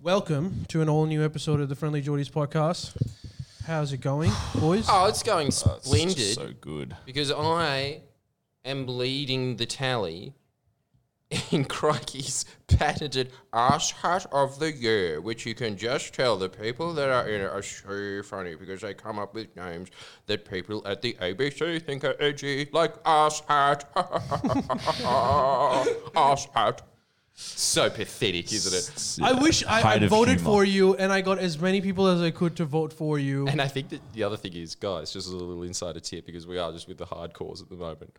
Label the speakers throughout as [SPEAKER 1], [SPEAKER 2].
[SPEAKER 1] Welcome to an all new episode of the Friendly Geordies podcast. How's it going, boys?
[SPEAKER 2] Oh, it's going
[SPEAKER 3] It's just
[SPEAKER 2] splendid
[SPEAKER 3] so good.
[SPEAKER 2] because I am leading the tally in Crikey's patented ass hat of the year, which you can just tell the people that are in it are so funny because they come up with names that people at the ABC think are edgy, like ass hat, ass hat. So pathetic, isn't it?
[SPEAKER 1] I wish I,
[SPEAKER 3] Height
[SPEAKER 1] I
[SPEAKER 3] of
[SPEAKER 1] voted
[SPEAKER 3] humor.
[SPEAKER 1] for you and I got as many people as I could to vote for you.
[SPEAKER 2] And I think that the other thing is, guys, just as a little insider tip, because we are just with the hardcores at the moment.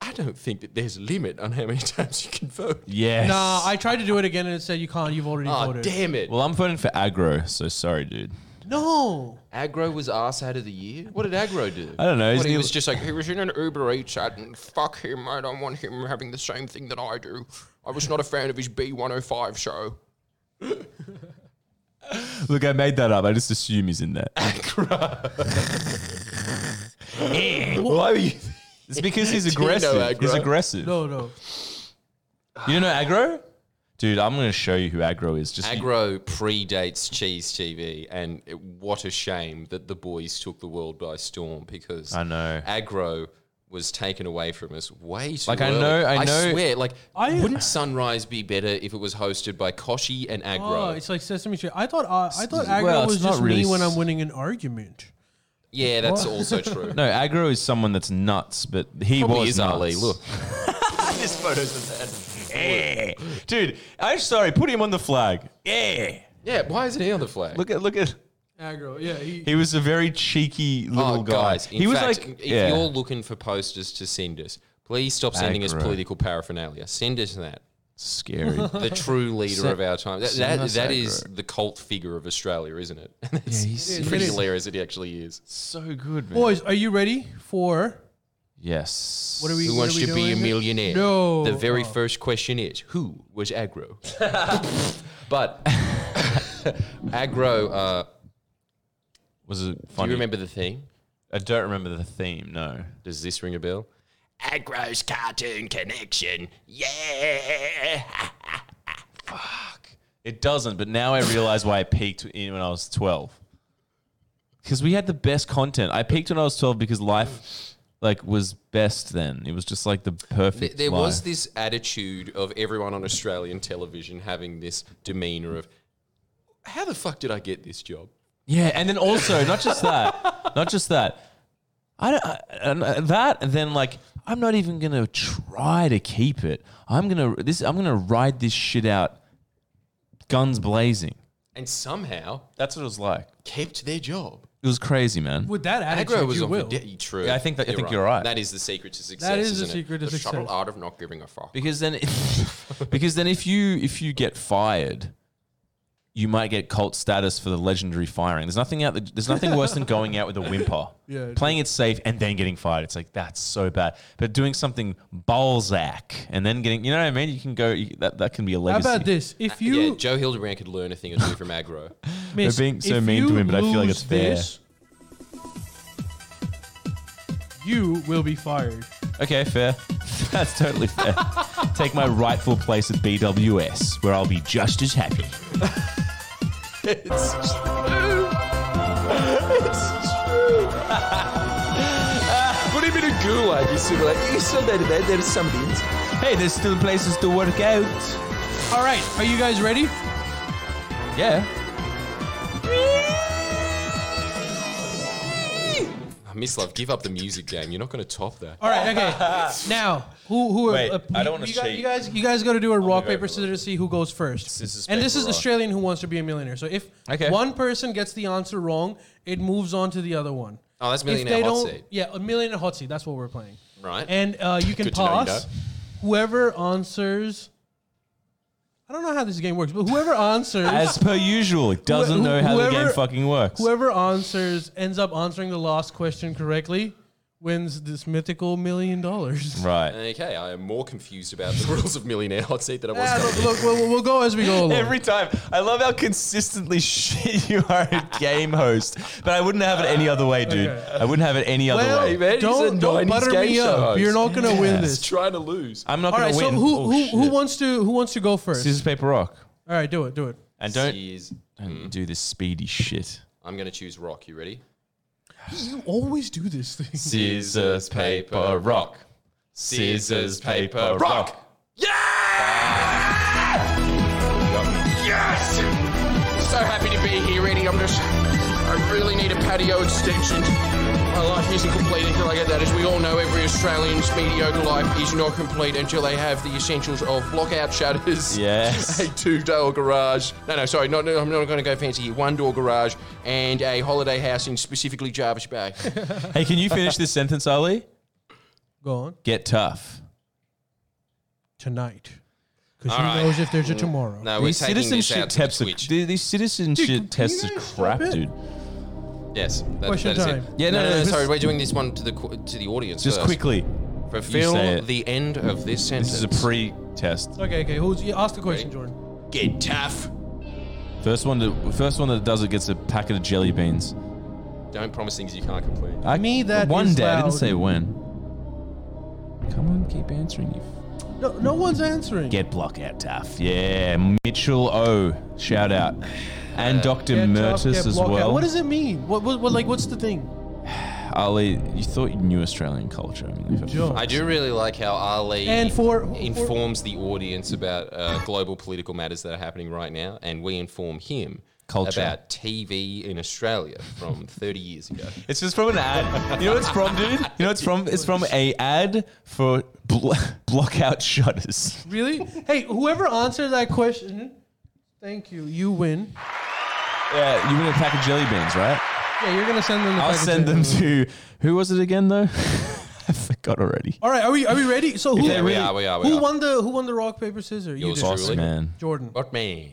[SPEAKER 2] I don't think that there's a limit on how many times you can vote.
[SPEAKER 3] Yes.
[SPEAKER 1] Nah, I tried to do it again and it said you can't. You've already
[SPEAKER 2] Oh,
[SPEAKER 1] voted.
[SPEAKER 2] damn it.
[SPEAKER 3] well, I'm voting for aggro, so sorry, dude.
[SPEAKER 1] No.
[SPEAKER 2] Agro was ass out of the year. What did Agro do?
[SPEAKER 3] I don't know.
[SPEAKER 2] What,
[SPEAKER 3] Isn't
[SPEAKER 2] he
[SPEAKER 3] he-
[SPEAKER 2] was just like, he was in an Uber Eats ad and fuck him. I don't want him having the same thing that I do. I was not a fan of his B105 show.
[SPEAKER 3] Look, I made that up. I just assume he's in there. Aggro. Why were you? Eh. It's because he's
[SPEAKER 2] you know
[SPEAKER 3] aggressive. he's
[SPEAKER 2] aggro?
[SPEAKER 3] aggressive.
[SPEAKER 1] No, no.
[SPEAKER 3] You don't know aggro, dude. I'm gonna show you who aggro is. Just
[SPEAKER 2] Agro predates Cheese TV, and it- what a shame that the boys took the world by storm because
[SPEAKER 3] I know.
[SPEAKER 2] Agro was taken away from us way too
[SPEAKER 3] Like, I
[SPEAKER 2] early.
[SPEAKER 3] know- I know-
[SPEAKER 2] swear, like,
[SPEAKER 1] I-
[SPEAKER 2] wouldn't Sunrise be better if it was hosted by Koshi and
[SPEAKER 1] Oh,
[SPEAKER 2] Agro?
[SPEAKER 1] it's like Sesame Street. I thought uh, I thought aggro
[SPEAKER 3] well, it's
[SPEAKER 1] was
[SPEAKER 3] not
[SPEAKER 1] just
[SPEAKER 3] really
[SPEAKER 1] me when
[SPEAKER 3] s-
[SPEAKER 1] I'm winning an argument.
[SPEAKER 2] yeah, that's also true.
[SPEAKER 3] no, aggro is someone that's nuts, but he
[SPEAKER 2] Probably
[SPEAKER 3] was
[SPEAKER 2] is
[SPEAKER 3] nuts.
[SPEAKER 2] Ali. Look,
[SPEAKER 3] this photo's the bad. Yeah. Dude, I'm sorry. Put him on the flag. Yeah.
[SPEAKER 2] yeah, why isn't he on the flag?
[SPEAKER 3] Look at look at.
[SPEAKER 1] Aggro, yeah. He,
[SPEAKER 3] He was a very cheeky little
[SPEAKER 2] oh,
[SPEAKER 3] guy.
[SPEAKER 2] guys, in
[SPEAKER 3] he was
[SPEAKER 2] fact,
[SPEAKER 3] like,
[SPEAKER 2] if
[SPEAKER 3] yeah.
[SPEAKER 2] you're looking for posters to send us, please stop sending us
[SPEAKER 3] Agro.
[SPEAKER 2] political paraphernalia. Send us that.
[SPEAKER 3] scary.
[SPEAKER 2] the true leader of our time. That,
[SPEAKER 3] Send
[SPEAKER 2] that,
[SPEAKER 3] us
[SPEAKER 2] that
[SPEAKER 3] aggro.
[SPEAKER 2] is the cult figure of Australia, isn't it? And it's
[SPEAKER 3] he's-
[SPEAKER 2] pretty
[SPEAKER 1] It is.
[SPEAKER 2] hilarious that he actually is.
[SPEAKER 3] so good, man.
[SPEAKER 1] boys, are you ready for
[SPEAKER 3] Yes.
[SPEAKER 1] what are we?
[SPEAKER 2] Who
[SPEAKER 1] what
[SPEAKER 2] wants
[SPEAKER 1] are we
[SPEAKER 2] to be a
[SPEAKER 1] doing?
[SPEAKER 2] millionaire?
[SPEAKER 1] No.
[SPEAKER 2] The very
[SPEAKER 1] Oh.
[SPEAKER 2] first question is who was aggro? but aggro, uh,
[SPEAKER 3] Was it
[SPEAKER 2] do
[SPEAKER 3] funny?
[SPEAKER 2] you remember the theme?
[SPEAKER 3] I don't remember the theme. No.
[SPEAKER 2] Does this ring a bell? Aggro's cartoon connection. Yeah.
[SPEAKER 3] It doesn't. But now I realize why I peaked in when I was twelve. Because we had the best content. I peaked when I was twelve because life, like, was best then. It was just like the
[SPEAKER 2] Th-
[SPEAKER 3] perfect.
[SPEAKER 2] There
[SPEAKER 3] life.
[SPEAKER 2] was this attitude of everyone on Australian television having this demeanor of, how the fuck did I get this job?
[SPEAKER 3] Yeah, and then also not just that, not just that. I don't I, and, uh, that, and then like I'm not even gonna try to keep it. I'm gonna this. I'm gonna ride this shit out, guns blazing.
[SPEAKER 2] And somehow
[SPEAKER 3] That's what it was like.
[SPEAKER 2] kept their job.
[SPEAKER 3] It was crazy, man.
[SPEAKER 1] With that attitude,
[SPEAKER 2] Aggro was
[SPEAKER 1] you
[SPEAKER 2] on
[SPEAKER 1] will.
[SPEAKER 2] for de- true.
[SPEAKER 3] Yeah, I think that- I think you're right.
[SPEAKER 2] That is the secret to success.
[SPEAKER 1] is the
[SPEAKER 2] isn't it?
[SPEAKER 1] secret to
[SPEAKER 2] the subtle
[SPEAKER 1] success.
[SPEAKER 2] art of not giving a fuck.
[SPEAKER 3] because then, because then if you if you get fired, you might get cult status for the legendary firing. There's nothing out. There's nothing worse than going out with a whimper.
[SPEAKER 1] Yeah,
[SPEAKER 3] playing it safe and then getting fired. It's like that's so bad. But doing something Balzac and then getting, you know what I mean? You can go. You, that that can be a
[SPEAKER 1] How
[SPEAKER 3] legacy.
[SPEAKER 1] about this? If you
[SPEAKER 2] yeah, Joe Hildebrand could learn a thing or two from aggro.
[SPEAKER 1] miss,
[SPEAKER 3] They're being so
[SPEAKER 1] if
[SPEAKER 3] mean to
[SPEAKER 1] you
[SPEAKER 3] him, but I feel like
[SPEAKER 1] lose
[SPEAKER 3] it's fair.
[SPEAKER 1] this, You will be fired.
[SPEAKER 3] Okay, fair. That's totally fair. Take my rightful place at BWS, where I'll be just as happy.
[SPEAKER 2] it's
[SPEAKER 3] Put him in a gulag. You see, like you said that there, there's some Hey, there's still places to work out.
[SPEAKER 1] All right, are you guys ready?
[SPEAKER 3] Yeah.
[SPEAKER 2] Miss Love, give up the music game. You're not going to top that.
[SPEAKER 1] All right, okay. now, who who? uh,
[SPEAKER 3] Wait, I don't wanna
[SPEAKER 1] you, guys-
[SPEAKER 3] cheat.
[SPEAKER 1] You guys, you guys got to do a rock
[SPEAKER 3] move over
[SPEAKER 1] paper
[SPEAKER 3] a little
[SPEAKER 1] scissors to see who goes first.
[SPEAKER 3] Scissors,
[SPEAKER 1] and this
[SPEAKER 3] paper,
[SPEAKER 1] is
[SPEAKER 3] rock.
[SPEAKER 1] Australian Who Wants to Be a Millionaire. So if
[SPEAKER 3] Okay.
[SPEAKER 1] one person gets the answer wrong, it moves on to the other one.
[SPEAKER 2] Oh, that's
[SPEAKER 1] If
[SPEAKER 2] Millionaire
[SPEAKER 1] they
[SPEAKER 2] Hot
[SPEAKER 1] don't-
[SPEAKER 2] Seat.
[SPEAKER 1] Yeah, a millionaire hot seat. That's what we're playing.
[SPEAKER 2] Right.
[SPEAKER 1] And uh, you can
[SPEAKER 2] Good to know you
[SPEAKER 1] pass.
[SPEAKER 2] know.
[SPEAKER 1] Whoever answers. I don't know how this game works, but whoever answers,
[SPEAKER 3] As per usual, it doesn't
[SPEAKER 1] Who-
[SPEAKER 3] know how the game
[SPEAKER 1] whoever-
[SPEAKER 3] fucking works.
[SPEAKER 1] whoever answers ends up answering the last question correctly, wins this mythical million dollars.
[SPEAKER 3] Right.
[SPEAKER 2] Okay, I am more confused about the rules of Millionaire Hot Seat than I was.
[SPEAKER 1] Yeah,
[SPEAKER 3] Ah,
[SPEAKER 1] look, look we'll, we'll go as we go along.
[SPEAKER 3] Every time. I love how consistently shit you are at game host. But I wouldn't have it any other way, dude.
[SPEAKER 1] Okay.
[SPEAKER 3] I wouldn't have it any other
[SPEAKER 1] well,
[SPEAKER 3] way.
[SPEAKER 2] man, he's a
[SPEAKER 1] don't, don't
[SPEAKER 2] 90s
[SPEAKER 1] butter
[SPEAKER 2] game
[SPEAKER 1] me
[SPEAKER 2] show
[SPEAKER 1] up.
[SPEAKER 2] host.
[SPEAKER 1] You're not going to win
[SPEAKER 2] It's
[SPEAKER 1] this.
[SPEAKER 2] trying to lose.
[SPEAKER 3] I'm not
[SPEAKER 1] All
[SPEAKER 3] gonna
[SPEAKER 1] right,
[SPEAKER 3] win.
[SPEAKER 1] so who,
[SPEAKER 3] Oh,
[SPEAKER 1] who, who
[SPEAKER 3] shit.
[SPEAKER 1] wants to who wants to go first?
[SPEAKER 3] Scissors, paper, rock.
[SPEAKER 1] All right, do it, do it.
[SPEAKER 3] And don't,
[SPEAKER 2] Seas.
[SPEAKER 1] Hmm.
[SPEAKER 3] don't do this speedy shit.
[SPEAKER 2] I'm going to choose rock. You ready?
[SPEAKER 1] You always do this thing.
[SPEAKER 3] Scissors, paper, rock. Scissors, paper, rock.
[SPEAKER 2] Yes! So happy to be here, Eddie. I'm just. I really need a patio extension. My life isn't complete until I get that. As we all know, every Australian's mediocre life is not complete until they have the essentials of lockout shutters,
[SPEAKER 3] Yes.
[SPEAKER 2] a two-door garage. No, no, sorry, not, no, I'm not going to go fancy here. One-door garage and a holiday house in specifically Jarvis Bay.
[SPEAKER 3] Hey, can you finish this sentence, Ali?
[SPEAKER 1] Go on.
[SPEAKER 3] Get tough.
[SPEAKER 1] Tonight. Because
[SPEAKER 2] All
[SPEAKER 1] who
[SPEAKER 2] right. Mm.
[SPEAKER 1] knows if there's a tomorrow.
[SPEAKER 2] no, we're
[SPEAKER 3] these
[SPEAKER 2] taking this
[SPEAKER 3] citizenship
[SPEAKER 2] out to the
[SPEAKER 3] tests are,
[SPEAKER 2] Twitch.
[SPEAKER 3] th- these
[SPEAKER 1] Dude,
[SPEAKER 3] citizenship
[SPEAKER 1] can you
[SPEAKER 3] tests are
[SPEAKER 1] guys
[SPEAKER 3] crap,
[SPEAKER 1] stop it?
[SPEAKER 3] dude.
[SPEAKER 2] Yes, that,
[SPEAKER 1] Question
[SPEAKER 2] that is
[SPEAKER 1] time.
[SPEAKER 2] it.
[SPEAKER 3] Yeah, no,
[SPEAKER 2] no,
[SPEAKER 3] no, just-
[SPEAKER 2] sorry, we're doing this one to the qu- to the audience.
[SPEAKER 3] Just
[SPEAKER 2] first.
[SPEAKER 3] quickly, say
[SPEAKER 2] Fulfill
[SPEAKER 3] it.
[SPEAKER 2] the end of this sentence.
[SPEAKER 3] this is a pre-test.
[SPEAKER 1] Okay, okay. Who's yeah, ask the question,
[SPEAKER 2] Ready?
[SPEAKER 1] Jordan?
[SPEAKER 2] get tough.
[SPEAKER 3] First one, to, first one that does it gets a packet of jelly beans.
[SPEAKER 2] Don't promise things you can't complete.
[SPEAKER 3] I
[SPEAKER 1] Me, that
[SPEAKER 3] one
[SPEAKER 1] is
[SPEAKER 3] day. I didn't
[SPEAKER 1] loud.
[SPEAKER 3] say when. Come on, keep answering. You
[SPEAKER 1] No, no one's answering.
[SPEAKER 3] get block out tough. Yeah, Mitchell O. Shout out, and Doctor
[SPEAKER 1] Get tough,
[SPEAKER 3] Mertis
[SPEAKER 1] get
[SPEAKER 3] as
[SPEAKER 1] blocked out.
[SPEAKER 3] well.
[SPEAKER 1] What does it mean? What, what, what like what's the thing?
[SPEAKER 3] Ali, you thought you knew Australian culture. I mean, for
[SPEAKER 1] Sure.
[SPEAKER 2] I do really like how Ali
[SPEAKER 1] And for-
[SPEAKER 2] informs the audience about uh, global political matters that are happening right now, and we inform him
[SPEAKER 3] Culture.
[SPEAKER 2] about TV in Australia from 30 years ago.
[SPEAKER 3] It's just from an ad. You know what it's from, dude? You know what it's from? It's from a ad for bl- blockout shutters.
[SPEAKER 1] Really? hey, whoever answered that question, thank you. You win.
[SPEAKER 3] Yeah, you win a pack of jelly beans, right?
[SPEAKER 1] Yeah, you're gonna send them. The
[SPEAKER 3] I'll
[SPEAKER 1] package
[SPEAKER 3] send them
[SPEAKER 1] anyway.
[SPEAKER 3] to who was it again though? I forgot already.
[SPEAKER 1] All right, are we are we ready? So who,
[SPEAKER 3] Yeah, we
[SPEAKER 2] are, we are, we
[SPEAKER 1] who
[SPEAKER 2] are.
[SPEAKER 1] won the who won the rock paper scissors? You
[SPEAKER 2] Yours
[SPEAKER 1] did.
[SPEAKER 2] truly.
[SPEAKER 3] Awesome, man.
[SPEAKER 1] Jordan.
[SPEAKER 2] What man?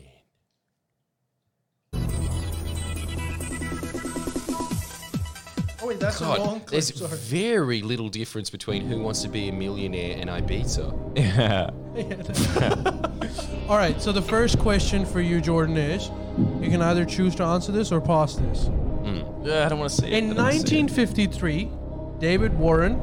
[SPEAKER 1] Oh wait, that's a long
[SPEAKER 2] God,
[SPEAKER 1] clip.
[SPEAKER 2] there's
[SPEAKER 1] Sorry.
[SPEAKER 2] very little difference between who wants to be a millionaire and Ibiza.
[SPEAKER 3] Yeah.
[SPEAKER 1] All right, so the first question for you, Jordan, is you can either choose to answer this or pause this.
[SPEAKER 3] Yeah, I don't want to see it.
[SPEAKER 1] In 1953, David Warren,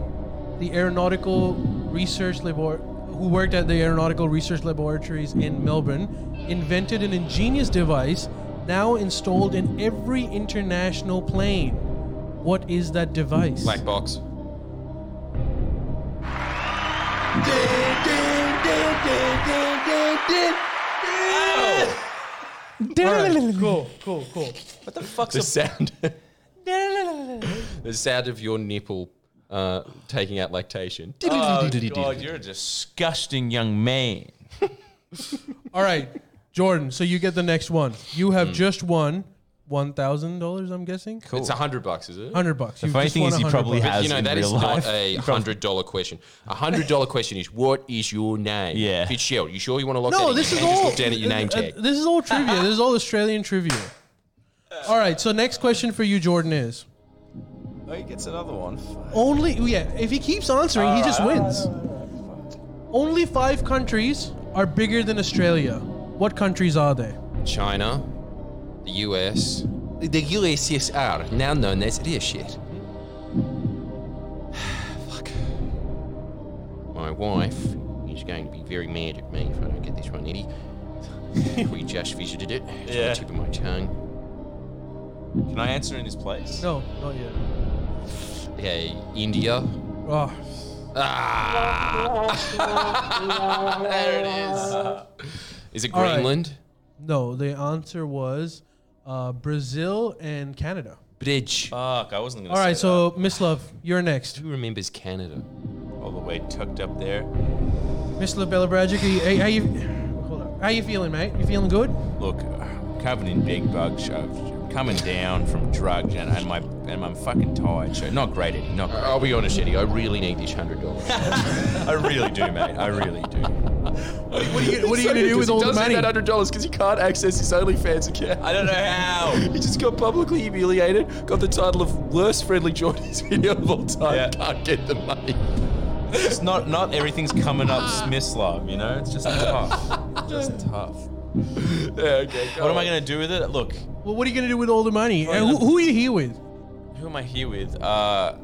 [SPEAKER 1] the aeronautical research labor who worked at the aeronautical research laboratories in Melbourne, invented an ingenious device now installed in every international plane. What is that device?
[SPEAKER 2] Black box.
[SPEAKER 3] Oh!
[SPEAKER 1] All right, cool, cool, cool.
[SPEAKER 3] What the fuck's
[SPEAKER 2] The sound. the sound of your nipple uh, taking out lactation.
[SPEAKER 3] Oh, God, you're a disgusting young man.
[SPEAKER 1] All right, Jordan. So you get the next one. You have
[SPEAKER 3] Hmm.
[SPEAKER 1] just won one thousand dollars. I'm guessing. Cool.
[SPEAKER 2] It's a hundred bucks, is it?
[SPEAKER 1] Hundred bucks. The
[SPEAKER 3] funny thing is he probably has-
[SPEAKER 2] You know,
[SPEAKER 3] in
[SPEAKER 2] that is
[SPEAKER 3] real life.
[SPEAKER 2] not a hundred dollar question. A hundred dollar question is what is your name?
[SPEAKER 3] Yeah.
[SPEAKER 2] Fitzgerald, you sure you want to lock that
[SPEAKER 1] No,
[SPEAKER 2] in?
[SPEAKER 1] this
[SPEAKER 2] You
[SPEAKER 1] is
[SPEAKER 2] can't just
[SPEAKER 1] all.
[SPEAKER 2] look down at your name
[SPEAKER 1] uh,
[SPEAKER 2] tag.
[SPEAKER 1] This is all trivia. This is all Australian trivia. All right. So next question for you, Jordan, is
[SPEAKER 3] Oh, he gets another one.
[SPEAKER 1] only yeah. If he keeps answering, he just wins. Only five countries are bigger than Australia. What countries are they?
[SPEAKER 2] China, the US. The USSR, now known as Russia. Fuck. My wife is going to be very mad at me if I don't get this one, Eddie. we just visited it. It's on
[SPEAKER 3] Yeah.
[SPEAKER 2] the tip of my tongue.
[SPEAKER 3] Can I answer in his place?
[SPEAKER 1] No, not yet.
[SPEAKER 2] Hey, India.
[SPEAKER 1] Oh,
[SPEAKER 2] There it is. Is it
[SPEAKER 1] All right.
[SPEAKER 2] Greenland?
[SPEAKER 1] no. The answer was uh, Brazil and Canada.
[SPEAKER 2] Bridge.
[SPEAKER 3] Fuck, I wasn't gonna
[SPEAKER 1] All right. So Miss Love, you're next.
[SPEAKER 2] Who remembers Canada?
[SPEAKER 3] all the way tucked up there.
[SPEAKER 1] Miss Love Bella Bradgick, are you, hey, how you? Hold on. How you feeling, mate? You feeling good?
[SPEAKER 3] Look, I'm covered in big bugs. I'm coming down from drugs and, and my and I'm fucking tired. So not great, Eddie. Not great.
[SPEAKER 2] I'll be honest, Eddie. I really need this hundred dollars.
[SPEAKER 3] I really do, mate. I really do.
[SPEAKER 1] What are you, what are you gonna do with all the money?
[SPEAKER 2] hundred dollars because he can't access his OnlyFans account.
[SPEAKER 3] I don't know how.
[SPEAKER 2] He just got publicly humiliated. Got the title of worst friendly Jordan's video of all time.
[SPEAKER 3] Yeah.
[SPEAKER 2] Can't get the money. Ah.
[SPEAKER 3] It's not not everything's coming up Smith's love, you know? It's just tough. just tough.
[SPEAKER 2] Yeah, okay.
[SPEAKER 3] What am I gonna do with it? Look, Oh,
[SPEAKER 1] Uh, Well, what are you gonna do with all the money? And who, who are you here with?
[SPEAKER 3] who am I here with? Uh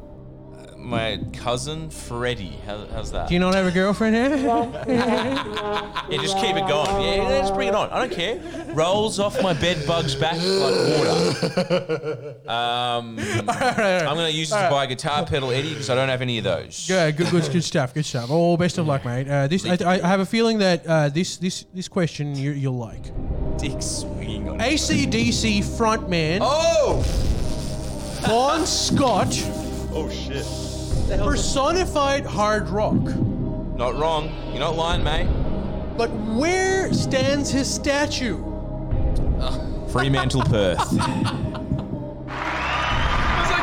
[SPEAKER 3] my cousin Freddie. How, how's that?
[SPEAKER 1] Do you not have a girlfriend here?
[SPEAKER 3] Yeah, just keep it going. Yeah, yeah, just bring it on. I don't care. Rolls off my bed bugs back like water. I'm gonna use this to buy a guitar pedal, Eddie, because I don't have any of those.
[SPEAKER 1] Yeah, good, good, good stuff. Good stuff. Oh, best of luck, mate. Uh, this, I, I I have a feeling that uh, this, this, this question you, you'll like.
[SPEAKER 3] Dick swinging on. it.
[SPEAKER 1] ACDC frontman
[SPEAKER 3] Oh!
[SPEAKER 1] Bon Scott
[SPEAKER 3] Oh shit.
[SPEAKER 1] personified hard rock.
[SPEAKER 3] Not wrong. You're not lying, mate.
[SPEAKER 1] But where stands his statue?
[SPEAKER 3] Fremantle, Perth.
[SPEAKER 2] That's like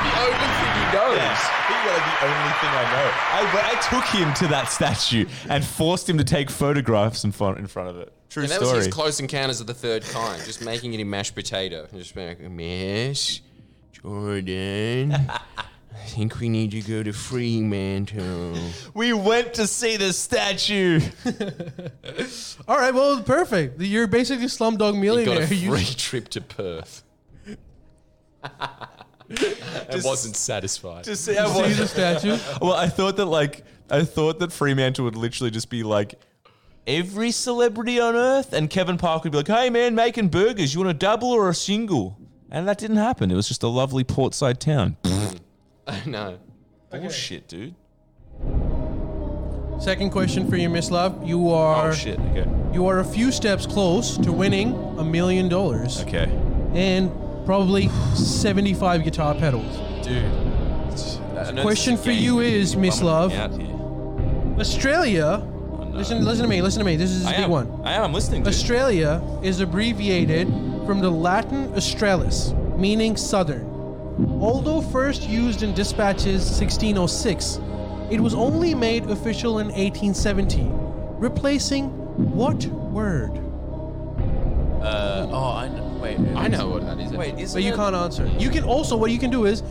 [SPEAKER 2] the only thing he knows.
[SPEAKER 3] the only thing I know. I, I took him to that statue and forced him to take photographs in front in front of it. True
[SPEAKER 2] And that was his close encounters of the third kind, just making it in mashed potato. Just being like, Miss Jordan, I think we need to go to Fremantle.
[SPEAKER 3] we went to see the statue.
[SPEAKER 1] All right, well, perfect. You're basically Slumdog
[SPEAKER 2] He got
[SPEAKER 1] Millionaire.
[SPEAKER 2] a
[SPEAKER 1] You-
[SPEAKER 2] free trip to Perth. and wasn't satisfied.
[SPEAKER 3] to see how
[SPEAKER 1] see the statue.
[SPEAKER 3] Well, I thought that like I thought that Fremantle would literally just be like every celebrity on earth, and Kevin Park would be like, "Hey man, making burgers. You want a double or a single?" And that didn't happen. It was just a lovely portside town.
[SPEAKER 2] I know.
[SPEAKER 3] Bullshit, dude.
[SPEAKER 1] Second question for you, Miss Love. You are
[SPEAKER 3] Oh shit. Okay.
[SPEAKER 1] you are a few steps close to winning a million dollars
[SPEAKER 3] Okay.
[SPEAKER 1] and probably 75 guitar pedals.
[SPEAKER 3] Dude. I know
[SPEAKER 1] Question
[SPEAKER 3] this is a
[SPEAKER 1] for
[SPEAKER 3] game,
[SPEAKER 1] you
[SPEAKER 3] but
[SPEAKER 1] is,
[SPEAKER 3] you're
[SPEAKER 1] Miss
[SPEAKER 3] bumming me
[SPEAKER 1] Love.
[SPEAKER 3] out here.
[SPEAKER 1] Australia. Listen, listen to me. Listen to me. This is a
[SPEAKER 3] I
[SPEAKER 1] big
[SPEAKER 3] am.
[SPEAKER 1] one.
[SPEAKER 3] I am. I'm listening. Dude.
[SPEAKER 1] Australia is abbreviated from the Latin Australis, meaning southern. Although first used in dispatches 1606, it was only made official in 1870, replacing what word?
[SPEAKER 3] Uh, oh, I know. Wait.
[SPEAKER 2] I know what that is.
[SPEAKER 3] Wait. Is
[SPEAKER 1] But you can't answer. You can also, what you can do is,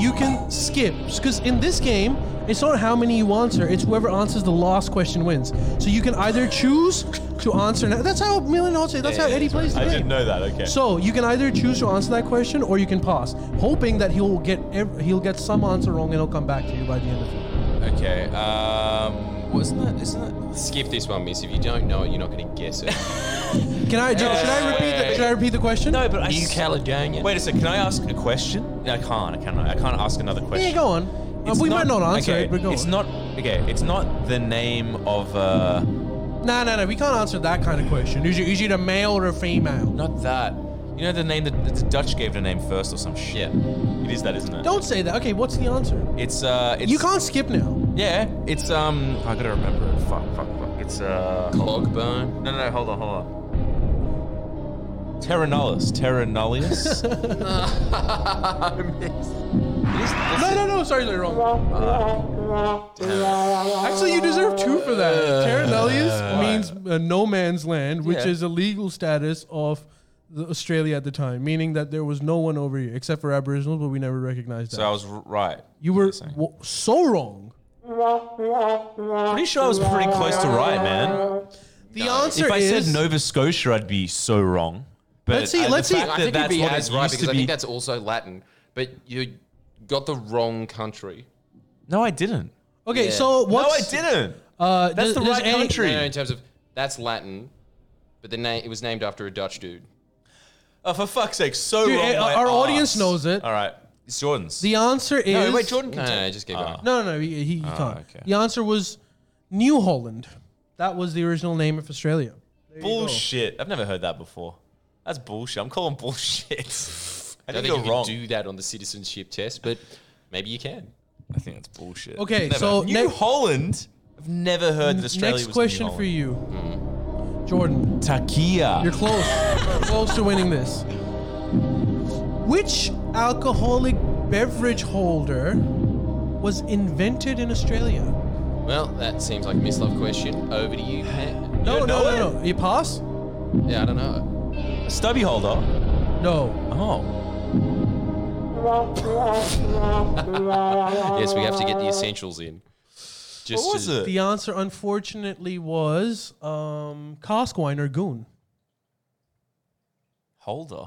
[SPEAKER 1] you can skip. Because in this game, it's not how many you answer, it's whoever answers the last question wins. So you can either choose to answer. That's how Million Dollar That's how Eddie plays the
[SPEAKER 3] I
[SPEAKER 1] game.
[SPEAKER 3] didn't know that. Okay.
[SPEAKER 1] So you can either choose to answer that question or you can pause, hoping that he'll get ev- he'll get some answer wrong and he'll come back to you by the end of it.
[SPEAKER 3] okay. Um. Wasn't that? Isn't that?
[SPEAKER 2] Skip this one, miss. If you don't know it, you're not going to guess it.
[SPEAKER 1] Can I? do-
[SPEAKER 3] Yeah.
[SPEAKER 1] should I repeat? The, should I repeat the question?
[SPEAKER 3] No, but I.
[SPEAKER 2] New
[SPEAKER 3] s-
[SPEAKER 2] Caledonia.
[SPEAKER 3] Wait a second. Can I ask a question? I can't. I can't. I can't ask another question.
[SPEAKER 1] Yeah, go on. Uh,
[SPEAKER 3] It's
[SPEAKER 1] we might not answer
[SPEAKER 3] okay,
[SPEAKER 1] it, but go
[SPEAKER 3] It's
[SPEAKER 1] on.
[SPEAKER 3] not. Okay. It's not the name of. Uh,
[SPEAKER 1] No, no, no. We can't answer that kind of question. Is it, is it a male or a female?
[SPEAKER 3] not that. You know the name that that the Dutch gave it a name first or some shit. It is that, isn't it?
[SPEAKER 1] Don't say that. Okay, what's the answer?
[SPEAKER 3] It's uh. It's,
[SPEAKER 1] You can't skip now.
[SPEAKER 3] Yeah, it's um. I gotta remember it. Fuck, fuck, fuck. It's uh.
[SPEAKER 2] Clogbone.
[SPEAKER 3] No, no, hold on, hold on. Terranolus, Terranolus. it is,
[SPEAKER 1] No, no, no. Sorry, you're wrong. Actually, you deserve two for that. Terranellius means uh, no man's land, which
[SPEAKER 3] Yeah.
[SPEAKER 1] is a legal status of the Australia at the time, meaning that there was no one over here except for Aboriginals, but we never recognized that.
[SPEAKER 3] So I was r- right.
[SPEAKER 1] you were w- so wrong.
[SPEAKER 3] Pretty sure I was pretty close to right, man.
[SPEAKER 1] The answer
[SPEAKER 3] If I
[SPEAKER 1] is
[SPEAKER 3] said Nova Scotia, I'd be so wrong. But
[SPEAKER 1] Let's see,
[SPEAKER 3] uh, the
[SPEAKER 1] let's see.
[SPEAKER 2] I
[SPEAKER 3] fact that
[SPEAKER 2] think you'd
[SPEAKER 3] that's
[SPEAKER 2] be
[SPEAKER 3] what
[SPEAKER 2] as
[SPEAKER 3] it
[SPEAKER 2] right
[SPEAKER 3] used
[SPEAKER 2] because
[SPEAKER 3] to
[SPEAKER 2] I
[SPEAKER 3] be.
[SPEAKER 2] think that's also Latin, but you got the wrong country.
[SPEAKER 3] No, I didn't.
[SPEAKER 1] okay.
[SPEAKER 2] Yeah.
[SPEAKER 1] So what's
[SPEAKER 3] no, I didn't.
[SPEAKER 1] Uh,
[SPEAKER 3] That's
[SPEAKER 1] does-
[SPEAKER 3] the
[SPEAKER 1] does
[SPEAKER 3] right
[SPEAKER 1] any-
[SPEAKER 3] country.
[SPEAKER 2] No, no, in terms of that's Latin, but the name it was named after a Dutch dude.
[SPEAKER 3] Oh, for fuck's sake, so
[SPEAKER 1] Dude,
[SPEAKER 3] wrong.
[SPEAKER 1] uh,
[SPEAKER 3] my
[SPEAKER 1] our audience
[SPEAKER 3] ass.
[SPEAKER 1] knows it.
[SPEAKER 3] All right, it's Jordan's.
[SPEAKER 1] The answer is
[SPEAKER 3] no, wait, Jordan
[SPEAKER 2] No,
[SPEAKER 3] can
[SPEAKER 2] no,
[SPEAKER 3] take
[SPEAKER 2] no, just keep going.
[SPEAKER 1] No, no, no. He, he, he can't.
[SPEAKER 3] Ah, okay.
[SPEAKER 1] The answer was New Holland. That was the original name of Australia.
[SPEAKER 3] Bullshit. I've never heard that before. That's bullshit. I'm calling bullshit. I
[SPEAKER 2] I don't think
[SPEAKER 3] think you're
[SPEAKER 2] you
[SPEAKER 3] wrong.
[SPEAKER 2] can do that on the citizenship test, but maybe you can.
[SPEAKER 3] I think that's bullshit.
[SPEAKER 1] Okay,
[SPEAKER 3] Never.
[SPEAKER 1] so
[SPEAKER 3] New
[SPEAKER 1] next-
[SPEAKER 3] Holland. I've never heard that Australia
[SPEAKER 1] Next
[SPEAKER 3] was
[SPEAKER 1] question
[SPEAKER 3] New Mm-hmm.
[SPEAKER 1] for you, Jordan.
[SPEAKER 3] Takia.
[SPEAKER 1] You're close. You're close to winning this. Which alcoholic beverage holder was invented in Australia?
[SPEAKER 2] Well, that seems like a mislove question. Over to you, Pat.
[SPEAKER 1] No,
[SPEAKER 3] don't
[SPEAKER 1] no,
[SPEAKER 3] know
[SPEAKER 1] no, no. You pass?
[SPEAKER 2] Yeah, I don't know.
[SPEAKER 3] Stubby holder.
[SPEAKER 1] No.
[SPEAKER 3] Oh.
[SPEAKER 2] Yes, we have to get the essentials in. Just
[SPEAKER 3] What was
[SPEAKER 2] to-
[SPEAKER 3] it?
[SPEAKER 1] The answer, unfortunately, was um, cask wine or goon.
[SPEAKER 3] Holder.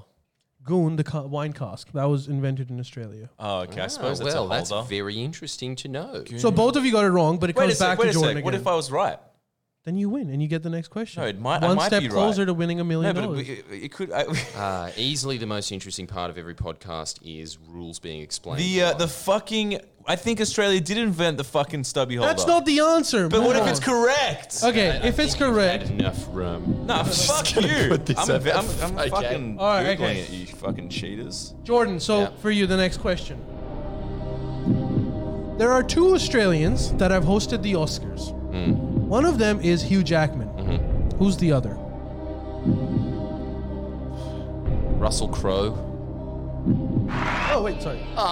[SPEAKER 1] goon, the ca- wine cask that was invented in Australia.
[SPEAKER 4] Oh, okay. I suppose
[SPEAKER 2] Oh,
[SPEAKER 4] that's
[SPEAKER 2] well,
[SPEAKER 4] a
[SPEAKER 2] that's
[SPEAKER 4] holder.
[SPEAKER 2] very interesting to know.
[SPEAKER 1] So both of you got it wrong, but it
[SPEAKER 4] wait a
[SPEAKER 1] comes
[SPEAKER 4] sec.
[SPEAKER 1] back
[SPEAKER 4] Wait
[SPEAKER 1] to
[SPEAKER 4] a
[SPEAKER 1] Jordan
[SPEAKER 4] sec.
[SPEAKER 1] again.
[SPEAKER 4] What if I was right?
[SPEAKER 1] then you win and you get the next question.
[SPEAKER 3] No, it might- I
[SPEAKER 1] One
[SPEAKER 3] might
[SPEAKER 1] step
[SPEAKER 3] be right.
[SPEAKER 1] closer to winning a
[SPEAKER 3] No,
[SPEAKER 1] million
[SPEAKER 3] but
[SPEAKER 1] dollars.
[SPEAKER 3] it, it, it could. I,
[SPEAKER 2] Uh, easily the most interesting part of every podcast is rules being explained.
[SPEAKER 3] the uh, the fucking. I think Australia did invent the fucking stubby holder.
[SPEAKER 1] That's not the answer.
[SPEAKER 3] But what
[SPEAKER 1] man.
[SPEAKER 3] if it's correct?
[SPEAKER 1] Okay, if it's correct,
[SPEAKER 2] enough room.
[SPEAKER 3] Nah, fuck you.
[SPEAKER 4] put this
[SPEAKER 3] I'm,
[SPEAKER 4] up.
[SPEAKER 3] I'm, I'm
[SPEAKER 2] Okay.
[SPEAKER 3] fucking
[SPEAKER 1] All right,
[SPEAKER 3] googling
[SPEAKER 1] okay.
[SPEAKER 3] it, you fucking cheaters.
[SPEAKER 1] Jordan, so
[SPEAKER 2] Yeah.
[SPEAKER 1] for you, the next question. There are two Australians that have hosted the Oscars. One of them is Hugh Jackman. Who's the other?
[SPEAKER 2] Russell Crowe.
[SPEAKER 1] Oh, wait, sorry.
[SPEAKER 2] Oh,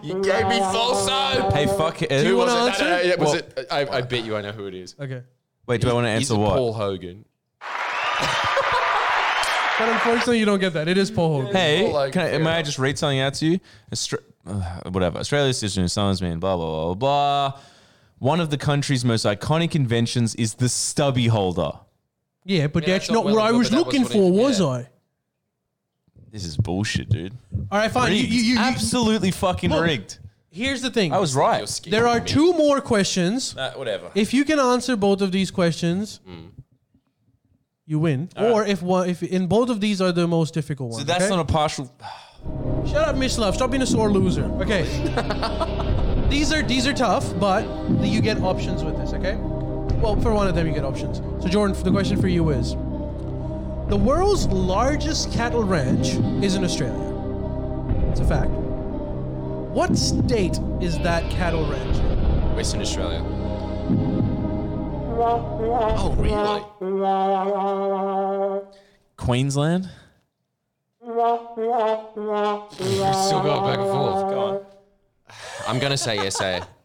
[SPEAKER 2] You gave me false hope.
[SPEAKER 3] Hey, fuck it.
[SPEAKER 1] you
[SPEAKER 3] Who
[SPEAKER 1] wanna
[SPEAKER 3] was it?
[SPEAKER 1] answer?
[SPEAKER 2] No, no, no, was
[SPEAKER 3] Well-
[SPEAKER 2] it? I, I bet you I know who it is.
[SPEAKER 1] Okay.
[SPEAKER 3] Wait, do I want to
[SPEAKER 2] Is
[SPEAKER 3] answer
[SPEAKER 2] it
[SPEAKER 3] what?
[SPEAKER 2] Paul Hogan?
[SPEAKER 1] But unfortunately, you don't get that. It is Paul Hogan.
[SPEAKER 3] Hey,
[SPEAKER 2] Well, like,
[SPEAKER 3] can I,
[SPEAKER 2] fair
[SPEAKER 3] may I
[SPEAKER 2] enough.
[SPEAKER 3] just read something out to you? Austra- uh, whatever. Australia's decision is summons me and blah, blah, blah, blah. One of the country's most iconic inventions is the stubby holder.
[SPEAKER 1] Yeah, but
[SPEAKER 2] Yeah,
[SPEAKER 1] that's
[SPEAKER 2] I
[SPEAKER 1] not
[SPEAKER 2] thought
[SPEAKER 1] what
[SPEAKER 2] well
[SPEAKER 1] I
[SPEAKER 2] ago,
[SPEAKER 1] was
[SPEAKER 2] but that was
[SPEAKER 1] looking
[SPEAKER 2] what
[SPEAKER 1] for,
[SPEAKER 2] he-
[SPEAKER 1] was
[SPEAKER 2] yeah.
[SPEAKER 1] I?
[SPEAKER 3] This is bullshit, dude.
[SPEAKER 1] All right, fine. You,
[SPEAKER 3] Rigged.
[SPEAKER 1] you, you, you-
[SPEAKER 3] Absolutely fucking
[SPEAKER 1] Look.
[SPEAKER 3] rigged.
[SPEAKER 1] here's the thing.
[SPEAKER 3] I was right.
[SPEAKER 1] there are two more questions.
[SPEAKER 3] Uh, whatever.
[SPEAKER 1] If you can answer both of these questions,
[SPEAKER 3] Mm.
[SPEAKER 1] you win. or if one, if in both of these are the most difficult ones.
[SPEAKER 3] So that's
[SPEAKER 1] okay?
[SPEAKER 3] not a partial.
[SPEAKER 1] Shut up, Miss Love. Stop being a sore loser. Okay. these are these are tough, but you get options with this. Okay. Well, for one of them, you get options. So, Jordan, the question for you is: The world's largest cattle ranch is in Australia. It's a fact. What state is that cattle ranch? in?
[SPEAKER 2] Western Australia. Oh, really?
[SPEAKER 3] Queensland?
[SPEAKER 2] We've still got back and forth. Go on. I'm gonna say SA.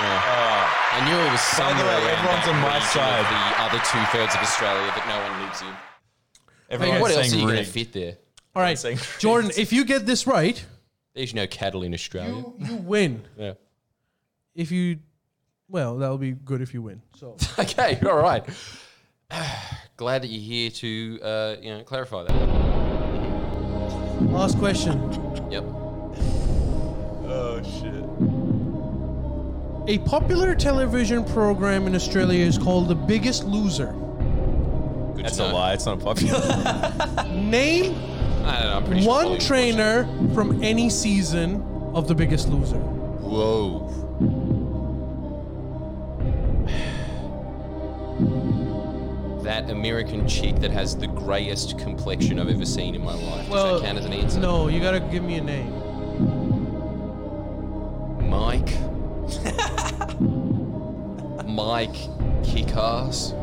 [SPEAKER 2] Yeah. I knew it was
[SPEAKER 3] By
[SPEAKER 2] somewhere.
[SPEAKER 3] the way,
[SPEAKER 2] around
[SPEAKER 3] everyone's
[SPEAKER 2] that
[SPEAKER 3] on my
[SPEAKER 2] region of
[SPEAKER 3] side.
[SPEAKER 2] The other two thirds of Australia that no one lives in.
[SPEAKER 3] Everyone's
[SPEAKER 2] what else are
[SPEAKER 3] saying
[SPEAKER 2] you gonna
[SPEAKER 3] rigged.
[SPEAKER 2] fit there?
[SPEAKER 1] All right,
[SPEAKER 3] saying-
[SPEAKER 1] Jordan. If you get this right,
[SPEAKER 2] There's no cattle in Australia.
[SPEAKER 1] you, you win.
[SPEAKER 2] Yeah.
[SPEAKER 1] If you, well, that will be good if you win. So.
[SPEAKER 2] Okay, all right. Glad that you're here to uh, you know clarify that.
[SPEAKER 1] Last question.
[SPEAKER 2] Yep.
[SPEAKER 4] Oh shit.
[SPEAKER 1] A popular television program in Australia is called The Biggest Loser.
[SPEAKER 2] Good
[SPEAKER 3] That's
[SPEAKER 2] to
[SPEAKER 3] a
[SPEAKER 2] know.
[SPEAKER 3] lie. It's not popular.
[SPEAKER 1] Name
[SPEAKER 2] I don't know. I'm pretty sure
[SPEAKER 1] one
[SPEAKER 2] Hollywood
[SPEAKER 1] trainer from any season of The Biggest Loser.
[SPEAKER 2] watched it. Whoa. That American chick that has the greyest complexion I've ever seen in my life. Does that count as an answer?
[SPEAKER 1] No, you gotta give me a name.
[SPEAKER 2] Mike. Mike Kickass.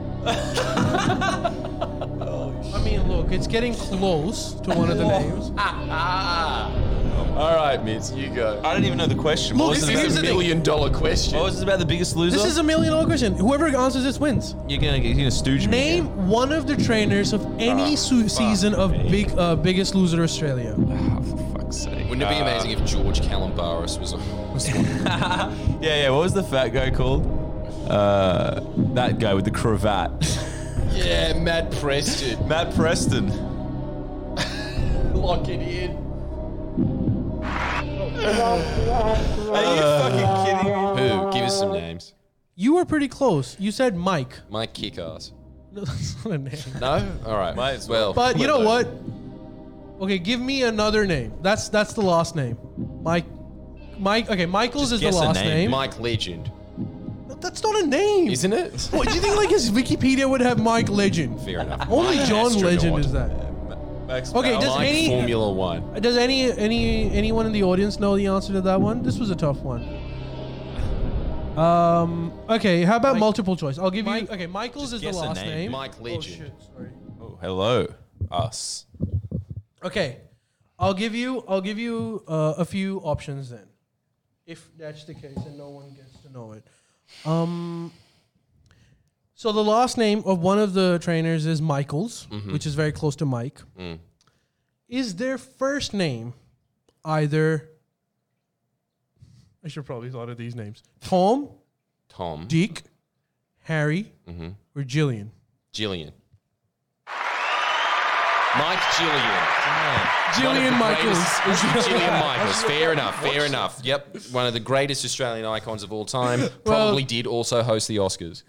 [SPEAKER 1] I mean, look, it's getting close to one of the names.
[SPEAKER 2] Ah.
[SPEAKER 4] All right, Miz, you go.
[SPEAKER 3] I don't even know the question.
[SPEAKER 1] Look,
[SPEAKER 3] what, was
[SPEAKER 1] this
[SPEAKER 3] it about
[SPEAKER 1] is
[SPEAKER 3] the
[SPEAKER 1] a
[SPEAKER 3] big,
[SPEAKER 4] Million dollar question.
[SPEAKER 3] what was it Oh, about the biggest loser?
[SPEAKER 1] This is a million dollar question. Whoever answers this wins.
[SPEAKER 3] you're gonna you're gonna stooge me. again.
[SPEAKER 1] Name one of the trainers of any su- season of Big uh, Biggest Loser Australia.
[SPEAKER 3] Oh, for fuck's sake.
[SPEAKER 2] Wouldn't it be
[SPEAKER 3] Uh,
[SPEAKER 2] amazing if George Calambaris was on? Was on?
[SPEAKER 3] Yeah, yeah. What was the fat guy called? Uh, that guy with the cravat,
[SPEAKER 2] yeah, Matt Preston.
[SPEAKER 3] Matt Preston.
[SPEAKER 2] Lock it in.
[SPEAKER 3] Are you fucking kidding me?
[SPEAKER 2] Who? Give us some names.
[SPEAKER 1] You were pretty close. You said Mike.
[SPEAKER 2] Mike Kickass.
[SPEAKER 1] No, that's not a name.
[SPEAKER 2] No? All right.
[SPEAKER 3] Might as
[SPEAKER 2] well.
[SPEAKER 1] But you know what? Okay, give me another name. That's that's the last name. Mike. Mike. Okay, Michaels is the
[SPEAKER 3] guess a
[SPEAKER 1] last name.
[SPEAKER 3] name.
[SPEAKER 2] Mike Legend,
[SPEAKER 1] That's not a name.
[SPEAKER 2] isn't it?
[SPEAKER 1] What do you think? Like his Wikipedia would have Mike Legend.
[SPEAKER 2] Fair enough.
[SPEAKER 1] Only
[SPEAKER 2] Mike
[SPEAKER 1] John
[SPEAKER 2] Astronaut.
[SPEAKER 1] Legend is that.
[SPEAKER 3] Max
[SPEAKER 1] Okay,
[SPEAKER 3] Bauer.
[SPEAKER 1] does
[SPEAKER 2] Mike
[SPEAKER 1] any-
[SPEAKER 2] Formula One.
[SPEAKER 1] Does any any anyone in the audience know the answer to that one? This was a tough one. Um. Okay. How about multiple choice? I'll give you. Okay, Michaels is the
[SPEAKER 3] guess a
[SPEAKER 1] last
[SPEAKER 3] name.
[SPEAKER 1] name.
[SPEAKER 2] Mike
[SPEAKER 1] Oh,
[SPEAKER 2] Legend.
[SPEAKER 1] shit, sorry.
[SPEAKER 3] Oh, hello, us.
[SPEAKER 1] Okay, I'll give you I'll give you uh, a few options then, if that's the case, and no one gets to know it. Um, so the last name of one of the trainers is Michaels, which is very close to Mike. Is their first name either? I should probably thought of these names: Tom,
[SPEAKER 2] Tom.
[SPEAKER 1] Deke, Harry, or Jillian.
[SPEAKER 2] Jillian.
[SPEAKER 4] Mike Gillian.
[SPEAKER 1] Jillian Michaels.
[SPEAKER 4] Michaels. Gillian Michaels. Fair enough.
[SPEAKER 2] Fair enough. Yep, one of the greatest Australian icons of all time. Probably did also host the Oscars.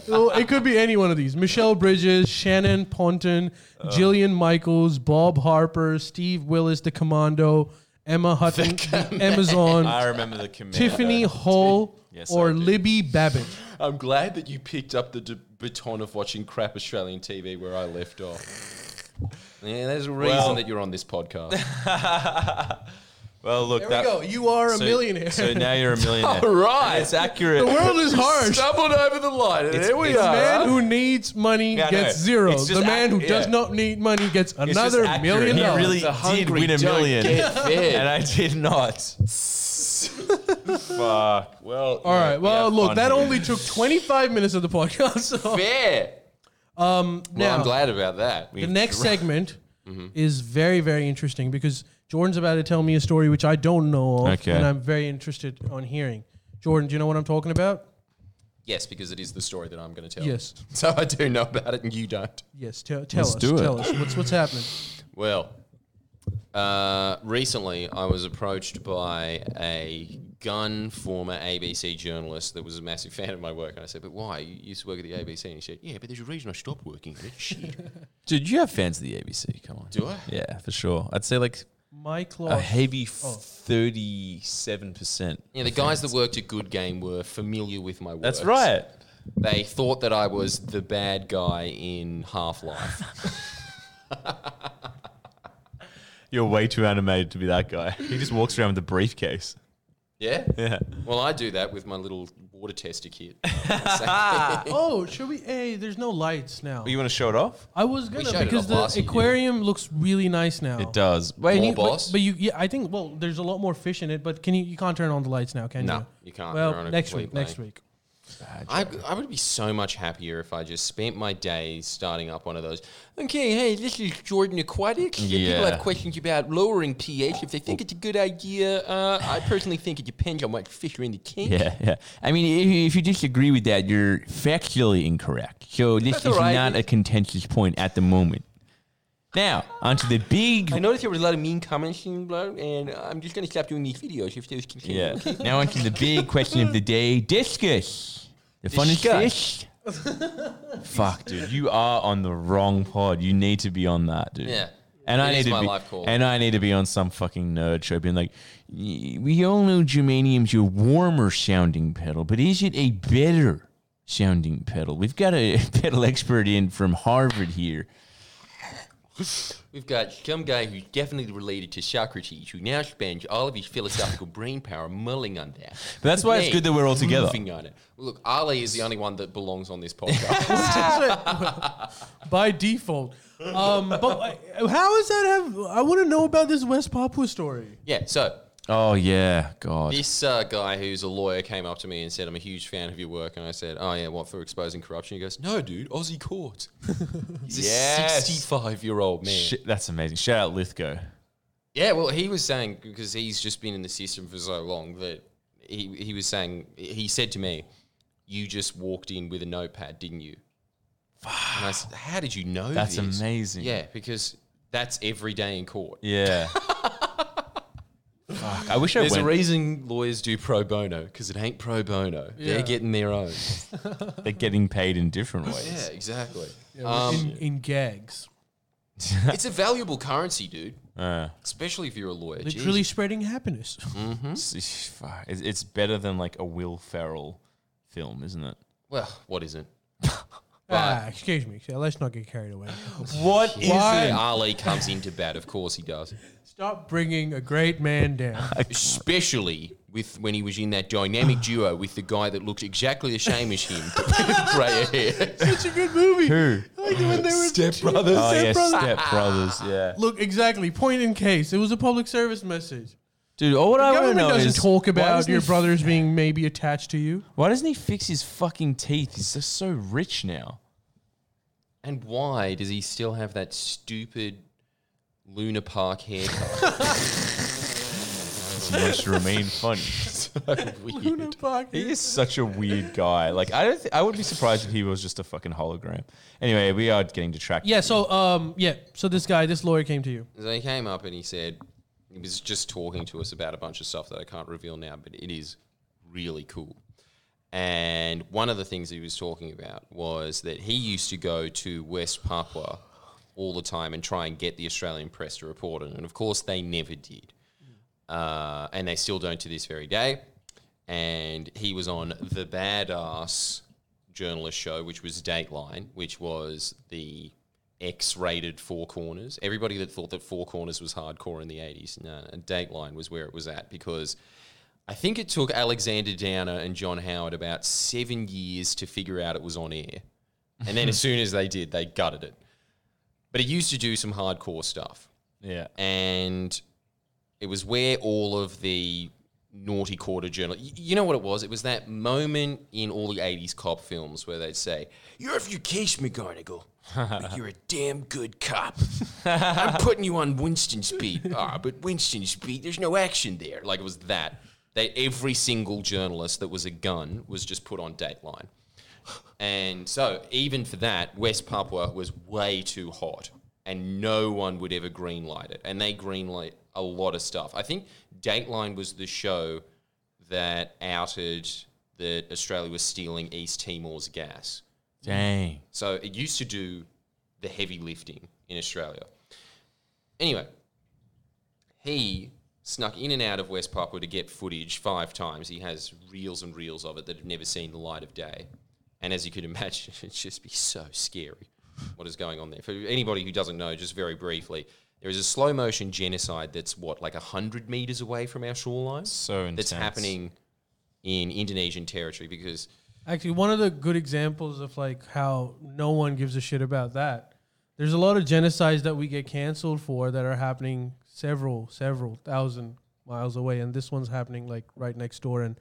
[SPEAKER 4] Oh.
[SPEAKER 1] well, it could be any one of these. Michelle Bridges, Shannon Ponton,
[SPEAKER 4] Uh.
[SPEAKER 1] Jillian Michaels, Bob Harper, Steve Willis, The Commando, Emma Hutton, the Amazon,
[SPEAKER 4] I remember the command.
[SPEAKER 1] Tiffany Hall,
[SPEAKER 4] Yes, I
[SPEAKER 1] or
[SPEAKER 4] do.
[SPEAKER 1] Libby Babbitt.
[SPEAKER 2] I'm glad that you picked up the d- baton of watching crap Australian TV where I left off. Yeah, there's a reason
[SPEAKER 4] Well-
[SPEAKER 2] that you're on this podcast.
[SPEAKER 4] Well, look.
[SPEAKER 1] There
[SPEAKER 4] that,
[SPEAKER 1] we go. You are a
[SPEAKER 4] so-
[SPEAKER 1] millionaire.
[SPEAKER 4] So now you're a millionaire.
[SPEAKER 2] All right.
[SPEAKER 4] It's accurate.
[SPEAKER 1] the world is harsh.
[SPEAKER 2] Stumbled over the line, and here we
[SPEAKER 4] it's
[SPEAKER 1] The
[SPEAKER 2] are.
[SPEAKER 1] man who needs money
[SPEAKER 4] Yeah, I
[SPEAKER 1] gets
[SPEAKER 4] know.
[SPEAKER 1] zero.
[SPEAKER 4] It's just
[SPEAKER 1] The man who
[SPEAKER 4] ac-
[SPEAKER 1] does
[SPEAKER 4] yeah.
[SPEAKER 1] not need money gets
[SPEAKER 4] It's just
[SPEAKER 1] another
[SPEAKER 4] accurate.
[SPEAKER 1] million
[SPEAKER 4] He
[SPEAKER 1] dollars.
[SPEAKER 4] really
[SPEAKER 2] The
[SPEAKER 4] did
[SPEAKER 2] hungry
[SPEAKER 4] win a
[SPEAKER 2] don't
[SPEAKER 4] million,
[SPEAKER 2] get fed.
[SPEAKER 4] and I did not. Fuck. Well.
[SPEAKER 1] All right. Well, look, that only took 25 minutes of the podcast. So
[SPEAKER 2] Fair. Well,
[SPEAKER 4] Um,
[SPEAKER 1] now,
[SPEAKER 2] I'm glad about that.
[SPEAKER 1] the next segment is very, very interesting because Jordan's about to tell me a story which I don't know of,
[SPEAKER 3] Okay.
[SPEAKER 1] and I'm very interested on hearing. Jordan, do you know what I'm talking about?
[SPEAKER 2] yes, because it is the story that I'm going to tell.
[SPEAKER 1] Yes.
[SPEAKER 2] So I do know about it, and you don't.
[SPEAKER 1] Yes. Tell, tell us.
[SPEAKER 3] do it.
[SPEAKER 1] Tell us. What's what's happening?
[SPEAKER 2] Well, uh, recently I was approached by a gun former ABC journalist that was a massive fan of my work, and I said, "But why? You used to work at the ABC?" And he said, "Yeah, but there's a reason I stopped working at it." Shit.
[SPEAKER 3] Dude, you have fans of the ABC. Come on.
[SPEAKER 2] Do I?
[SPEAKER 3] Yeah, for sure. I'd say like
[SPEAKER 1] My
[SPEAKER 3] a
[SPEAKER 1] clock.
[SPEAKER 3] heavy thirty-seven percent.
[SPEAKER 2] Yeah, the guys that worked at Good Game were familiar with my work.
[SPEAKER 3] That's right.
[SPEAKER 2] They thought that I was the bad guy in Half Life.
[SPEAKER 3] You're way too animated to be that guy. He just walks around with a briefcase.
[SPEAKER 2] yeah?
[SPEAKER 3] Yeah.
[SPEAKER 2] Well, I do that with my little water tester kit.
[SPEAKER 1] Oh, should we? Hey, there's no lights now.
[SPEAKER 3] Oh. You want to show it off?
[SPEAKER 1] I was
[SPEAKER 2] showed
[SPEAKER 1] gonna
[SPEAKER 2] it
[SPEAKER 1] because
[SPEAKER 2] off
[SPEAKER 1] the
[SPEAKER 2] last year.
[SPEAKER 1] aquarium looks really nice now.
[SPEAKER 3] It does.
[SPEAKER 1] And
[SPEAKER 3] Wait,
[SPEAKER 2] More
[SPEAKER 1] you- but-
[SPEAKER 2] boss?
[SPEAKER 1] But, you, yeah, I think. Well, there's a lot more fish in it, but can you? You can't turn on the lights now, can
[SPEAKER 2] No,
[SPEAKER 1] you?
[SPEAKER 2] you can't. You're on
[SPEAKER 1] Well,
[SPEAKER 2] a
[SPEAKER 1] next
[SPEAKER 2] complete
[SPEAKER 1] week. Next
[SPEAKER 2] blank.
[SPEAKER 1] week.
[SPEAKER 2] I, I would be so much happier if I just spent my day starting up one of those. Okay, hey, this is Jordan Aquatics. If People
[SPEAKER 3] Yeah.
[SPEAKER 2] have questions about lowering pH. If they think it's a good idea, uh, I personally think it depends on what fish are in the tank.
[SPEAKER 3] Yeah, yeah. I mean, if, if you disagree with that, you're factually incorrect. So this
[SPEAKER 2] all
[SPEAKER 3] is
[SPEAKER 2] right.
[SPEAKER 3] not a contentious point at the moment. Now, onto the big.
[SPEAKER 2] I noticed there was a lot of mean comments in below, and I'm just going to stop doing these videos if there's concern.
[SPEAKER 3] Yeah. now onto the big question of the day: discus. The fun is
[SPEAKER 2] Discuss.
[SPEAKER 3] fish. Fuck, dude, you are on the wrong pod. You need to be on that, dude.
[SPEAKER 2] Yeah.
[SPEAKER 3] And I
[SPEAKER 2] It
[SPEAKER 3] need
[SPEAKER 2] is
[SPEAKER 3] to
[SPEAKER 2] my
[SPEAKER 3] be,
[SPEAKER 2] life call.
[SPEAKER 3] and I need to be on some fucking nerd show, being like, "Y- "We all know germanium's your warmer sounding pedal, but is it a better sounding pedal? We've got a pedal expert in from Harvard here.
[SPEAKER 2] We've got some guy who's definitely related to Socrates, who now spends all of his philosophical brain power mulling on that.
[SPEAKER 3] But that's why it's good that we're all together.
[SPEAKER 2] Moving on it. Look, Ali is the only one that belongs on this podcast.
[SPEAKER 1] By default. Um, but uh, how is that? Have I want to know about this West Papua story?
[SPEAKER 2] yeah, so
[SPEAKER 3] Oh yeah, God.
[SPEAKER 2] This uh, guy who's a lawyer came up to me and said, I'm a huge fan of your work. And I said, Oh, yeah, what, for exposing corruption? He goes, No, dude, Aussie court. He's
[SPEAKER 3] Yes.
[SPEAKER 2] a 65 year old man.
[SPEAKER 3] Shit, that's amazing. Shout out Lithgow.
[SPEAKER 2] Yeah, well, he was saying, because he's just been in the system for so long, that he, he was saying, he said to me, You just walked in with a notepad, didn't you? And I said, How did you know
[SPEAKER 3] That's
[SPEAKER 2] this?"
[SPEAKER 3] amazing.
[SPEAKER 2] Yeah, because that's every day in court.
[SPEAKER 3] Yeah. Fuck, I wish I
[SPEAKER 2] There's a
[SPEAKER 3] went.
[SPEAKER 2] reason lawyers do pro bono, because it ain't pro bono. They're getting their own.
[SPEAKER 3] They're getting paid in different ways.
[SPEAKER 2] Yeah, exactly.
[SPEAKER 1] Um, in, in gags,
[SPEAKER 2] it's a valuable currency, dude.
[SPEAKER 3] Uh,
[SPEAKER 2] Especially if you're a lawyer.
[SPEAKER 1] literally
[SPEAKER 2] Jeez.
[SPEAKER 1] spreading happiness.
[SPEAKER 3] Mm.
[SPEAKER 1] Hmm?
[SPEAKER 3] it's- it's- fuck, it's, it's better than like a Will Ferrell film, isn't it?
[SPEAKER 2] Well, what isn't?
[SPEAKER 1] ah, excuse me. So Let's not get carried away.
[SPEAKER 3] What is
[SPEAKER 2] Why
[SPEAKER 3] it?
[SPEAKER 2] Ali comes into bat, of course he does.
[SPEAKER 1] Stop bringing a great man down.
[SPEAKER 2] Especially with when he was in that dynamic duo with the guy that looked exactly the same as him, but with grey hair.
[SPEAKER 1] Such a good movie.
[SPEAKER 3] Who?
[SPEAKER 1] Like when they were Step
[SPEAKER 3] Brothers. Oh yeah, Step Brothers. Yeah.
[SPEAKER 1] Look, exactly. Point in case. It was a public service message.
[SPEAKER 3] Dude, all what I want to
[SPEAKER 1] Government
[SPEAKER 3] know
[SPEAKER 1] doesn't
[SPEAKER 3] is
[SPEAKER 1] talk
[SPEAKER 3] why
[SPEAKER 1] about
[SPEAKER 3] doesn't
[SPEAKER 1] your
[SPEAKER 3] he-
[SPEAKER 1] brothers being maybe attached to you.
[SPEAKER 3] Why doesn't he fix his fucking teeth? He's just so rich now.
[SPEAKER 2] And why does he still have that stupid Luna Park haircut?
[SPEAKER 3] just wants to remain funny. So weird.
[SPEAKER 1] Fuck.
[SPEAKER 3] He is such a weird guy. Like I don't. Th- I would be surprised if he was just a fucking hologram. Anyway, we are getting detracted.
[SPEAKER 1] Yeah, so um yeah, so this guy, this lawyer came to you.
[SPEAKER 2] So he came up and he said, he was just talking to us about a bunch of stuff that I can't reveal now, but it is really cool. And one of the things he was talking about was that he used to go to West Papua all the time and try and get the Australian press to report on it. And of course, they never did. Uh, and they still don't to this very day. And he was on the Badass journalist show, which was Dateline, which was the X-rated Four Corners. Everybody that thought that Four Corners was hardcore in the eighties, no, and Dateline was where it was at because I think it took Alexander Downer and John Howard about seven years to figure out it was on air, and then as soon as they did, they gutted it. But it used to do some hardcore stuff
[SPEAKER 3] Yeah.
[SPEAKER 2] and it was where all of the naughty quarter journal y- you know what it was it was that moment in all the 80s cop films where they'd say you're off your case mcgonigal but you're a damn good cop i'm putting you on winston's beat ah but winston's beat there's no action there like it was that they every single journalist that was a gun was just put on dateline and so, even for that, West Papua was way too hot, and no one would ever greenlight it. And they greenlight a lot of stuff. I think Dateline was the show that outed that Australia was stealing East Timor's gas.
[SPEAKER 3] Dang.
[SPEAKER 2] So it used to do the heavy lifting in Australia. Anyway, he snuck in and out of West Papua to get footage five times. He has reels and reels of it that have never seen the light of day. And as you could imagine, it'd just be so scary what is going on there. For anybody who doesn't know, just very briefly, there is a slow motion genocide that's what, like 100 meters away from our shoreline?
[SPEAKER 3] So intense.
[SPEAKER 2] That's happening in Indonesian territory because
[SPEAKER 1] Actually, one of the good examples of like how no one gives a shit about that. There's a lot of genocides that we get canceled for that are happening several, several thousand miles away, and this one's happening like right next door, and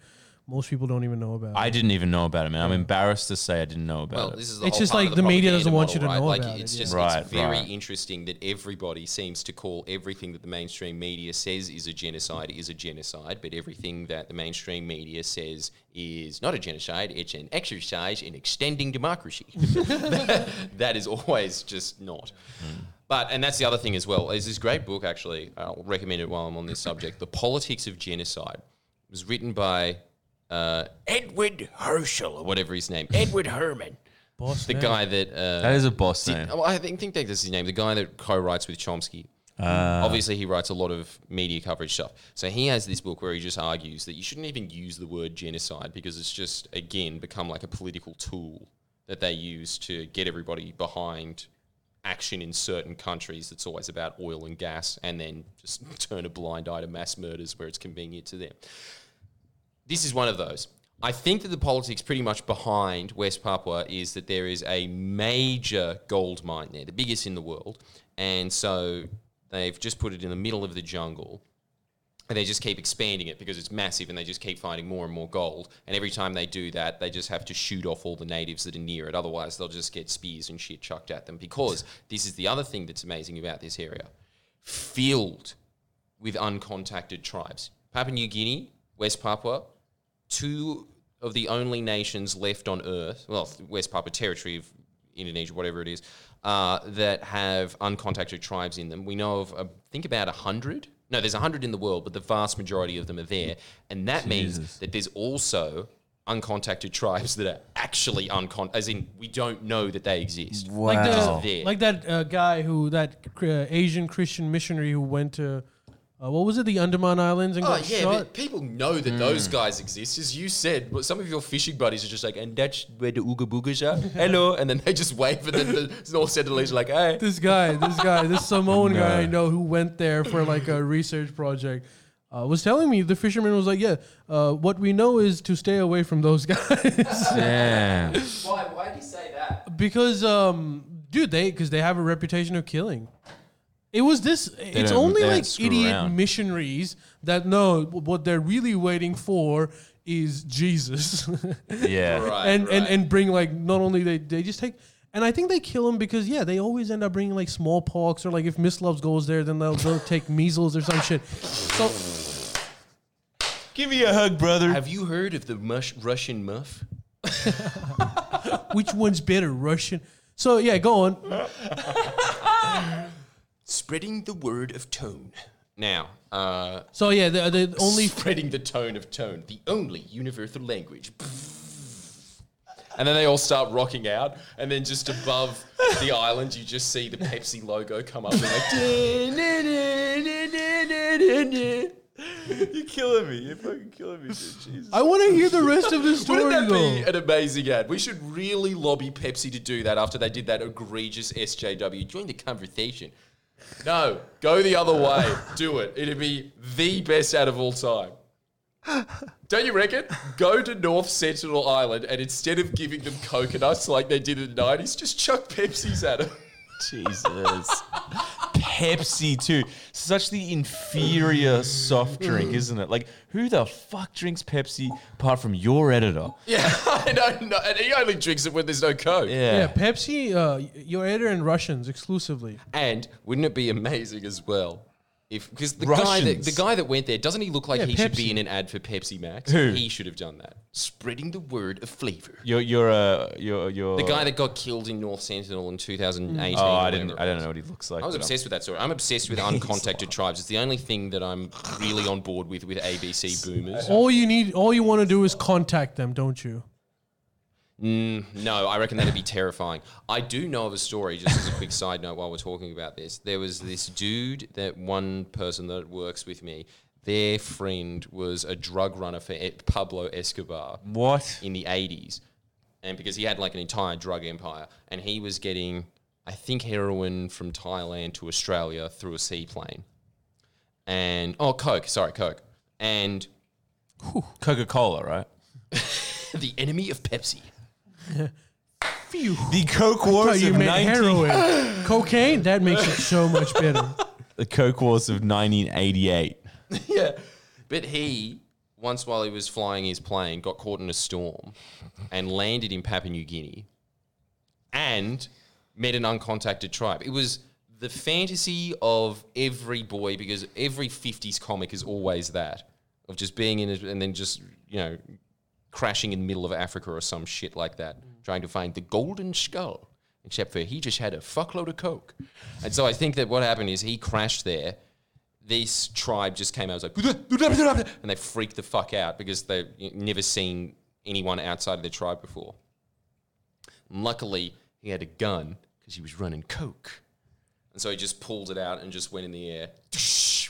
[SPEAKER 1] most people don't even know about. it.
[SPEAKER 3] I didn't even know about it, man. I'm embarrassed to say I didn't know about
[SPEAKER 2] Well,
[SPEAKER 3] it.
[SPEAKER 2] this is the
[SPEAKER 1] It's
[SPEAKER 2] whole
[SPEAKER 1] just
[SPEAKER 2] part
[SPEAKER 1] like
[SPEAKER 2] of
[SPEAKER 1] the media
[SPEAKER 2] propaganda
[SPEAKER 1] doesn't want
[SPEAKER 2] model,
[SPEAKER 1] you to
[SPEAKER 2] right?
[SPEAKER 1] know
[SPEAKER 2] like,
[SPEAKER 1] about
[SPEAKER 2] It's
[SPEAKER 1] it,
[SPEAKER 2] just
[SPEAKER 3] yeah. Right,
[SPEAKER 2] it's very
[SPEAKER 3] right.
[SPEAKER 2] interesting that everybody seems to call everything that the mainstream media says is a genocide is a genocide, but everything that the mainstream media says is not a genocide. It's an exercise in extending democracy. that is always just not. But and that's the other thing as well. Is this great book actually? I'll recommend it while I'm on this subject. The Politics of Genocide it was written by uh, Edward Herschel or whatever his name, Edward Herman,
[SPEAKER 1] Boss
[SPEAKER 2] the
[SPEAKER 1] man.
[SPEAKER 2] guy that. Uh,
[SPEAKER 3] that is a boss name.
[SPEAKER 2] well, I think think that's his name. The guy that co-writes with Chomsky. Obviously, he writes a lot of media coverage stuff. So he has this book where he just argues that you shouldn't even use the word genocide because it's just again become like a political tool that they use to get everybody behind action in certain countries. That's always about oil and gas, and then just turn a blind eye to mass murders where it's convenient to them this is one of those. I think that the politics pretty much behind West Papua is that there is a major gold mine there, the biggest in the world. And so they've just put it in the middle of the jungle. And they just keep expanding it because it's massive and they just keep finding more and more gold. And every time they do that, they just have to shoot off all the natives that are near it. Otherwise, they'll just get spears and shit chucked at them. Because this is the other thing that's amazing about this area filled with uncontacted tribes. Papua New Guinea, West Papua, two of the only nations left on Earth, well, West Papua territory of Indonesia, whatever it is, uh, that have uncontacted tribes in them. We know of, I think, about 100. No, there's 100 in the world, but the vast majority of them are there. And that means that there's also uncontacted tribes that are actually uncon, as in, we don't know that they exist.
[SPEAKER 1] like
[SPEAKER 2] Wow.
[SPEAKER 1] the, like that uh, guy who that uh, Asian Christian missionary who went to uh, what was it the Andaman Islands and
[SPEAKER 2] Oh
[SPEAKER 1] got
[SPEAKER 2] yeah,
[SPEAKER 1] shot.
[SPEAKER 2] but people know that
[SPEAKER 4] Hmm.
[SPEAKER 2] those guys exist. As you said, but some of your fishing buddies are just like, and that's where the Ooga Boogas are. Hello, and then they just wave, and then the North Sentinelese are like, hey.
[SPEAKER 1] this guy, this guy, this Samoan guy I know who went there for like a research project. Uh, was telling me the fisherman was like, yeah, uh, what we know is to stay away from those guys
[SPEAKER 3] Damn.
[SPEAKER 4] Why? Why do you say that?
[SPEAKER 1] because, um, dude, they because they have a reputation of killing. It was this. it's
[SPEAKER 3] don't-
[SPEAKER 1] only
[SPEAKER 3] they don't
[SPEAKER 1] like
[SPEAKER 3] screw
[SPEAKER 1] idiot
[SPEAKER 3] around.
[SPEAKER 1] missionaries that know what they're really waiting for is Jesus.
[SPEAKER 3] Yeah.
[SPEAKER 2] Right,
[SPEAKER 1] and, and
[SPEAKER 2] right.
[SPEAKER 1] and bring like not only they they just take and I think they kill him because yeah they always end up bringing like smallpox or like if Miss Loves goes there then they'll, they'll take measles or some shit. So
[SPEAKER 3] Give me a hug, brother.
[SPEAKER 4] Have you heard of the mush, Russian muff?
[SPEAKER 1] Which one's better, Russian? So yeah, go on.
[SPEAKER 2] Spreading the word of tone. Now, uh,
[SPEAKER 1] So yeah, the, the only
[SPEAKER 4] spreading the tone of tone, the only universal language. And then they all start rocking out, and then just above the island, you just see the Pepsi logo come up. And like,
[SPEAKER 3] You're killing me. You're fucking killing me, dude. Jesus.
[SPEAKER 1] I want to hear the rest of the story
[SPEAKER 4] wouldn't that
[SPEAKER 1] though.
[SPEAKER 4] be an amazing ad? We should really lobby Pepsi to do that after they did that egregious SJW. Join the conversation. No, go the other way. Do it. It'd be the best ad of all time. Don't you reckon? Go to North Sentinel Island and instead of giving them coconuts like they did in the 90s, just chuck Pepsis at them.
[SPEAKER 3] Jesus. Pepsi too. Such the inferior soft
[SPEAKER 2] Mm.
[SPEAKER 3] drink, isn't it? Like, who the fuck drinks Pepsi apart from your editor?
[SPEAKER 4] Yeah, I don't know. And he only drinks it when there's no coke.
[SPEAKER 1] Yeah, Pepsi, uh, y- your editor and Russians exclusively.
[SPEAKER 2] and wouldn't it be amazing as well if because the guy that
[SPEAKER 3] Russians.
[SPEAKER 2] the guy that went there doesn't he look like
[SPEAKER 1] Yeah,
[SPEAKER 2] he should
[SPEAKER 1] Pepsi.
[SPEAKER 2] be in an ad for Pepsi Max?
[SPEAKER 3] Who?
[SPEAKER 2] He should have done that, spreading the word of flavor.
[SPEAKER 3] You're you're uh you're you're
[SPEAKER 2] The guy that got killed in North Sentinel in 2018.
[SPEAKER 3] Oh,
[SPEAKER 2] or
[SPEAKER 3] I didn't
[SPEAKER 2] whatever
[SPEAKER 3] I
[SPEAKER 2] it
[SPEAKER 3] don't
[SPEAKER 2] was.
[SPEAKER 3] know what he looks like.
[SPEAKER 2] I was
[SPEAKER 3] but I'm-
[SPEAKER 2] obsessed with that story. I'm obsessed with uncontacted tribes. It's the only thing that I'm really on board with with ABC boomers.
[SPEAKER 1] All you need, all you want to do is contact them, don't you?
[SPEAKER 2] No, I reckon that'd be terrifying. I do know of a story, just as a quick side note while we're talking about this. There was this dude that one person that works with me, their friend was a drug runner for E- Pablo Escobar
[SPEAKER 3] What?
[SPEAKER 2] in the 80s. And because he had like an entire drug empire, and he was getting, I think, heroin from Thailand to Australia through a seaplane. And, oh, Coke, sorry, Coke. And
[SPEAKER 3] Coca Cola, right?
[SPEAKER 2] the enemy of Pepsi.
[SPEAKER 1] Phew.
[SPEAKER 3] The Coke
[SPEAKER 1] Oh,
[SPEAKER 3] Wars
[SPEAKER 1] you
[SPEAKER 3] of
[SPEAKER 1] made
[SPEAKER 3] 19
[SPEAKER 1] heroin, cocaine. That makes it so much better.
[SPEAKER 3] The Coke Wars of 1988.
[SPEAKER 2] yeah. But he, once while he was flying his plane, got caught in a storm and landed in Papua New Guinea and met an uncontacted tribe. It was the fantasy of every boy because every 50s comic is always that of just being in it and then just, you know, crashing in the middle of Africa or some shit like that, trying to find the golden skull. Except for he just had a fuckload of coke, and so I think that what happened is he crashed there. This tribe just came out and was like, and they freaked the fuck out because they've never seen anyone outside of the tribe before. And luckily, he had a gun because he was running coke, and so he just pulled it out and just went in the air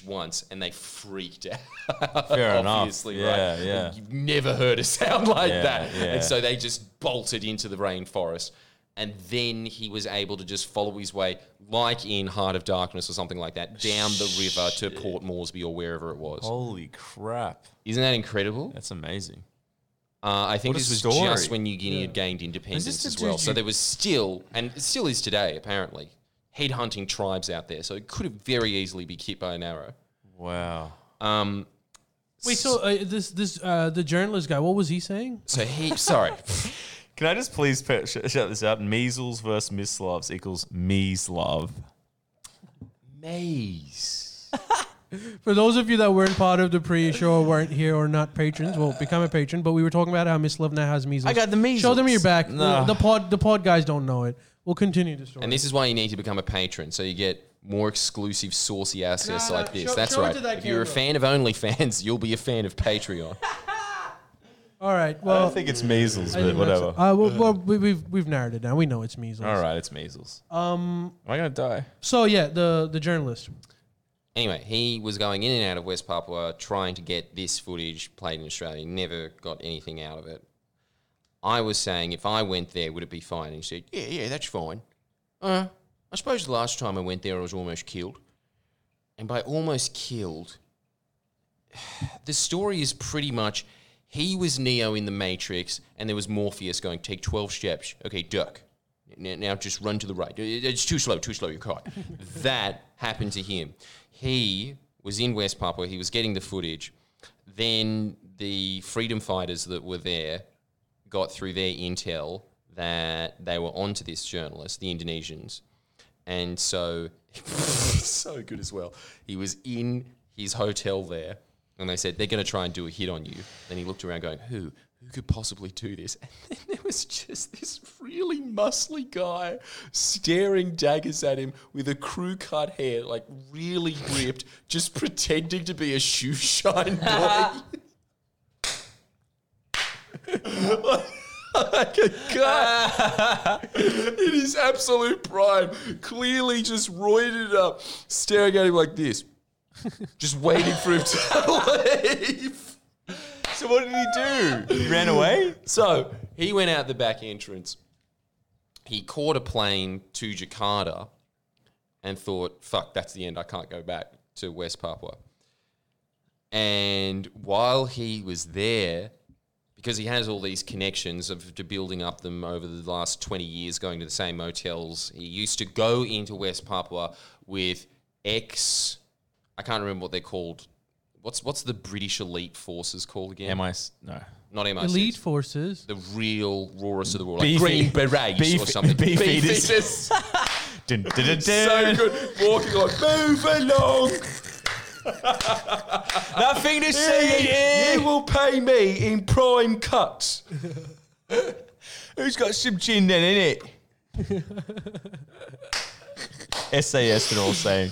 [SPEAKER 2] once, and they freaked out.
[SPEAKER 3] Fair enough.
[SPEAKER 2] obviously,
[SPEAKER 3] Yeah,
[SPEAKER 2] right?
[SPEAKER 3] yeah.
[SPEAKER 2] You've never heard a sound like
[SPEAKER 3] Yeah,
[SPEAKER 2] that.
[SPEAKER 3] yeah.
[SPEAKER 2] And so they just bolted into the rainforest. And then he was able to just follow his way, like in Heart of Darkness or something like that, down the river to Port Moresby or wherever it was.
[SPEAKER 3] Holy crap.
[SPEAKER 2] Isn't that incredible?
[SPEAKER 3] That's amazing.
[SPEAKER 2] Uh, I think
[SPEAKER 3] What a
[SPEAKER 2] this was
[SPEAKER 3] story.
[SPEAKER 2] just when New Guinea had gained
[SPEAKER 3] Is
[SPEAKER 2] independence
[SPEAKER 3] this
[SPEAKER 2] as
[SPEAKER 3] the
[SPEAKER 2] well.
[SPEAKER 3] dude
[SPEAKER 2] So
[SPEAKER 3] you-
[SPEAKER 2] there was still, and it still is today apparently, headhunting tribes out there. So it could have very easily be hit by an arrow.
[SPEAKER 3] Wow.
[SPEAKER 2] Um,
[SPEAKER 1] Wait, so uh, this this uh, the journalist guy, what was he saying?
[SPEAKER 2] so he, sorry,
[SPEAKER 3] Can I just please pe- sh- shout this out? Measles versus Mislavs equals Meeslav.
[SPEAKER 2] maze.
[SPEAKER 1] For those of you that weren't part of the pre-show, or weren't here, or not patrons, well, become a patron. But we were talking about how Miss Love now has measles.
[SPEAKER 3] I got the
[SPEAKER 1] Show them
[SPEAKER 3] measles.
[SPEAKER 1] your back.
[SPEAKER 3] No.
[SPEAKER 1] The pod, the pod guys don't know it. We'll continue the story.
[SPEAKER 2] And this is why you need to become a patron, so you get more exclusive, saucy access
[SPEAKER 1] No, no,
[SPEAKER 2] like this.
[SPEAKER 1] show-
[SPEAKER 2] That's
[SPEAKER 1] show it
[SPEAKER 2] right.
[SPEAKER 1] to that
[SPEAKER 2] If you're a
[SPEAKER 1] camera.
[SPEAKER 2] fan of OnlyFans, you'll be a fan of Patreon.
[SPEAKER 1] All right.
[SPEAKER 3] I
[SPEAKER 1] Well,
[SPEAKER 3] don't think it's measles,
[SPEAKER 1] I
[SPEAKER 3] but
[SPEAKER 1] think that's-
[SPEAKER 3] whatever.
[SPEAKER 1] Uh, well, well, we, we've we've narrowed it down. We know it's measles.
[SPEAKER 3] All right, it's measles. Um, Am I gonna die?
[SPEAKER 1] So yeah, the the journalist.
[SPEAKER 2] Anyway, he was going in and out of West Papua trying to get this footage played in Australia. Never got anything out of it. I was saying, if I went there, would it be fine? And he said, Yeah, yeah, that's fine. Uh, I suppose the last time I went there, I was almost killed. And by almost killed, the story is pretty much he was Neo in the Matrix, and there was Morpheus going, Take 12 steps. Okay, duck. N- Now just run to the right. It- It's too slow, too slow, you're caught. that happened to him. He was in West Papua, he was getting the footage. Then the freedom fighters that were there got through their intel that they were onto this journalist, the Indonesians. And so, so good as well. He was in his hotel there And they said, they're going to try and do a hit on you. Then he looked around going, who? Who could possibly do this? And then there was just this really muscly guy staring daggers at him with a crew cut hair, like really ripped, just pretending to be a shoe shine boy. like a guy in his absolute prime, clearly just roided up, staring at him like this, just waiting for him to leave.
[SPEAKER 3] So what did he do? He ran away.
[SPEAKER 2] So he went out the back entrance. He caught a plane to Jakarta and thought, fuck, that's the end. I can't go back to West Papua. And while he was there, because he has all these connections of to building up them over the last 20 years, going to the same hotels, he used to go into West Papua with ex, I can't remember what they're called. What's, what's the British elite forces called again?
[SPEAKER 3] Am I? s- No.
[SPEAKER 2] Not MI6
[SPEAKER 1] Elite forces.
[SPEAKER 2] the real rawest of the raw, like
[SPEAKER 3] Beef
[SPEAKER 2] green
[SPEAKER 3] eat-
[SPEAKER 2] berets
[SPEAKER 3] beef-
[SPEAKER 2] or something.
[SPEAKER 3] beef
[SPEAKER 2] Beef
[SPEAKER 3] eaters.
[SPEAKER 2] eaters.
[SPEAKER 3] Dun, dun, dun,
[SPEAKER 2] so
[SPEAKER 3] dun.
[SPEAKER 2] good. Walking like move along.
[SPEAKER 3] Nothing to see
[SPEAKER 2] You
[SPEAKER 3] here.
[SPEAKER 2] will pay me in prime cuts.
[SPEAKER 3] Who's got some gin then in it? SAS and all saying.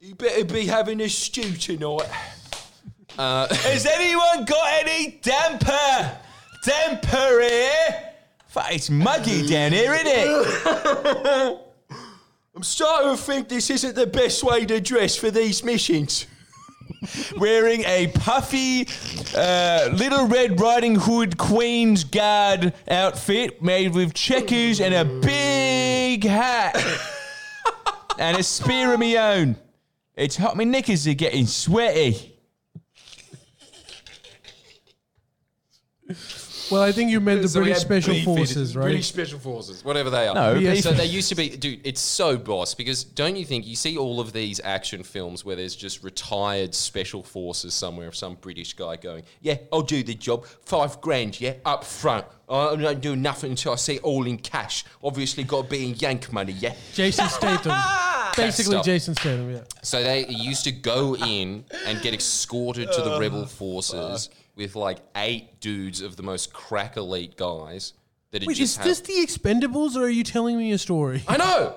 [SPEAKER 2] You better be having a stew tonight.
[SPEAKER 3] Uh, Has anyone got any damper? Damper here? Fuck, it's muggy down here, isn't it?
[SPEAKER 2] I'm starting to think this isn't the best way to dress for these missions.
[SPEAKER 3] Wearing a puffy uh, Little Red Riding Hood Queen's Guard outfit made with checkers and a big hat and a spear of my own. It's hot, my knickers are getting sweaty.
[SPEAKER 1] Well, I think you meant the
[SPEAKER 2] So we
[SPEAKER 1] British
[SPEAKER 2] had
[SPEAKER 1] Special
[SPEAKER 2] beef eaters,
[SPEAKER 1] Forces, right?
[SPEAKER 2] British Special Forces, whatever they are.
[SPEAKER 3] No,
[SPEAKER 1] Yeah.
[SPEAKER 2] So they used to be, dude. It's so boss because don't you think you see all of these action films where there's just retired special forces somewhere of some British guy going, "Yeah, I'll do the job, five grand, yeah, up front. I don't do nothing until I see all in cash. Obviously, got to be in Yank money, yeah."
[SPEAKER 1] Jason Statham. Basically,
[SPEAKER 2] Stop.
[SPEAKER 1] Jason Statham. Yeah.
[SPEAKER 2] So they used to go in and get escorted
[SPEAKER 3] Uh,
[SPEAKER 2] to the rebel forces with like eight dudes of the most crack elite guys that had
[SPEAKER 1] Wait,
[SPEAKER 2] just
[SPEAKER 1] is
[SPEAKER 2] had-
[SPEAKER 1] this the Expendables, or are you telling me a story?
[SPEAKER 2] I know.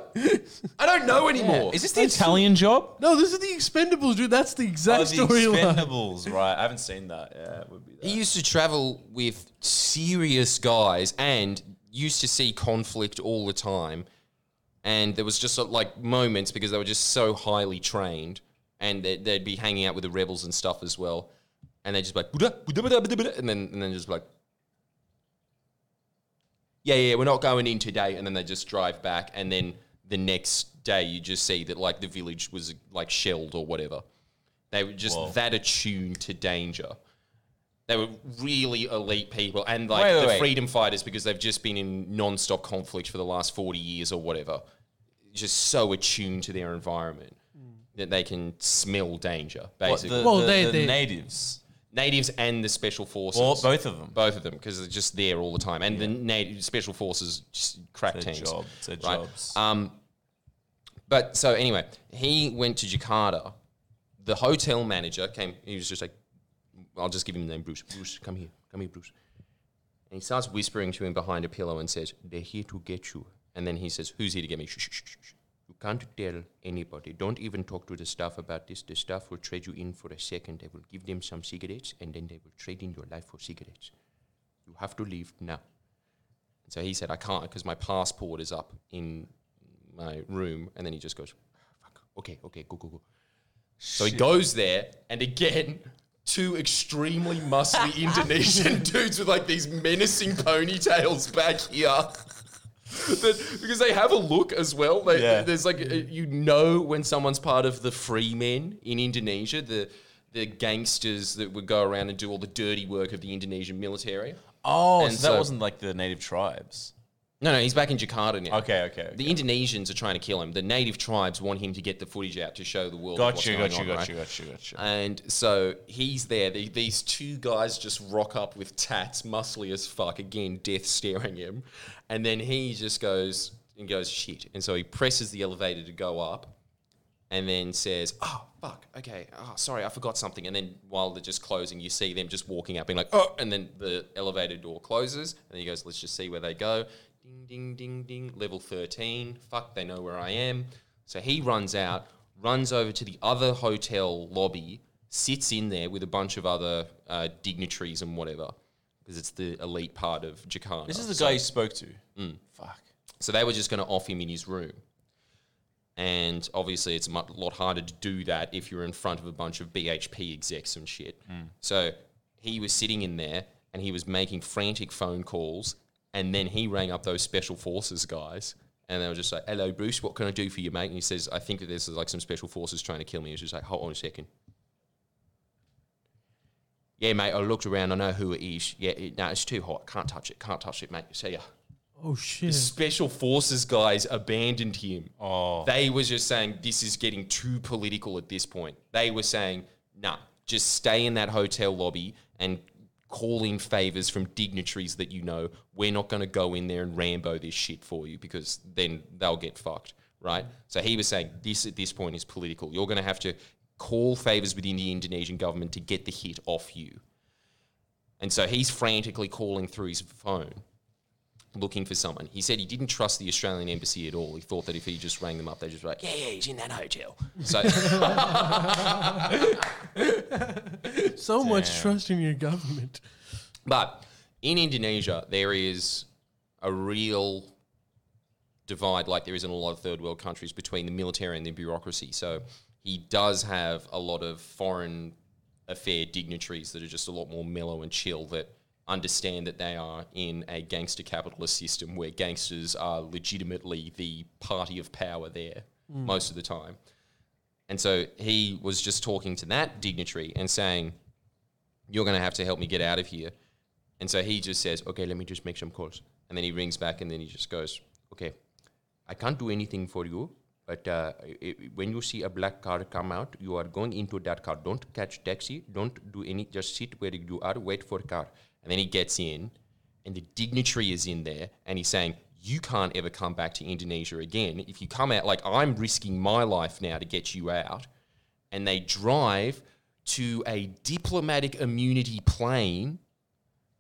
[SPEAKER 2] I don't know anymore.
[SPEAKER 3] Is this the Italian job?
[SPEAKER 1] No, this is the Expendables, dude. That's the exact
[SPEAKER 3] Oh, the
[SPEAKER 1] storyline.
[SPEAKER 3] Expendables, right? I haven't seen that. Yeah, it would be that.
[SPEAKER 2] He used to travel with serious guys and used to see conflict all the time. And there was just uh, like moments because they were just so highly trained, and they'd, they'd be hanging out with the rebels and stuff as well. And they just be like, "Buddha, Buddha, Buddha, Buddha, Buddha," and then and then just be like, yeah, yeah, we're not going in today. And then they just drive back. And then the next day, you just see that like the village was like shelled or whatever. They were just that attuned to danger. They were really elite people and like
[SPEAKER 3] Wait, wait,
[SPEAKER 2] the
[SPEAKER 3] wait.
[SPEAKER 2] freedom fighters because they've just been in non-stop conflict for the last 40 years or whatever. Just so attuned to their environment
[SPEAKER 3] Mm.
[SPEAKER 2] that they can smell danger, basically.
[SPEAKER 1] Well, they- they-
[SPEAKER 3] natives.
[SPEAKER 2] Natives and the special forces.
[SPEAKER 3] Well, both of them.
[SPEAKER 2] Both of them, because they're just there all the time. And the native special forces just crack
[SPEAKER 3] Their
[SPEAKER 2] teams.
[SPEAKER 3] job. It's their
[SPEAKER 2] right?
[SPEAKER 3] jobs.
[SPEAKER 2] Um, but so anyway, he went to Jakarta. The hotel manager came. He was just like, "I'll just give him the name, Bruce. Bruce, come here, come here, Bruce." And he starts whispering to him behind a pillow and says, "They're here to get you." And then he says, "Who's here to get me?" Shh, shh, shh, shh, shh. You can't tell anybody. Don't even talk to the staff about this. The staff will trade you in for a second. They will give them some cigarettes, and then they will trade in your life for cigarettes. You have to leave now. So he said, I can't because my passport is up in my room. And then he just goes, "Ah, Fuck, okay, okay, go, go, go. So he goes there, and again, two extremely muscly Indonesian dudes with like these menacing ponytails back here. That- because they have a look as well. They,
[SPEAKER 3] Yeah.
[SPEAKER 2] There's like uh, you know when someone's part of the free men in Indonesia, the the gangsters that would go around and do all the dirty work of the Indonesian military.
[SPEAKER 3] Oh,
[SPEAKER 2] And
[SPEAKER 3] so that
[SPEAKER 2] so-
[SPEAKER 3] wasn't like the native tribes.
[SPEAKER 2] No, no, he's back in Jakarta now.
[SPEAKER 3] Okay, okay. okay.
[SPEAKER 2] The Indonesians are trying to kill him. The native tribes want him to get the footage out to show the world. what's
[SPEAKER 3] Got you,
[SPEAKER 2] going
[SPEAKER 3] got you,
[SPEAKER 2] on,
[SPEAKER 3] got
[SPEAKER 2] right? Uh,
[SPEAKER 3] you, got you, got you.
[SPEAKER 2] And so he's there. The- these two guys just rock up with tats, muscly as fuck. Again, death staring him. And then he just goes and goes shit. And so he presses the elevator to go up, and then says, "Oh fuck, okay, oh, sorry, I forgot something. And then while they're just closing, you see them just walking up, being like, oh, and then the elevator door closes. And he goes, let's just see where they go. Ding, ding, ding, ding. Level 13. Fuck, they know where I am. So he runs out, runs over to the other hotel lobby, sits in there with a bunch of other uh, dignitaries and whatever, because it's the elite part of Jakarta.
[SPEAKER 5] This is the guy you spoke to.
[SPEAKER 2] Mm.
[SPEAKER 5] Fuck.
[SPEAKER 2] So they were just going to off him in his room. And obviously, it's a mu- lot harder to do that if you're in front of a bunch of BHP execs and shit. So he was sitting in there and he was making frantic phone calls. And then he rang up those special forces guys. And they were just like, hello, Bruce, what can I do for you, mate? And he says, I think that this is like some special forces trying to kill me. He's just like, hold on a second. Yeah, mate, I looked around. I know who it is. Yeah, it, no, it's too hot. Can't touch it. Can't touch it, mate. See ya
[SPEAKER 1] Oh shit!
[SPEAKER 2] special forces guys abandoned him. Oh. They were just saying this is getting too political at this point. They were saying, nah, just stay in that hotel lobby and call in favors from dignitaries that you know. We're not going to go in there and Rambo this shit for you because then they'll get fucked, right? So he was saying this at this point is political. You're going to have to call favors within the Indonesian government to get the hit off you. And so he's frantically calling through his phone looking for someone. He said he didn't trust the Australian embassy at all. He thought that if he just rang them up, they'd just be like, yeah, yeah, he's in that hotel. So,
[SPEAKER 1] So much trust in your government.
[SPEAKER 2] but in Indonesia, there is a real divide, like there is in a lot of third world countries, between the military and the bureaucracy. So he does have a lot of foreign affair dignitaries that are just a lot more mellow and chill that understand that they are in a gangster capitalist system where gangsters are legitimately the party of power there most of the time. And so he was just talking to that dignitary and saying, You're going to have to help me get out of here. And so he just says, Okay, let me just make some calls. And then he rings back and then he just goes, Okay, I can't do anything for you, but uh, i i- when you see a black car come out, you are going into that car. Don't catch taxi. Don't do any. Just sit where you are. Wait for car. And then he gets in, and the dignitary is in there, and he's saying, "You can't ever come back to Indonesia again. If you come out, like I'm risking my life now to get you out." And they drive to a diplomatic immunity plane.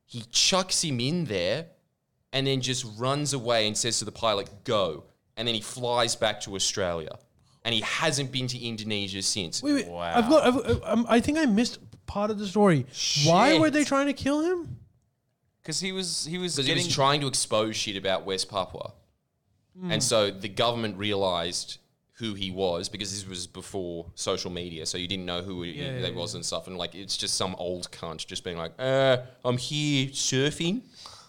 [SPEAKER 2] He chucks him in there and then just runs away and says to the pilot, go. And then he flies back to Australia. And he hasn't been to Indonesia since.
[SPEAKER 1] Wait, wait. I've got. I've, I'm- i think I missed part of the story. Why were
[SPEAKER 2] Shit.
[SPEAKER 1] they trying to kill him?
[SPEAKER 3] Because he was he was
[SPEAKER 2] Because
[SPEAKER 3] getting
[SPEAKER 2] he was trying to expose shit about West Papua.
[SPEAKER 1] Hmm.
[SPEAKER 2] And so the government realized who he was because this was before social media. So you didn't know who he,
[SPEAKER 1] Yeah,
[SPEAKER 2] they
[SPEAKER 1] yeah,
[SPEAKER 2] was and stuff. And like, it's just some old cunt just being like, uh, I'm here surfing.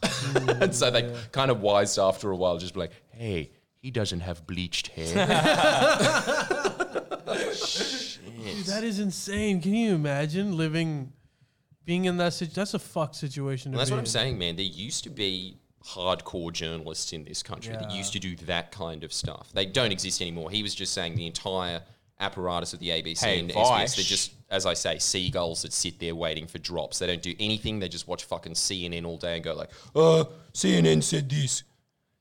[SPEAKER 1] Hmm,
[SPEAKER 2] and so they kind of wised after a while, just be like, hey, he doesn't have bleached hair.
[SPEAKER 1] Dude, that is insane. Can you imagine living, being in that situation? That's a fuck situation. To
[SPEAKER 2] And that's
[SPEAKER 1] be
[SPEAKER 2] what I'm
[SPEAKER 1] in.
[SPEAKER 2] saying, man. There used to be hardcore journalists in this country that
[SPEAKER 1] Yeah.
[SPEAKER 2] used to do that kind of stuff. They don't exist anymore. He was just saying the entire apparatus of the ABC
[SPEAKER 3] Hey,
[SPEAKER 2] and
[SPEAKER 3] Vice.
[SPEAKER 2] SBS, they're just, as I say, seagulls that sit there waiting for drops. They don't do anything. They just watch fucking CNN all day and go like,
[SPEAKER 3] Uh,
[SPEAKER 2] oh, CNN said this.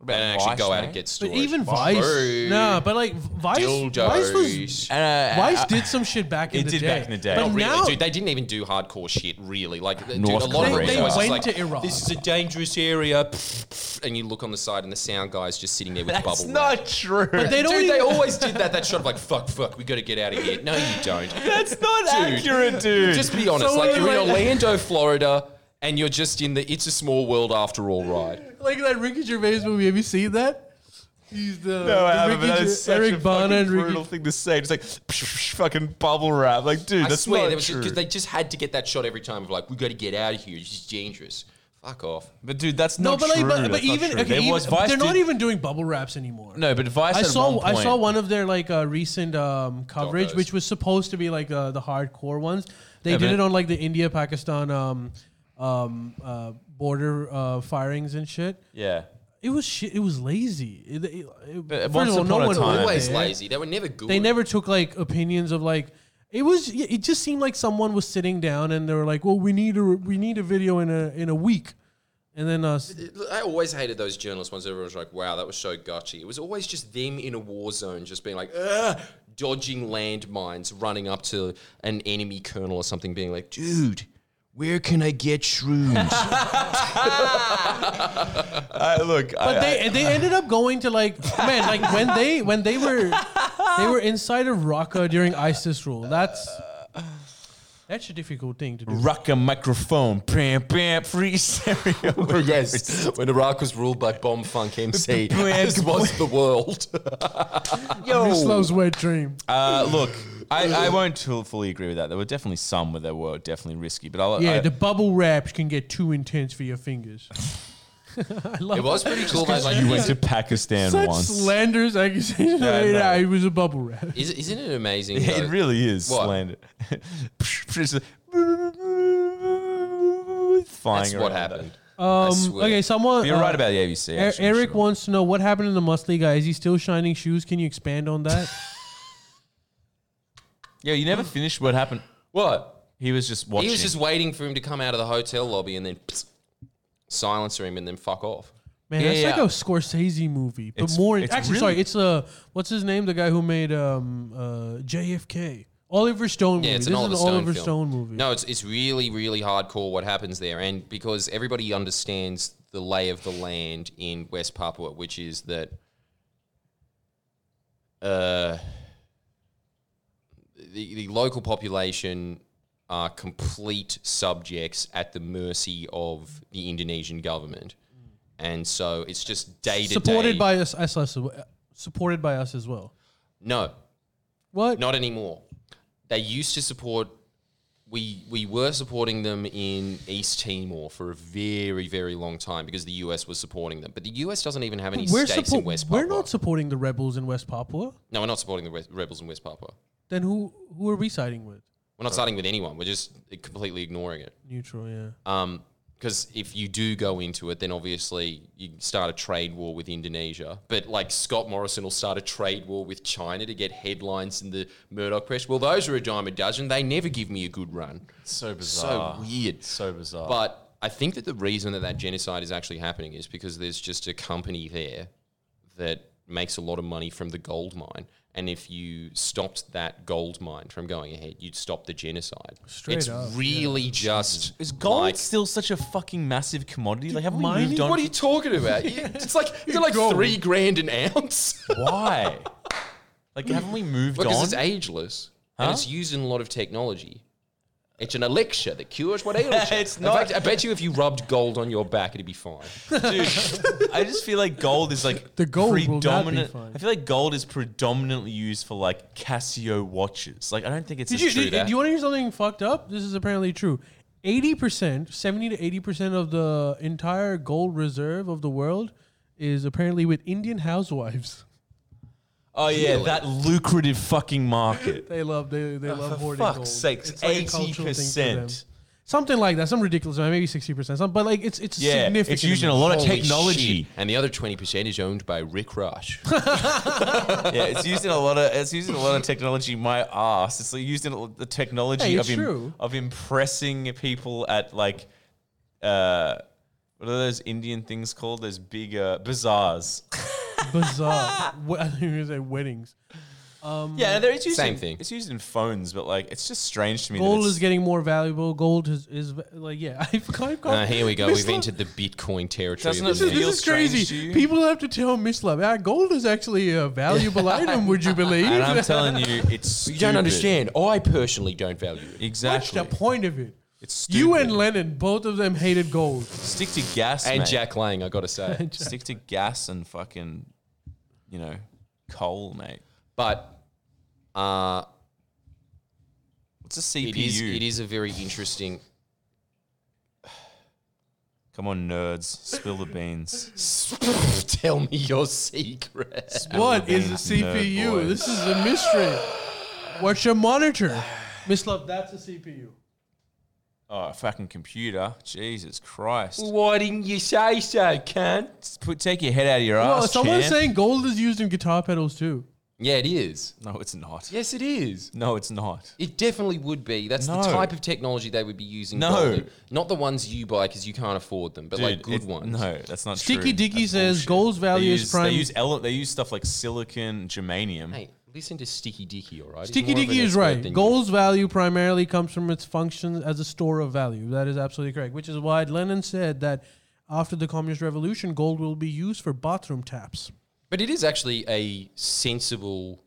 [SPEAKER 2] And actually
[SPEAKER 3] Vice,
[SPEAKER 2] go out
[SPEAKER 3] mate?
[SPEAKER 2] and get
[SPEAKER 1] But
[SPEAKER 2] stories.
[SPEAKER 1] even Vice,
[SPEAKER 2] Sorry.
[SPEAKER 1] nah. But like Vice, Vice was
[SPEAKER 2] Dildos.
[SPEAKER 3] And, uh,
[SPEAKER 1] Vice
[SPEAKER 3] uh,
[SPEAKER 1] did some shit back in
[SPEAKER 3] it
[SPEAKER 1] the
[SPEAKER 3] did
[SPEAKER 1] day.
[SPEAKER 3] back in the day. Oh,
[SPEAKER 1] But
[SPEAKER 3] Not
[SPEAKER 2] Really,
[SPEAKER 1] now,
[SPEAKER 2] dude, they didn't even do hardcore shit, really. Like, dude,
[SPEAKER 3] North
[SPEAKER 2] a lot
[SPEAKER 3] Korea.
[SPEAKER 2] of
[SPEAKER 3] They-
[SPEAKER 2] it
[SPEAKER 3] they
[SPEAKER 2] was just
[SPEAKER 1] went
[SPEAKER 2] like,
[SPEAKER 1] to Iraq.
[SPEAKER 2] This is a dangerous area, and you look on the side, and the sound guy's just sitting there with
[SPEAKER 3] That's
[SPEAKER 2] bubble. wrap.
[SPEAKER 3] not true.
[SPEAKER 1] but they don't.
[SPEAKER 2] Dude,
[SPEAKER 1] even,
[SPEAKER 2] they always did that. That shot of like, fuck, fuck, we got to get out of here. No, you don't.
[SPEAKER 3] That's not accurate, dude.
[SPEAKER 2] Just be honest.
[SPEAKER 1] So
[SPEAKER 2] like,
[SPEAKER 1] we're
[SPEAKER 2] you're in
[SPEAKER 1] like-
[SPEAKER 2] Orlando, Florida, and you're just in the "It's a Small World After All" ride.
[SPEAKER 1] like that Ricky Gervais movie. Have you seen that? He's the,
[SPEAKER 3] no,
[SPEAKER 1] the
[SPEAKER 3] I haven't,
[SPEAKER 1] Ricky
[SPEAKER 3] but that
[SPEAKER 1] Ger-
[SPEAKER 3] is such
[SPEAKER 1] Eric
[SPEAKER 3] a
[SPEAKER 1] Bana
[SPEAKER 3] fucking
[SPEAKER 1] and Ricky.
[SPEAKER 3] brutal thing to say. Just like fucking bubble wrap, like dude,
[SPEAKER 2] I
[SPEAKER 3] that's
[SPEAKER 2] swear,
[SPEAKER 3] not
[SPEAKER 2] they, was
[SPEAKER 3] true.
[SPEAKER 2] Just, they just had to get that shot every time of like, we got to get out of here. It's just dangerous. Fuck off.
[SPEAKER 3] but dude, that's
[SPEAKER 1] No,
[SPEAKER 3] not
[SPEAKER 1] but like,
[SPEAKER 3] true.
[SPEAKER 1] but, but
[SPEAKER 3] That's not
[SPEAKER 1] even
[SPEAKER 3] true.
[SPEAKER 1] okay,
[SPEAKER 3] There
[SPEAKER 1] even-
[SPEAKER 3] was Vice
[SPEAKER 1] they're not
[SPEAKER 3] did-
[SPEAKER 1] even doing bubble wraps anymore.
[SPEAKER 3] No, but Vice.
[SPEAKER 1] I
[SPEAKER 3] at
[SPEAKER 1] saw
[SPEAKER 3] one
[SPEAKER 1] I saw
[SPEAKER 3] point-
[SPEAKER 1] one of their like uh, recent um, coverage,
[SPEAKER 2] Docos.
[SPEAKER 1] which was supposed to be like uh, the hardcore ones. They
[SPEAKER 3] Yeah,
[SPEAKER 1] did
[SPEAKER 3] but-
[SPEAKER 1] it on like the India Pakistan um, um, uh, border uh, firings and shit.
[SPEAKER 3] Yeah,
[SPEAKER 1] It was shit. It was lazy. It, it- it-
[SPEAKER 3] But
[SPEAKER 1] first
[SPEAKER 3] once
[SPEAKER 1] of all, no
[SPEAKER 3] upon a
[SPEAKER 1] one
[SPEAKER 3] time-
[SPEAKER 1] went
[SPEAKER 2] Always
[SPEAKER 1] there.
[SPEAKER 2] lazy. They were never good.
[SPEAKER 1] They never took like opinions of like. It was. yeah, It just seemed like someone was sitting down and they were like, "Well, we need a we need a video in a in a week," and then uh, us.
[SPEAKER 2] I always hated those journalist ones. Everyone's like, wow, that was so gotchy. It was always just them in a war zone, just being like, Ugh, dodging landmines, running up to an enemy colonel or something, being like, dude, where can I get shrooms?
[SPEAKER 3] Uh, look,
[SPEAKER 1] But they and they ended up going to like man, like when they when they were they were inside of Raqqa during ISIS rule. That's that's a difficult thing to do.
[SPEAKER 3] rock a microphone, bam, bam, free stereo.
[SPEAKER 2] yes, when Iraq was ruled by Bomb Funk MC, as was the world.
[SPEAKER 1] Mislow's wet dream.
[SPEAKER 3] uh, look, I, I won't t- fully agree with that. There were definitely some where they were definitely risky, but I'll,
[SPEAKER 1] Yeah,
[SPEAKER 3] I,
[SPEAKER 1] the bubble wraps can get too intense for your fingers. I love
[SPEAKER 2] It was pretty cool. that, like,
[SPEAKER 3] you went to Pakistan
[SPEAKER 1] such
[SPEAKER 3] once.
[SPEAKER 1] slanders accusations.
[SPEAKER 3] Yeah, I
[SPEAKER 1] Yeah,
[SPEAKER 3] know.
[SPEAKER 1] it was a bubble wrap.
[SPEAKER 2] is, isn't it amazing?
[SPEAKER 3] Yeah,
[SPEAKER 2] though?
[SPEAKER 3] it really is
[SPEAKER 2] What?
[SPEAKER 3] slander. Just flying
[SPEAKER 2] That's what
[SPEAKER 3] around
[SPEAKER 2] happened. I
[SPEAKER 1] Um,
[SPEAKER 2] swear.
[SPEAKER 1] okay, someone.
[SPEAKER 3] But You're
[SPEAKER 1] uh,
[SPEAKER 3] right about the ABC.
[SPEAKER 1] Er-
[SPEAKER 3] actually,
[SPEAKER 1] Eric
[SPEAKER 3] sure.
[SPEAKER 1] wants to know what happened in the Musli guy. Is he still shining shoes? Can you expand on that?
[SPEAKER 3] Yeah, you never finished what happened.
[SPEAKER 2] What?
[SPEAKER 3] He was just watching.
[SPEAKER 2] He was just waiting for him to come out of the hotel lobby and then pss, silencer him and then fuck off.
[SPEAKER 1] Man,
[SPEAKER 3] Yeah,
[SPEAKER 1] that's like a
[SPEAKER 3] yeah.
[SPEAKER 1] Scorsese movie, but
[SPEAKER 3] It's-
[SPEAKER 1] more.
[SPEAKER 3] it's
[SPEAKER 1] actually,
[SPEAKER 3] really-
[SPEAKER 1] sorry, it's a what's his name? The guy who made um, uh, JFK, Oliver Stone movie.
[SPEAKER 2] Yeah, it's
[SPEAKER 1] this
[SPEAKER 2] an Oliver,
[SPEAKER 1] is an
[SPEAKER 2] Stone,
[SPEAKER 1] Oliver
[SPEAKER 2] film.
[SPEAKER 1] Stone movie.
[SPEAKER 2] No, it's it's really really hardcore what happens there, and because everybody understands the lay of the land in West Papua, which is that, uh, the the local population are complete subjects at the mercy of the Indonesian government, and so it's just day to day
[SPEAKER 1] supported by us, us, us, uh, supported by us as well.
[SPEAKER 2] no
[SPEAKER 1] What?
[SPEAKER 2] Not anymore. They used to support. We we were supporting them in East Timor for a very very long time because the US was supporting them, but the US doesn't even have any
[SPEAKER 1] we're
[SPEAKER 2] states
[SPEAKER 1] support-
[SPEAKER 2] in West Papua.
[SPEAKER 1] We're not supporting the rebels in West Papua.
[SPEAKER 2] no, we're not supporting the West, rebels in West Papua.
[SPEAKER 1] Then who who are we siding with?
[SPEAKER 2] We're not starting with anyone. We're just completely ignoring it.
[SPEAKER 1] Neutral, yeah.
[SPEAKER 2] because if you do go into it, then obviously you start a trade war with Indonesia. But like Scott Morrison will start a trade war with China to get headlines in the Murdoch press. Well, those are a dime a dozen. They never give me a good run.
[SPEAKER 3] so
[SPEAKER 1] Ah.
[SPEAKER 2] So weird.
[SPEAKER 3] So bizarre.
[SPEAKER 2] But I think that the reason that that genocide is actually happening is because there's just a company there that makes a lot of money from the gold mine. And if you stopped that gold mine from going ahead, you'd stop the genocide.
[SPEAKER 1] Straight
[SPEAKER 2] it's
[SPEAKER 1] up,
[SPEAKER 2] really just
[SPEAKER 3] is gold
[SPEAKER 2] like-
[SPEAKER 3] still such a fucking massive commodity? Like, haven't we
[SPEAKER 1] mining-
[SPEAKER 3] moved on?
[SPEAKER 2] What are you talking about? You- It's like you got like
[SPEAKER 1] Gold.
[SPEAKER 2] three grand an ounce
[SPEAKER 3] Why? like, haven't we moved
[SPEAKER 2] because
[SPEAKER 3] on?
[SPEAKER 2] it's ageless and it's used in a lot of technology. It's an elixir that cures what ails you.
[SPEAKER 3] It's
[SPEAKER 2] In
[SPEAKER 3] not-
[SPEAKER 2] fact, I bet you if you rubbed gold on your back, it'd be fine.
[SPEAKER 3] Dude, I just feel like gold is like
[SPEAKER 1] The gold will not be
[SPEAKER 3] predominant.
[SPEAKER 1] fine.
[SPEAKER 3] I feel like gold is predominantly used for like Casio watches. Like, I don't think it's
[SPEAKER 1] Did
[SPEAKER 3] as
[SPEAKER 1] you,
[SPEAKER 3] true
[SPEAKER 1] did,
[SPEAKER 3] that.
[SPEAKER 1] do you want to hear something fucked up? This is apparently true. 80%, 70 to 80% of the entire gold reserve of the world is apparently with Indian housewives.
[SPEAKER 3] oh yeah, that lucrative fucking market.
[SPEAKER 1] They love they, they love
[SPEAKER 3] Oh, For
[SPEAKER 1] hoarding gold.
[SPEAKER 3] fuck's sakes,
[SPEAKER 1] It's like a cultural thing
[SPEAKER 3] eighty
[SPEAKER 1] for them.
[SPEAKER 3] percent.
[SPEAKER 1] Something like that, some ridiculous amount, maybe 60%, something, but like it's it's
[SPEAKER 3] Yeah,
[SPEAKER 1] significant.
[SPEAKER 3] it's used in a lot of
[SPEAKER 2] Holy
[SPEAKER 3] technology.
[SPEAKER 2] shit. And the other 20% is owned by Rick Rush.
[SPEAKER 3] yeah, it's used in a lot of it's used in a lot of technology. My ass, it's used in a- the technology
[SPEAKER 1] Hey,
[SPEAKER 3] of
[SPEAKER 1] it's
[SPEAKER 3] im-
[SPEAKER 1] true.
[SPEAKER 3] of impressing people at like, uh, what are those Indian things called? Those big uh, bazaars.
[SPEAKER 1] Bizarre. We- I think you were going to say weddings.
[SPEAKER 3] Yeah, there it's used
[SPEAKER 2] Same
[SPEAKER 3] in,
[SPEAKER 2] thing.
[SPEAKER 3] It's used in phones, but like it's just strange to me.
[SPEAKER 1] Gold
[SPEAKER 3] that
[SPEAKER 1] is
[SPEAKER 3] it's,
[SPEAKER 1] getting more valuable. Gold is, is va- like, yeah, I've kind of
[SPEAKER 2] Uh, here we go. We've
[SPEAKER 1] Misled-
[SPEAKER 2] entered the Bitcoin territory.
[SPEAKER 3] Doesn't
[SPEAKER 2] of
[SPEAKER 3] it
[SPEAKER 2] the
[SPEAKER 1] This,
[SPEAKER 2] net.
[SPEAKER 3] feel
[SPEAKER 1] is crazy.
[SPEAKER 3] strange to you?
[SPEAKER 1] People have to tell Miss Love, our gold is actually a valuable item, would you believe?
[SPEAKER 3] and I'm telling you, it's
[SPEAKER 2] you don't
[SPEAKER 3] stupid.
[SPEAKER 2] understand. I personally don't value it.
[SPEAKER 1] What's
[SPEAKER 3] exactly.
[SPEAKER 1] the point of it?
[SPEAKER 3] It's stupid.
[SPEAKER 1] You and Lennon, both of them hated gold.
[SPEAKER 3] stick to gas
[SPEAKER 2] And
[SPEAKER 3] mate.
[SPEAKER 2] Jack Lang, I gotta say.
[SPEAKER 3] Stick to gas and fucking, you know, coal, mate.
[SPEAKER 2] but uh,
[SPEAKER 3] What's a CPU?
[SPEAKER 2] it is it is a very interesting
[SPEAKER 3] Come on, nerds, spill the beans.
[SPEAKER 2] tell me your secret.
[SPEAKER 1] What is a
[SPEAKER 3] Nerd
[SPEAKER 1] CPU?
[SPEAKER 3] boy.
[SPEAKER 1] This is a mystery. What's your monitor? Miss Love, that's a CPU.
[SPEAKER 3] Oh, fucking computer. Jesus Christ.
[SPEAKER 2] Why didn't you say so, cunt?
[SPEAKER 3] Put, take your head out of your
[SPEAKER 1] Oh,
[SPEAKER 3] ass.
[SPEAKER 1] someone's
[SPEAKER 3] champ.
[SPEAKER 1] saying gold is used in guitar pedals too.
[SPEAKER 2] Yeah, it is.
[SPEAKER 6] No, it's not.
[SPEAKER 2] Yes, it is.
[SPEAKER 6] No, it's not.
[SPEAKER 2] It definitely would be. That's
[SPEAKER 6] No.
[SPEAKER 2] the type of technology they would be using.
[SPEAKER 6] No.
[SPEAKER 2] Golden. Not the ones you buy because you can't afford them, but like
[SPEAKER 6] Dude,
[SPEAKER 2] good
[SPEAKER 6] it-
[SPEAKER 2] ones.
[SPEAKER 6] No, that's not true.
[SPEAKER 1] Sticky Dicky
[SPEAKER 6] That's
[SPEAKER 1] says
[SPEAKER 6] bullshit.
[SPEAKER 1] gold's
[SPEAKER 6] They
[SPEAKER 1] value
[SPEAKER 6] use,
[SPEAKER 1] is prime.
[SPEAKER 6] They use, ele- they use stuff like silicon, germanium.
[SPEAKER 2] Hey, listen to Sticky Dicky, all right? He's
[SPEAKER 1] Sticky
[SPEAKER 2] more of an
[SPEAKER 1] Dicky is
[SPEAKER 2] expert
[SPEAKER 1] right.
[SPEAKER 2] than you.
[SPEAKER 1] Gold's value primarily comes from its function as a store of value. That is absolutely correct, which is why Lenin said that after the communist revolution, gold will be used for bathroom taps.
[SPEAKER 2] But it is actually a sensible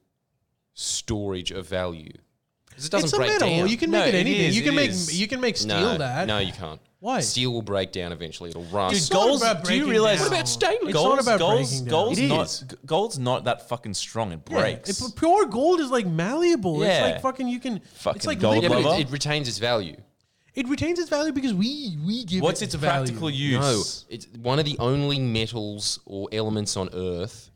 [SPEAKER 2] storage of value. 'Cause it doesn't
[SPEAKER 1] It's a
[SPEAKER 2] break
[SPEAKER 1] metal.
[SPEAKER 2] down.
[SPEAKER 1] You can
[SPEAKER 6] No,
[SPEAKER 1] make it
[SPEAKER 6] it
[SPEAKER 1] anything.
[SPEAKER 6] is,
[SPEAKER 1] you can
[SPEAKER 6] it
[SPEAKER 1] make
[SPEAKER 6] is.
[SPEAKER 1] you can make steel
[SPEAKER 2] no,
[SPEAKER 1] that.
[SPEAKER 2] No, you can't.
[SPEAKER 1] Why?
[SPEAKER 2] Steel will break down eventually. It'll rust.
[SPEAKER 6] Dude, gold's.
[SPEAKER 1] about
[SPEAKER 6] Do you
[SPEAKER 1] breaking
[SPEAKER 6] realize
[SPEAKER 1] down. What about stainless? It's not
[SPEAKER 6] Gold's,
[SPEAKER 1] about
[SPEAKER 6] gold's,
[SPEAKER 1] breaking down.
[SPEAKER 6] gold's
[SPEAKER 2] It
[SPEAKER 6] not
[SPEAKER 2] is.
[SPEAKER 6] g- gold's not that fucking strong. It
[SPEAKER 1] Yeah,
[SPEAKER 6] breaks.
[SPEAKER 1] it- pure gold is like malleable.
[SPEAKER 6] Yeah.
[SPEAKER 1] It's like fucking you can.
[SPEAKER 6] Fucking
[SPEAKER 1] it's like
[SPEAKER 6] gold
[SPEAKER 2] yeah,
[SPEAKER 1] liquid.
[SPEAKER 2] but
[SPEAKER 6] lover.
[SPEAKER 2] it, it retains its value.
[SPEAKER 1] It retains its value because we we give
[SPEAKER 6] What's
[SPEAKER 1] it
[SPEAKER 6] its
[SPEAKER 1] value.
[SPEAKER 6] practical
[SPEAKER 2] No,
[SPEAKER 6] use?
[SPEAKER 2] it's one of the only metals or elements on Earth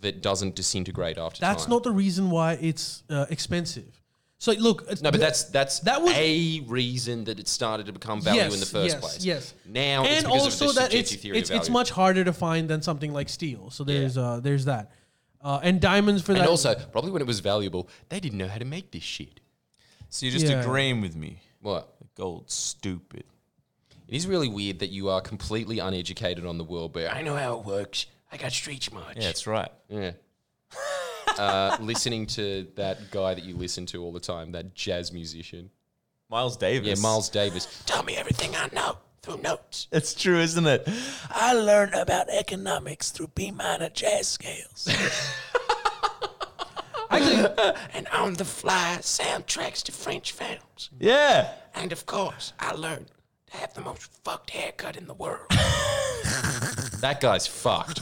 [SPEAKER 2] that doesn't disintegrate after
[SPEAKER 1] That's
[SPEAKER 2] time.
[SPEAKER 1] not the reason why it's uh, expensive. So look, it's-
[SPEAKER 2] No, but that's that's
[SPEAKER 1] That was-
[SPEAKER 2] a reason that it started to become value
[SPEAKER 1] Yes,
[SPEAKER 2] in the first
[SPEAKER 1] yes,
[SPEAKER 2] place.
[SPEAKER 1] yes.
[SPEAKER 2] Now it's
[SPEAKER 1] and
[SPEAKER 2] because
[SPEAKER 1] also
[SPEAKER 2] of the
[SPEAKER 1] that it's
[SPEAKER 2] subjective theory
[SPEAKER 1] it's,
[SPEAKER 2] of value.
[SPEAKER 1] it's much harder to find than something like steel. So there's uh there's that, uh, and diamonds for that.
[SPEAKER 2] and also probably when it was valuable, they didn't know how to make this shit.
[SPEAKER 6] so you're just
[SPEAKER 1] Yeah.
[SPEAKER 6] agreeing with me.
[SPEAKER 2] What?
[SPEAKER 6] Gold's stupid.
[SPEAKER 2] It is really weird that you are completely uneducated on the world, but I know how it works. I got street smart.
[SPEAKER 6] Yeah, that's right.
[SPEAKER 2] Yeah. uh, listening to that guy that you listen to all the time, that jazz musician.
[SPEAKER 6] Miles Davis.
[SPEAKER 2] Yeah, Miles Davis. Tell me everything I know through notes.
[SPEAKER 6] It's true, isn't it? Ah, I learned about economics through B minor jazz scales.
[SPEAKER 2] And on the fly, soundtracks to French films.
[SPEAKER 6] yeah.
[SPEAKER 2] And of course, I learned to have the most fucked haircut in the world. that guy's fucked.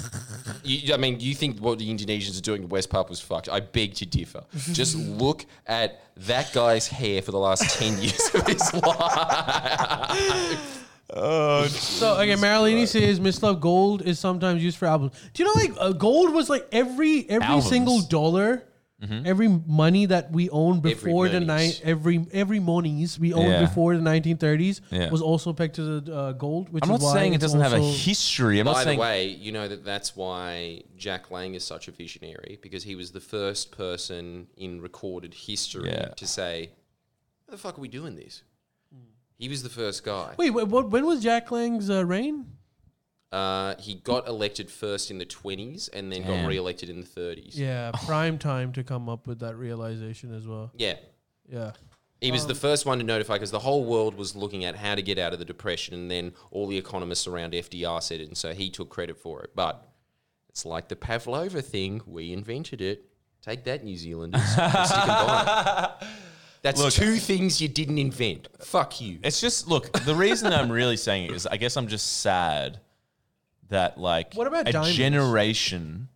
[SPEAKER 2] You, I mean, you think what the Indonesians are doing to West Papua was fucked. I beg to differ. Just look at that guy's hair for the last 10 years of his life.
[SPEAKER 1] So okay, Marilini says mislove gold is sometimes used for albums. Do you know like uh, gold was like every every
[SPEAKER 6] Albums. Mm-hmm.
[SPEAKER 1] single dollar, every money that we owned before the
[SPEAKER 2] monies.
[SPEAKER 1] night every every monies we owned
[SPEAKER 6] Yeah.
[SPEAKER 1] before the 1930s
[SPEAKER 6] Yeah.
[SPEAKER 1] was also pegged to the uh, gold. Which
[SPEAKER 6] I'm
[SPEAKER 1] is
[SPEAKER 6] not
[SPEAKER 1] why
[SPEAKER 6] saying it
[SPEAKER 1] it's
[SPEAKER 6] doesn't have a
[SPEAKER 1] also-
[SPEAKER 6] history. I'm not
[SPEAKER 2] By the
[SPEAKER 6] saying
[SPEAKER 2] way, you know that that's why Jack Lang is such a visionary because he was the first person in recorded history
[SPEAKER 6] Yeah.
[SPEAKER 2] to say, "How the fuck are we doing this?" He was the first guy.
[SPEAKER 1] Wait, wait what, when was Jack Lang's uh, reign?
[SPEAKER 2] Uh, he got elected first in the twenties and then got
[SPEAKER 6] Damn.
[SPEAKER 2] re-elected in the thirties.
[SPEAKER 1] Yeah, prime time to come up with that realization as well.
[SPEAKER 2] Yeah.
[SPEAKER 1] Yeah.
[SPEAKER 2] He was
[SPEAKER 1] Oh.
[SPEAKER 2] the first one to notify because the whole world was looking at how to get out of the depression, and then all the economists around FDR said it, and so he took credit for it. But it's like the Pavlova thing; we invented it. Take that, New Zealanders. and stick 'em by it. That's two things you didn't invent. Fuck you.
[SPEAKER 6] it's just look. The reason I'm really saying it is, I guess I'm just sad that like
[SPEAKER 1] What about
[SPEAKER 6] a
[SPEAKER 1] diamonds?
[SPEAKER 6] generation.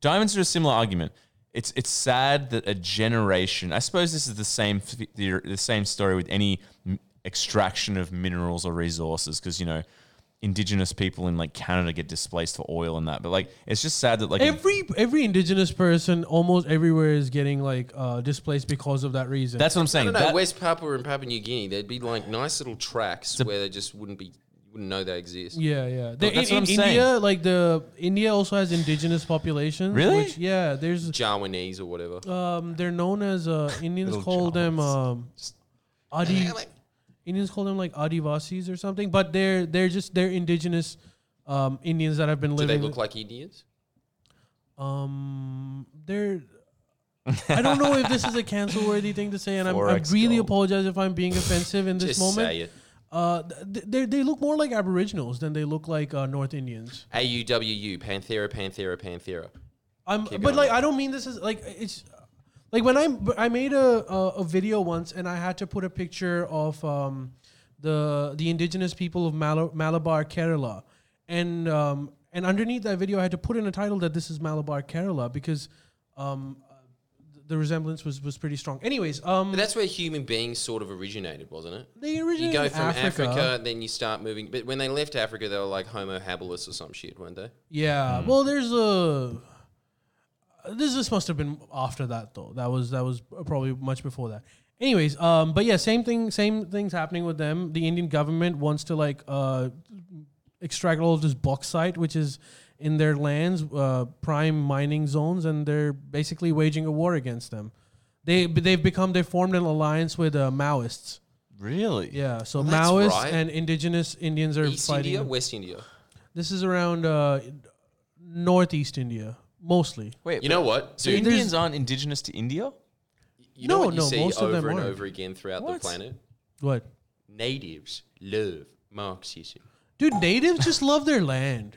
[SPEAKER 6] Diamonds are a similar argument. It's it's sad that a generation. I suppose this is the same f- the, the same story with any m- extraction of minerals or resources because you know indigenous people in like Canada get displaced for oil and that. But like it's just sad that like a-
[SPEAKER 1] Every every indigenous person almost everywhere is getting like uh, displaced because of that reason.
[SPEAKER 6] that's what I'm
[SPEAKER 2] I
[SPEAKER 6] saying.
[SPEAKER 2] don't know.
[SPEAKER 6] That-
[SPEAKER 2] West Papua and Papua New Guinea, there'd be like nice little tracks where they just wouldn't be, wouldn't know they exist.
[SPEAKER 1] yeah, yeah. The-
[SPEAKER 6] that's
[SPEAKER 1] in,
[SPEAKER 6] what
[SPEAKER 1] in
[SPEAKER 6] I'm
[SPEAKER 1] India, like the India also has indigenous populations.
[SPEAKER 6] Really?
[SPEAKER 1] Which, yeah, there's
[SPEAKER 2] Jawanese or whatever.
[SPEAKER 1] um, they're known as uh, Indians
[SPEAKER 6] Little
[SPEAKER 1] call them um, Adi. Indians call them like Adivasis or something, but they're they're just they're indigenous um, Indians that have been
[SPEAKER 2] Do
[SPEAKER 1] living.
[SPEAKER 2] they look like Indians?
[SPEAKER 1] Um, they're. I don't know if this is a cancel-worthy thing to say, and I'm, I
[SPEAKER 6] Forex
[SPEAKER 1] really
[SPEAKER 6] gold.
[SPEAKER 1] apologize if I'm being offensive in this
[SPEAKER 2] Just
[SPEAKER 1] moment.
[SPEAKER 2] say it.
[SPEAKER 1] Uh, th- they they look more like Aboriginals than they look like uh, North Indians.
[SPEAKER 2] A U W U, Panthera, Panthera, Panthera.
[SPEAKER 1] I'm,
[SPEAKER 2] Keep
[SPEAKER 1] but
[SPEAKER 2] going.
[SPEAKER 1] like I don't mean this is like it's like when I I made a, a a video once and I had to put a picture of um the the indigenous people of Mal- Malabar, Kerala, and um and underneath that video I had to put in a title that this is Malabar, Kerala because um the resemblance was was pretty strong. Anyways, um
[SPEAKER 2] But that's where human beings sort of originated, wasn't it?
[SPEAKER 1] they
[SPEAKER 2] You
[SPEAKER 1] originated
[SPEAKER 2] go
[SPEAKER 1] in
[SPEAKER 2] from Africa, then you start moving. But when they left Africa, they were like Homo habilis or some shit, weren't they?
[SPEAKER 1] Yeah.
[SPEAKER 7] Hmm.
[SPEAKER 1] Well, there's a. This this must have been after that though. That was that was probably much before that. Anyways, um, but yeah, same thing, same things happening with them. The Indian government wants to like uh, extract all of this bauxite, which is in their lands, uh, prime mining zones, and they're basically waging a war against them. They they've become they formed an alliance with uh, Maoists.
[SPEAKER 3] Really?
[SPEAKER 1] Yeah, so
[SPEAKER 7] that's
[SPEAKER 1] Maoists
[SPEAKER 7] right.
[SPEAKER 1] and indigenous Indians are
[SPEAKER 7] East
[SPEAKER 1] fighting.
[SPEAKER 7] India, West India.
[SPEAKER 1] This is around uh, northeast India mostly.
[SPEAKER 3] Wait,
[SPEAKER 2] You know what?
[SPEAKER 3] so
[SPEAKER 2] Dude,
[SPEAKER 3] Indians aren't indigenous to India?
[SPEAKER 2] you know
[SPEAKER 1] No,
[SPEAKER 2] what you
[SPEAKER 1] no,
[SPEAKER 2] see
[SPEAKER 1] most of
[SPEAKER 2] over
[SPEAKER 1] them
[SPEAKER 2] and
[SPEAKER 1] aren't.
[SPEAKER 2] over again throughout the
[SPEAKER 3] What?
[SPEAKER 2] planet?
[SPEAKER 1] What?
[SPEAKER 2] Natives love Marxism.
[SPEAKER 1] Dude, natives just love their land.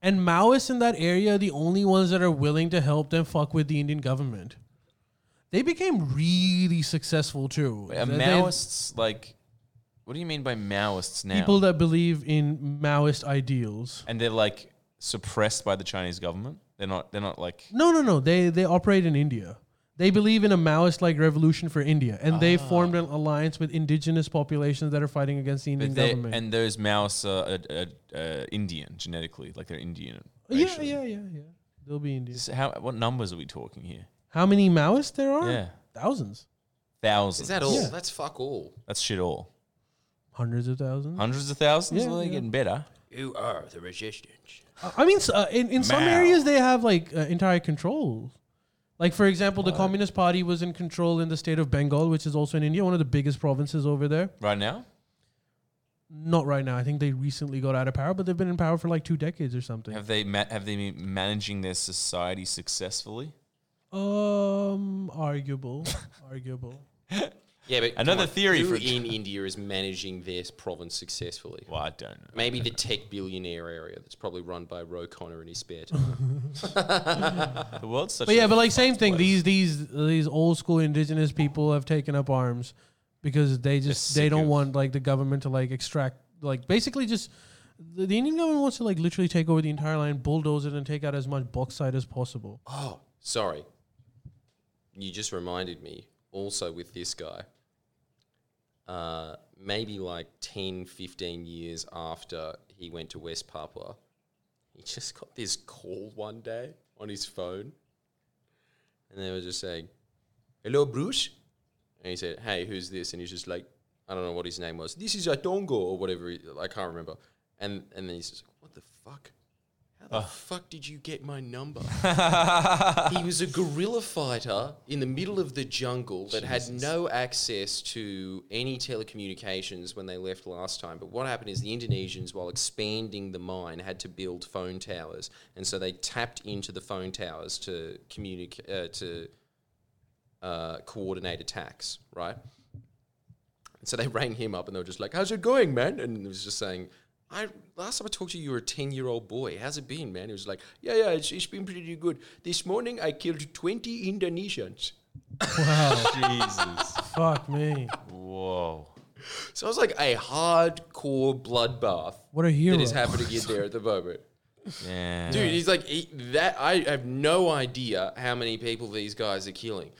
[SPEAKER 1] And Maoists in that area are the only ones that are willing to help them fuck with the Indian government. They became really successful too.
[SPEAKER 3] Uh,
[SPEAKER 1] They- they-
[SPEAKER 3] Maoists, like, what do you mean by Maoists now?
[SPEAKER 1] people that believe in Maoist ideals.
[SPEAKER 3] and they're like suppressed by the Chinese government. They're not. They're not like.
[SPEAKER 1] No, no, no. They they operate in India. They believe in a Maoist like revolution for India. And they
[SPEAKER 3] Ah.
[SPEAKER 1] formed an alliance with indigenous populations that are fighting against the Indian
[SPEAKER 3] But they
[SPEAKER 1] government.
[SPEAKER 3] and those Maoists are uh, uh, uh, Indian genetically, like they're Indian.
[SPEAKER 1] yeah,
[SPEAKER 3] racially.
[SPEAKER 1] yeah, yeah, yeah. They'll be Indian.
[SPEAKER 3] This- how? What numbers are we talking here?
[SPEAKER 1] How many Maoists there are?
[SPEAKER 3] Yeah.
[SPEAKER 1] Thousands.
[SPEAKER 3] Thousands.
[SPEAKER 2] Is that all?
[SPEAKER 1] Yeah.
[SPEAKER 2] That's fuck all.
[SPEAKER 3] That's shit. All
[SPEAKER 1] Hundreds of thousands.
[SPEAKER 3] hundreds of thousands.
[SPEAKER 1] Yeah,
[SPEAKER 3] well, they're
[SPEAKER 1] yeah.
[SPEAKER 3] getting better.
[SPEAKER 2] You are the resistance.
[SPEAKER 1] I mean, s- uh, in, in some
[SPEAKER 3] Mao.
[SPEAKER 1] areas they have like uh, entire control. Like for example, the Communist Party was in control in the state of Bengal, which is also in India, one of the biggest provinces over there.
[SPEAKER 3] Right now,
[SPEAKER 1] Not right now. I think they recently got out of power, but they've been in power for like two decades or something.
[SPEAKER 3] have they ma- have they been managing their society successfully?
[SPEAKER 1] Um, arguable, arguable.
[SPEAKER 2] Yeah, but
[SPEAKER 3] Another
[SPEAKER 2] come on,
[SPEAKER 3] theory
[SPEAKER 2] who
[SPEAKER 3] for-
[SPEAKER 2] in India is managing their province successfully.
[SPEAKER 3] Well, I don't know.
[SPEAKER 2] Maybe the tech billionaire area that's probably run by Ro Connor in his spare time.
[SPEAKER 3] The world's such.
[SPEAKER 1] But
[SPEAKER 3] a
[SPEAKER 1] yeah, but like same thing. These these these old school indigenous people have taken up arms because they just they
[SPEAKER 3] sick
[SPEAKER 1] don't
[SPEAKER 3] of-
[SPEAKER 1] want like the government to like extract like basically just the, the Indian government wants to like literally take over the entire land, bulldoze it, and take out as much bauxite as possible.
[SPEAKER 2] oh, sorry. You just reminded me also with this guy. Uh, maybe like 10, 15 years after he went to West Papua, he just got this call one day on his phone. And they were just saying, Hello, Bruce. And he said, Hey, who's this? And he's just like, I don't know what his name was. This is Atongo or whatever. he- I can't remember. And and then he's just like, What the fuck? How the fuck did you get my number? he was a guerrilla fighter in the middle of the jungle that had no access to any telecommunications when they left last time. But what happened is the Indonesians, while expanding the mine, had to build phone towers, and so they tapped into the phone towers to communicate uh, to uh, coordinate attacks, right? And so they rang him up and they were just like, How's it going, man? And he was just saying, I last time I talked to you, you were a 10 year old boy. How's it been, man? He was like, Yeah, yeah, it's, it's been pretty good. This morning I killed 20 Indonesians.
[SPEAKER 3] Jesus.
[SPEAKER 1] Fuck me.
[SPEAKER 3] Whoa.
[SPEAKER 2] So it was like a hardcore bloodbath
[SPEAKER 1] What a hero.
[SPEAKER 2] that is happening in there at the moment.
[SPEAKER 3] Yeah.
[SPEAKER 2] Dude, he's like, he, that. I have no idea how many people these guys are killing.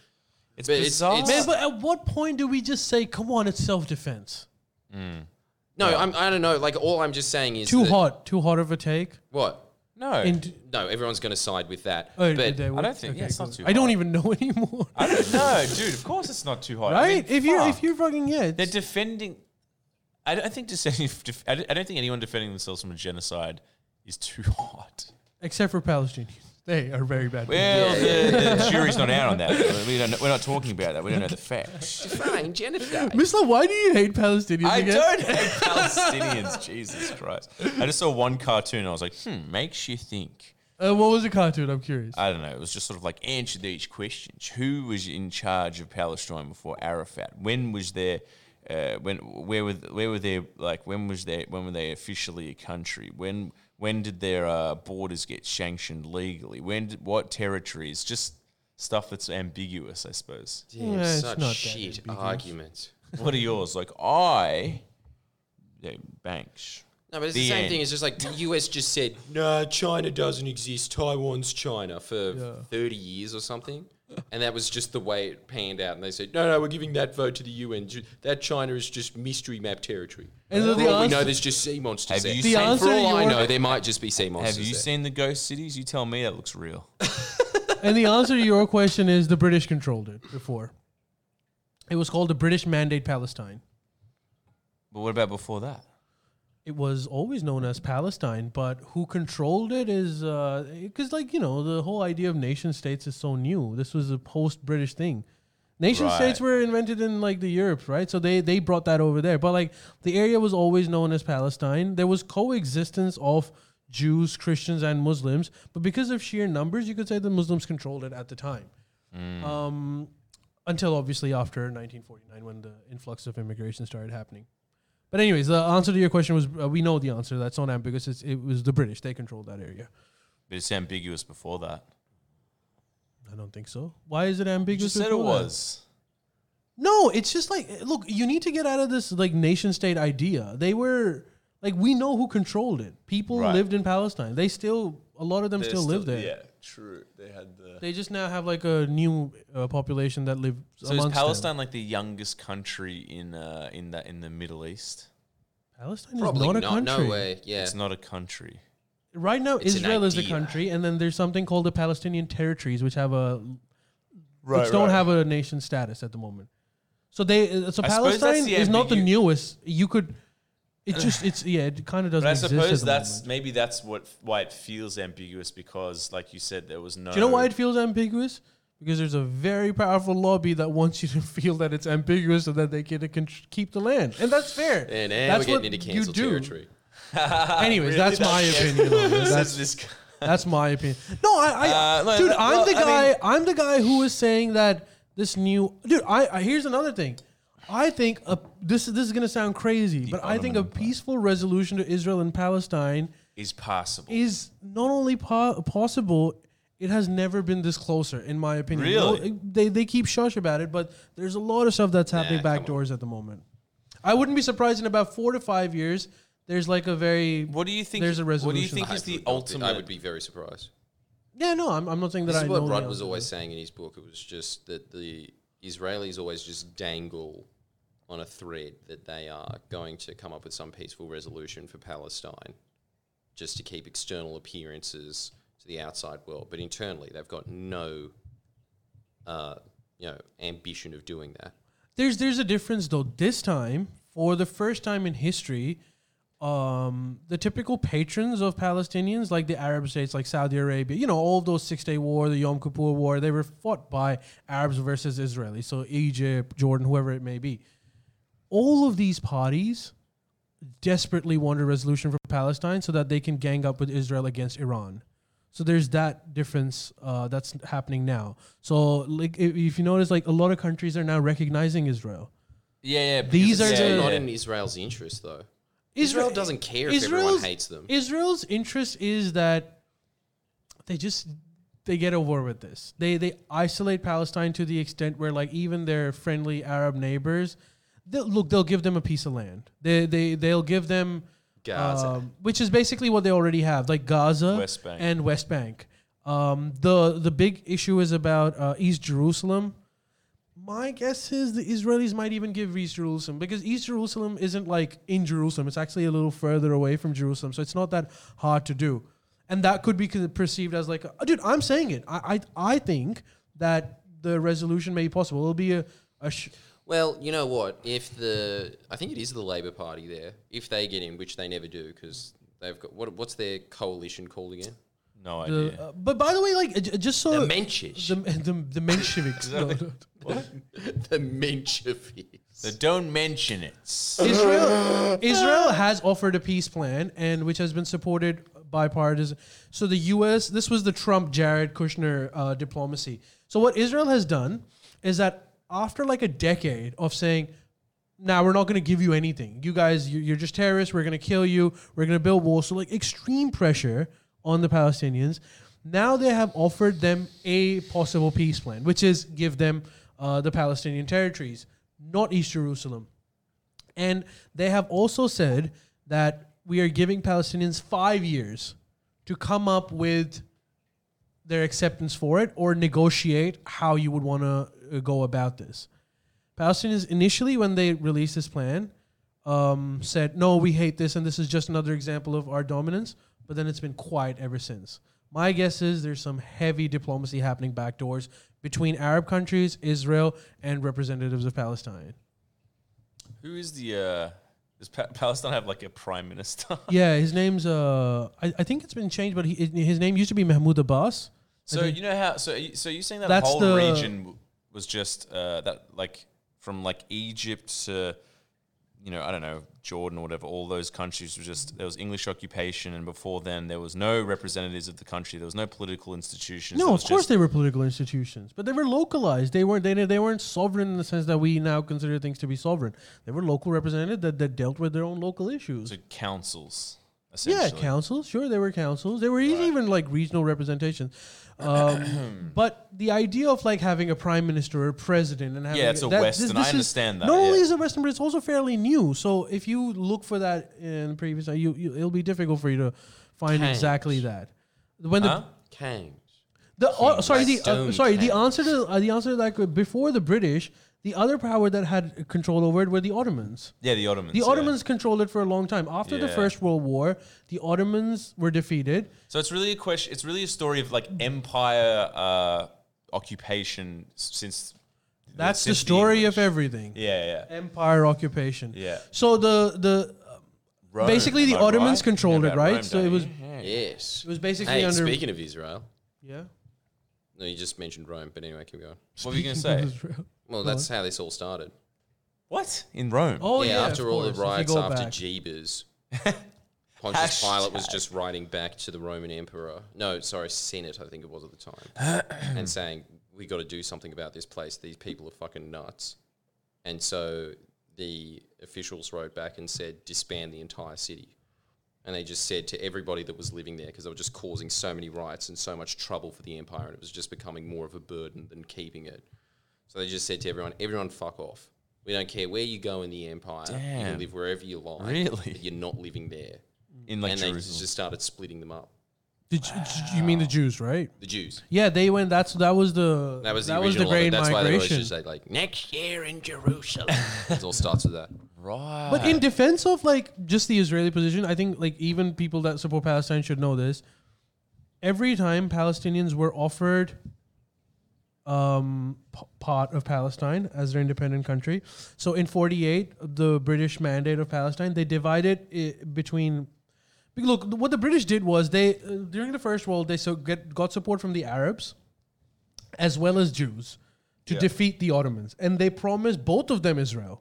[SPEAKER 3] it's
[SPEAKER 2] but it's-
[SPEAKER 3] bizarre.
[SPEAKER 2] it's-
[SPEAKER 1] Man, but at what point do we just say, come on, it's self defense?
[SPEAKER 2] No, I'm, I don't know. Like, all I'm just saying is.
[SPEAKER 1] Too
[SPEAKER 2] that-
[SPEAKER 1] hot, too hot of a take.
[SPEAKER 2] What?
[SPEAKER 3] no.
[SPEAKER 1] And
[SPEAKER 2] No, everyone's going to side with that.
[SPEAKER 1] oh,
[SPEAKER 2] but
[SPEAKER 1] they
[SPEAKER 3] I
[SPEAKER 1] would-
[SPEAKER 3] don't think. yeah, it's not
[SPEAKER 1] good.
[SPEAKER 3] too.
[SPEAKER 1] I don't
[SPEAKER 3] hot.
[SPEAKER 1] even know anymore.
[SPEAKER 3] I don't know, dude. Of course, it's not too hot. I
[SPEAKER 1] Right?
[SPEAKER 3] mean,
[SPEAKER 1] if you are
[SPEAKER 3] fuck.
[SPEAKER 1] if you're fucking yeah,
[SPEAKER 3] They're
[SPEAKER 1] it's-
[SPEAKER 3] defending. I don't I think just any. def- I don't I don't think anyone defending themselves from a genocide is too hot.
[SPEAKER 1] except for Palestinians, they are very bad. people.
[SPEAKER 3] Well, the, the jury's not out on that. We don't. Know, we're not talking about that. We don't know the facts.
[SPEAKER 2] Fine, Jennifer.
[SPEAKER 1] Mr. Why do you hate Palestinians?
[SPEAKER 3] I
[SPEAKER 1] again?
[SPEAKER 3] don't hate Palestinians. Jesus Christ! I just saw one cartoon. and I was like, hmm, makes you think.
[SPEAKER 1] Uh, what was the cartoon? I'm curious.
[SPEAKER 3] I don't know. It was just sort of like answer these questions. Who was in charge of Palestine before Arafat? When was there? Uh, when where were where were they like when was they when were they officially a country? When when did their uh, borders get sanctioned legally? When did, what territories? Just stuff that's ambiguous, I suppose.
[SPEAKER 1] Yeah,
[SPEAKER 2] Damn,
[SPEAKER 1] it's
[SPEAKER 2] such
[SPEAKER 1] not that
[SPEAKER 2] shit
[SPEAKER 1] ambiguous.
[SPEAKER 2] arguments.
[SPEAKER 3] what are yours? Like I, yeah, Banks.
[SPEAKER 2] No, but it's
[SPEAKER 3] The
[SPEAKER 2] the, same
[SPEAKER 3] end.
[SPEAKER 2] thing. It's just like the US just said, "No, China doesn't exist. Taiwan's China for
[SPEAKER 1] Yeah.
[SPEAKER 2] 30 years or something." And that was just the way it panned out. And they said, "No, no, we're giving that vote to the UN. Ju- That China is just mystery map territory."
[SPEAKER 1] And
[SPEAKER 2] for
[SPEAKER 1] the
[SPEAKER 2] all we
[SPEAKER 1] answer-
[SPEAKER 2] know, there's just sea monsters.
[SPEAKER 3] Have
[SPEAKER 2] there.
[SPEAKER 3] you
[SPEAKER 1] The
[SPEAKER 3] seen?
[SPEAKER 1] answer-
[SPEAKER 2] for all
[SPEAKER 1] to
[SPEAKER 2] I
[SPEAKER 1] your-
[SPEAKER 2] know, there might just be sea monsters.
[SPEAKER 3] have you
[SPEAKER 2] there.
[SPEAKER 3] seen the ghost cities? You tell me that looks real.
[SPEAKER 1] And the answer to your question is the British controlled it before. It was called the British Mandate Palestine.
[SPEAKER 3] But what about before that?
[SPEAKER 1] it was always known as Palestine, but who controlled it is because, like you know, the whole idea of nation states is so new. This was a post-British thing. Nation states were invented in like the Europe, right? So they they brought that over there. But like the area was always known as Palestine. There was coexistence of Jews, Christians, and Muslims, but because of sheer numbers, you could say the Muslims controlled it at the time. Um, until obviously after 1949 when the influx of immigration started happening. But anyways, the answer to your question was uh, we know the answer. That's not ambiguous. It's, it was the British. They controlled that area.
[SPEAKER 6] But it's ambiguous before that.
[SPEAKER 1] I don't think so. Why is it ambiguous?
[SPEAKER 6] Just said it
[SPEAKER 1] before that?
[SPEAKER 6] was.
[SPEAKER 1] No, it's just like eh, look, you need to get out of this like nation state idea. They were like we know who controlled it. People
[SPEAKER 6] Right.
[SPEAKER 1] lived in Palestine. They still a lot of them still, live there.
[SPEAKER 4] Yeah, true. They had the.
[SPEAKER 1] They just now have like a new uh, population that lives
[SPEAKER 6] So is
[SPEAKER 1] amongst them.
[SPEAKER 6] Palestine like the youngest country in uh, in the in the Middle East?
[SPEAKER 1] Palestine
[SPEAKER 2] Probably
[SPEAKER 1] is not a
[SPEAKER 2] not.
[SPEAKER 1] country.
[SPEAKER 2] No way. Yeah.
[SPEAKER 6] It's not a country.
[SPEAKER 1] Right now,
[SPEAKER 2] It's an
[SPEAKER 1] Israel is a
[SPEAKER 2] idea.
[SPEAKER 1] country, and then there's something called the Palestinian territories, which have a which don't have a nation status at the moment. So they uh, so
[SPEAKER 6] I suppose that's
[SPEAKER 1] Palestine
[SPEAKER 6] the
[SPEAKER 1] is not the
[SPEAKER 6] ambigu-
[SPEAKER 1] newest. You could it just it's yeah it kind of doesn't
[SPEAKER 6] But I
[SPEAKER 1] exist. at
[SPEAKER 6] suppose
[SPEAKER 1] the
[SPEAKER 6] that's
[SPEAKER 1] moment.
[SPEAKER 6] maybe that's what why it feels ambiguous because, like you said, there was no.
[SPEAKER 1] Do you know why it feels ambiguous? Because there's a very powerful lobby that wants you to feel that it's ambiguous so that they can, can keep the land, and that's fair.
[SPEAKER 2] And,
[SPEAKER 1] that's
[SPEAKER 2] we're getting into
[SPEAKER 1] you
[SPEAKER 2] cancel
[SPEAKER 1] do.
[SPEAKER 2] territory.
[SPEAKER 1] Anyways, that's, my opinion. on this. That's,
[SPEAKER 6] this?
[SPEAKER 1] That's my opinion. No, I, I
[SPEAKER 6] Uh, no,
[SPEAKER 1] dude,
[SPEAKER 6] no,
[SPEAKER 1] I'm
[SPEAKER 6] well,
[SPEAKER 1] the
[SPEAKER 6] I
[SPEAKER 1] guy. I
[SPEAKER 6] mean-
[SPEAKER 1] am the guy who is saying that this new dude. I, I here's another thing. I think a, this is this is gonna sound crazy, but I think a peaceful resolution to Israel and Palestine
[SPEAKER 6] Is possible.
[SPEAKER 1] is not only po- possible. It has never been this closer, in my opinion. No-
[SPEAKER 6] Really?
[SPEAKER 1] they they keep shush about it, but there's a lot of stuff that's happening back doors at the moment. I wouldn't be surprised in about four to five years. There's like a very
[SPEAKER 6] What do you think?
[SPEAKER 1] There's a
[SPEAKER 6] What do you
[SPEAKER 1] resolution.
[SPEAKER 6] think is
[SPEAKER 2] I
[SPEAKER 6] the
[SPEAKER 2] would not be-
[SPEAKER 6] ultimate?
[SPEAKER 2] I would be very surprised.
[SPEAKER 1] yeah no I'm, I'm not saying that
[SPEAKER 2] This
[SPEAKER 1] I
[SPEAKER 2] is what
[SPEAKER 1] know the
[SPEAKER 2] Rudd was
[SPEAKER 1] answer.
[SPEAKER 2] always saying in his book. It was just that the Israelis always just dangle on a thread that they are going to come up with some peaceful resolution for Palestine just to keep external appearances to the outside world. But internally, they've got no uh, you know, ambition of doing that.
[SPEAKER 1] there's there's a difference though. This time, for the first time in history, um, the typical patrons of Palestinians, like the Arab states, like Saudi Arabia, you know, all of those Six Day War, the Yom Kippur War, they were fought by Arabs versus Israelis. So Egypt, Jordan, whoever it may be, all of these parties desperately want a resolution for Palestine so that they can gang up with Israel against Iran. So there's that difference uh, that's happening now. So like if, if you notice, like a lot of countries are now recognizing Israel.
[SPEAKER 2] Yeah, yeah. because
[SPEAKER 1] These
[SPEAKER 2] it's
[SPEAKER 1] are
[SPEAKER 2] still
[SPEAKER 1] the-
[SPEAKER 2] not in Israel's interest, though. Israel doesn't care if everyone hates them.
[SPEAKER 1] Israel's interest is that they just they get over with this. They they isolate Palestine to the extent where like even their friendly Arab neighbors, they'll, look, they'll give them a piece of land. They they they'll give them
[SPEAKER 4] Gaza.
[SPEAKER 1] um, which is basically what they already have, like Gaza
[SPEAKER 6] West Bank.
[SPEAKER 1] and West Bank. Um, the the big issue is about uh, East Jerusalem. My guess is the Israelis might even give East Jerusalem because East Jerusalem isn't like in Jerusalem. It's actually a little further away from Jerusalem, so it's not that hard to do. And that could be con- perceived as like, a- dude, I'm saying it. I I, I think that the resolution may be possible. It'll be a, a sh-
[SPEAKER 2] Well, you know what? If the I think it is the Labor Party there, if they get in, which they never do, because they've got what? What's their coalition called again?
[SPEAKER 6] no
[SPEAKER 1] the-
[SPEAKER 6] idea.
[SPEAKER 1] uh, but by the way, like uh, j- just so
[SPEAKER 2] The Menschish.
[SPEAKER 1] the, the, the Mensheviks. No, no.
[SPEAKER 2] the Mensheviks.
[SPEAKER 6] So don't mention it.
[SPEAKER 1] Israel, Israel has offered a peace plan, and which has been supported by partisan. So the U.S. This was the Trump Jared Kushner uh, diplomacy. So what Israel has done is that after like a decade of saying, "Now we're not going to give you anything. You guys, you- you're just terrorists. We're going to kill you. We're going to build walls." So like extreme pressure on the Palestinians. Now they have offered them a possible peace plan, which is give them uh, the Palestinian territories, not East Jerusalem. And they have also said that we are giving Palestinians five years to come up with their acceptance for it or negotiate how you would want to go about this. Palestinians initially, when they released this plan, um, said, no, we hate this and this is just another example of our dominance. But then it's been quiet ever since. My guess is there's some heavy diplomacy happening backdoors between Arab countries, Israel, and representatives of Palestine.
[SPEAKER 6] Who is the uh, the
[SPEAKER 3] Does pa- Palestine have like a prime minister?
[SPEAKER 1] Yeah, his name's uh, I, I think it's been changed, but he, his name used to be Mahmoud Abbas.
[SPEAKER 3] so you know how? So are you- so you saying that
[SPEAKER 1] That's
[SPEAKER 3] whole
[SPEAKER 1] the-
[SPEAKER 3] region w- was just uh, that like from like Egypt to you know I don't know Jordan or whatever. All those countries were just there was English occupation, and before then there was no representatives of the country. There was no political institutions.
[SPEAKER 1] No,
[SPEAKER 3] there
[SPEAKER 1] of
[SPEAKER 3] was
[SPEAKER 1] course
[SPEAKER 3] just-
[SPEAKER 1] they were political institutions, but they were localized. They weren't they, they weren't sovereign in the sense that we now consider things to be sovereign. They were local representatives that, that dealt with their own local issues.
[SPEAKER 3] So councils.
[SPEAKER 1] Yeah,
[SPEAKER 3] Essentially.
[SPEAKER 1] councils. Sure, they were councils. They were even like regional representations. Um, but the idea of like having a prime minister or president and having
[SPEAKER 3] it's a Western. I understand that,
[SPEAKER 1] Not only
[SPEAKER 3] yeah.
[SPEAKER 1] is it Western, but it's also fairly new. So if you look for that in previous, uh, you, you it'll be difficult for you to find
[SPEAKER 2] Kings.
[SPEAKER 1] exactly that. When the
[SPEAKER 2] Kings.
[SPEAKER 1] the uh, sorry the uh,
[SPEAKER 2] Western
[SPEAKER 1] sorry the
[SPEAKER 2] Kings.
[SPEAKER 1] answer to uh, the answer to that could- before the British, the other power that had control over it were the Ottomans.
[SPEAKER 3] Yeah, the Ottomans.
[SPEAKER 1] The
[SPEAKER 3] yeah.
[SPEAKER 1] Ottomans controlled it for a long time. After the
[SPEAKER 3] Yeah.
[SPEAKER 1] First World War, the Ottomans were defeated.
[SPEAKER 3] So it's really a question. It's really a story of like empire uh, occupation s- since.
[SPEAKER 1] That's the
[SPEAKER 3] since
[SPEAKER 1] story
[SPEAKER 3] English-
[SPEAKER 1] of everything.
[SPEAKER 3] Yeah, yeah.
[SPEAKER 1] Empire occupation.
[SPEAKER 3] Yeah.
[SPEAKER 1] So the the
[SPEAKER 3] Rome,
[SPEAKER 1] basically the
[SPEAKER 3] am I
[SPEAKER 1] Ottomans
[SPEAKER 3] right?
[SPEAKER 1] controlled
[SPEAKER 3] Yeah,
[SPEAKER 1] it,
[SPEAKER 3] about
[SPEAKER 1] right?
[SPEAKER 3] Rome,
[SPEAKER 1] so
[SPEAKER 3] don't
[SPEAKER 1] it was
[SPEAKER 3] you?
[SPEAKER 2] Yes.
[SPEAKER 1] it was basically
[SPEAKER 2] hey,
[SPEAKER 1] under
[SPEAKER 2] speaking of Israel,
[SPEAKER 1] yeah.
[SPEAKER 2] no, you just mentioned Rome, but anyway, keep going.
[SPEAKER 3] What were you gonna say?
[SPEAKER 2] Well, that's how this all started.
[SPEAKER 3] What in Rome?
[SPEAKER 1] Oh yeah.
[SPEAKER 2] yeah,
[SPEAKER 1] of
[SPEAKER 2] after all the
[SPEAKER 1] course, if you
[SPEAKER 2] riots
[SPEAKER 1] go
[SPEAKER 2] after
[SPEAKER 1] back.
[SPEAKER 2] Jeebus, Pontius Pilate was
[SPEAKER 3] Hashtag.
[SPEAKER 2] just writing back to the Roman emperor. No, sorry, Senate, I think it was at the time, and saying we got to do something about this place. These people are fucking nuts. And so the officials wrote back and said disband the entire city. And they just said to everybody that was living there because they were just causing so many riots and so much trouble for the empire, and it was just becoming more of a burden than keeping it. So they just said to everyone, everyone fuck off. We don't care where you go in the empire. You can
[SPEAKER 3] Damn.
[SPEAKER 2] live wherever you like.
[SPEAKER 3] Really?
[SPEAKER 2] But you're not living there.
[SPEAKER 3] in like
[SPEAKER 2] and they
[SPEAKER 3] Jerusalem.
[SPEAKER 2] just started splitting them up.
[SPEAKER 1] The Ju- Ju- you mean the Jews, right?
[SPEAKER 2] The Jews.
[SPEAKER 1] Yeah, they went. That's that was the
[SPEAKER 2] That was the
[SPEAKER 1] that was the
[SPEAKER 2] original.
[SPEAKER 1] Great
[SPEAKER 2] That's why they always
[SPEAKER 1] Migration.
[SPEAKER 2] just say, like, next year in Jerusalem. it all starts with that.
[SPEAKER 3] right.
[SPEAKER 1] But in defense of like just the Israeli position, I think like even people that support Palestine should know this. Every time Palestinians were offered um p- part of Palestine as their independent country. So in 48, the British mandate of Palestine, they divided it between Be- Look, what the British did was they uh, during the First World they so get got support from the Arabs as well as Jews to defeat the Ottomans and they promised both of them Israel.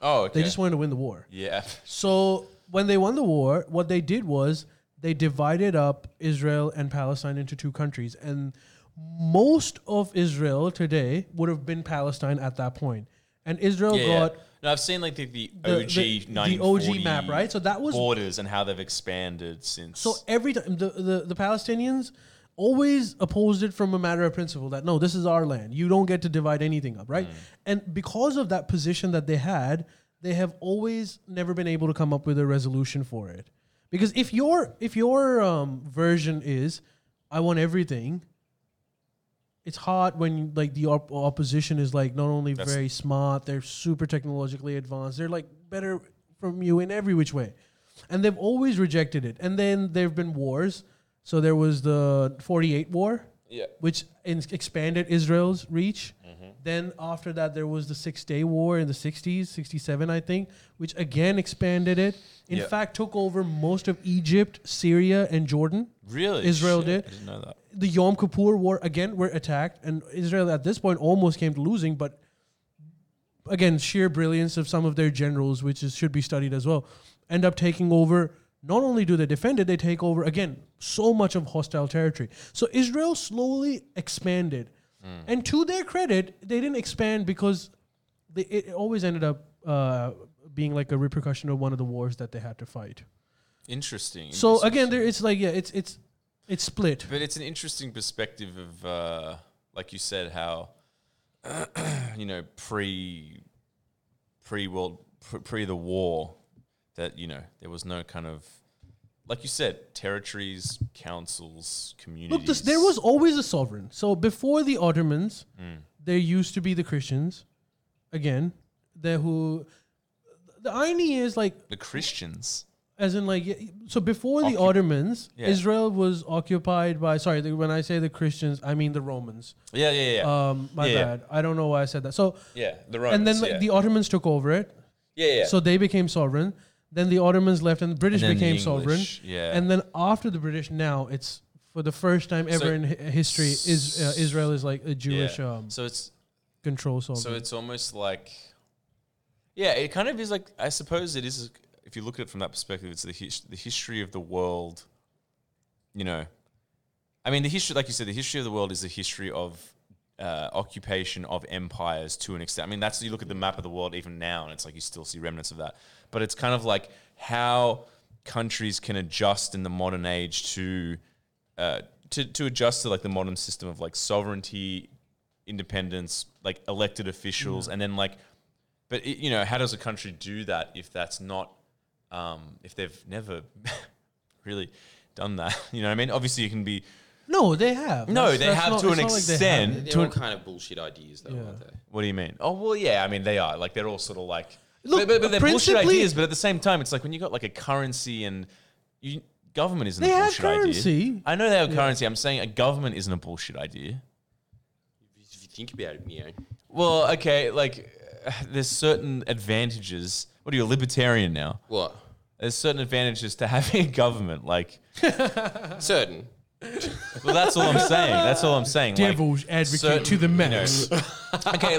[SPEAKER 3] oh, okay.
[SPEAKER 1] They just wanted to win the war.
[SPEAKER 3] yeah.
[SPEAKER 1] So when they won the war, what they did was they divided up Israel and Palestine into two countries, and most of Israel today would have been Palestine at that point. And Israel
[SPEAKER 3] Yeah, yeah.
[SPEAKER 1] got
[SPEAKER 3] Oh, No, I've seen like the, the
[SPEAKER 1] The-
[SPEAKER 3] OG
[SPEAKER 1] the- the
[SPEAKER 3] 1940
[SPEAKER 1] OG map, right? So that was-
[SPEAKER 3] borders and how they've expanded since.
[SPEAKER 1] so every time the, the the Palestinians always opposed it from a matter of principle that no, this is our land. You don't get to divide anything up, right? And because of that position that they had, they have always never been able to come up with a resolution for it. Because if your if your um, version is, I want everything. It's hard when like the op- opposition is like not only very smart, they're super technologically advanced. They're like better from you in every which way, and they've always rejected it. And then there have been wars. So there was the '48 war,
[SPEAKER 8] Yeah.
[SPEAKER 1] which in- expanded Israel's reach. Then after that, there was the Six Day War in the '60s, '67, I think, which again expanded it. In fact, took over most of Egypt, Syria, and Jordan.
[SPEAKER 3] really,
[SPEAKER 1] Israel did.
[SPEAKER 3] Shit, I didn't know that.
[SPEAKER 1] The Yom Kippur War again were attacked, and Israel at this point almost came to losing, but again, sheer brilliance of some of their generals, which is, should be studied as well, end up taking over. Not only do they defend it, they take over again so much of hostile territory. So Israel slowly expanded, and to their credit, they didn't expand because they, it always ended up uh, being like a repercussion of one of the wars that they had to fight.
[SPEAKER 3] Interesting.
[SPEAKER 1] So
[SPEAKER 3] interesting.
[SPEAKER 1] again, there it's like yeah, it's it's it's split.
[SPEAKER 3] But it's an interesting perspective of, uh, like you said, how you know pre pre world pre the war that you know there was no kind of like you said territories, councils, communities.
[SPEAKER 1] Look, this, there was always a sovereign. So before the Ottomans,
[SPEAKER 3] Mm.
[SPEAKER 1] there used to be the Christians. Again, there who the irony is like
[SPEAKER 3] the Christians.
[SPEAKER 1] as in like y- so before the Ottomans,
[SPEAKER 3] Yeah.
[SPEAKER 1] Israel was occupied by sorry the, when I say the Christians, I mean the Romans.
[SPEAKER 3] Yeah, yeah, yeah.
[SPEAKER 1] Um, my
[SPEAKER 3] Yeah.
[SPEAKER 1] bad. I don't know why I said that. So
[SPEAKER 3] yeah, the
[SPEAKER 1] and
[SPEAKER 3] Romans.
[SPEAKER 1] then like,
[SPEAKER 3] yeah.
[SPEAKER 1] the Ottomans took over it.
[SPEAKER 9] Yeah, yeah.
[SPEAKER 1] So they became sovereign. Then the Ottomans left, and the British
[SPEAKER 3] then the
[SPEAKER 1] became
[SPEAKER 3] English,
[SPEAKER 1] sovereign.
[SPEAKER 3] yeah.
[SPEAKER 1] And then after the British, now it's for the first time ever in hi- history, is uh, Israel is like a Jewish um,
[SPEAKER 3] so it's
[SPEAKER 1] control sovereign.
[SPEAKER 3] So it's almost like, yeah, it kind of is like. I suppose it is. If you look at it from that perspective, it's the his, the history of the world. You know, I mean, the history, like you said, the history of the world is the history of uh, occupation of empires to an extent. I mean, that's you look at the map of the world even now, and it's like you still see remnants of that. But it's kind of like how countries can adjust in the modern age to. Uh, to, to adjust to like the modern system of like sovereignty independence, like elected officials, and then like, but it, you know, how does a country do that if that's not, um, if they've never really done that? You know what I mean? Obviously, you can be.
[SPEAKER 1] no, they have.
[SPEAKER 3] No, they have to
[SPEAKER 1] it's like
[SPEAKER 3] an
[SPEAKER 1] they
[SPEAKER 3] extent.
[SPEAKER 1] haven't.
[SPEAKER 9] They're all kind of bullshit ideas, though, aren't they?
[SPEAKER 3] What do you mean? Oh well, yeah. I mean, they are like they're all sort of like.
[SPEAKER 1] Look,
[SPEAKER 3] but, but, but they're bullshit
[SPEAKER 1] principally-
[SPEAKER 3] ideas. But at the same time, it's like when you got like a currency and you government isn't
[SPEAKER 1] They
[SPEAKER 3] a
[SPEAKER 1] have
[SPEAKER 3] bullshit
[SPEAKER 1] currency.
[SPEAKER 3] idea. I know they have currency. I'm saying a government isn't a bullshit idea.
[SPEAKER 9] If you think about it, you know.
[SPEAKER 3] Well, okay, like uh, there's certain advantages. What are you, a libertarian now?
[SPEAKER 2] What?
[SPEAKER 3] There's certain advantages to having a government. Like,
[SPEAKER 2] Certain.
[SPEAKER 3] well, that's all I'm saying. That's all I'm saying. Like,
[SPEAKER 1] Devil's advocate
[SPEAKER 3] certain-
[SPEAKER 1] to the max.
[SPEAKER 3] okay,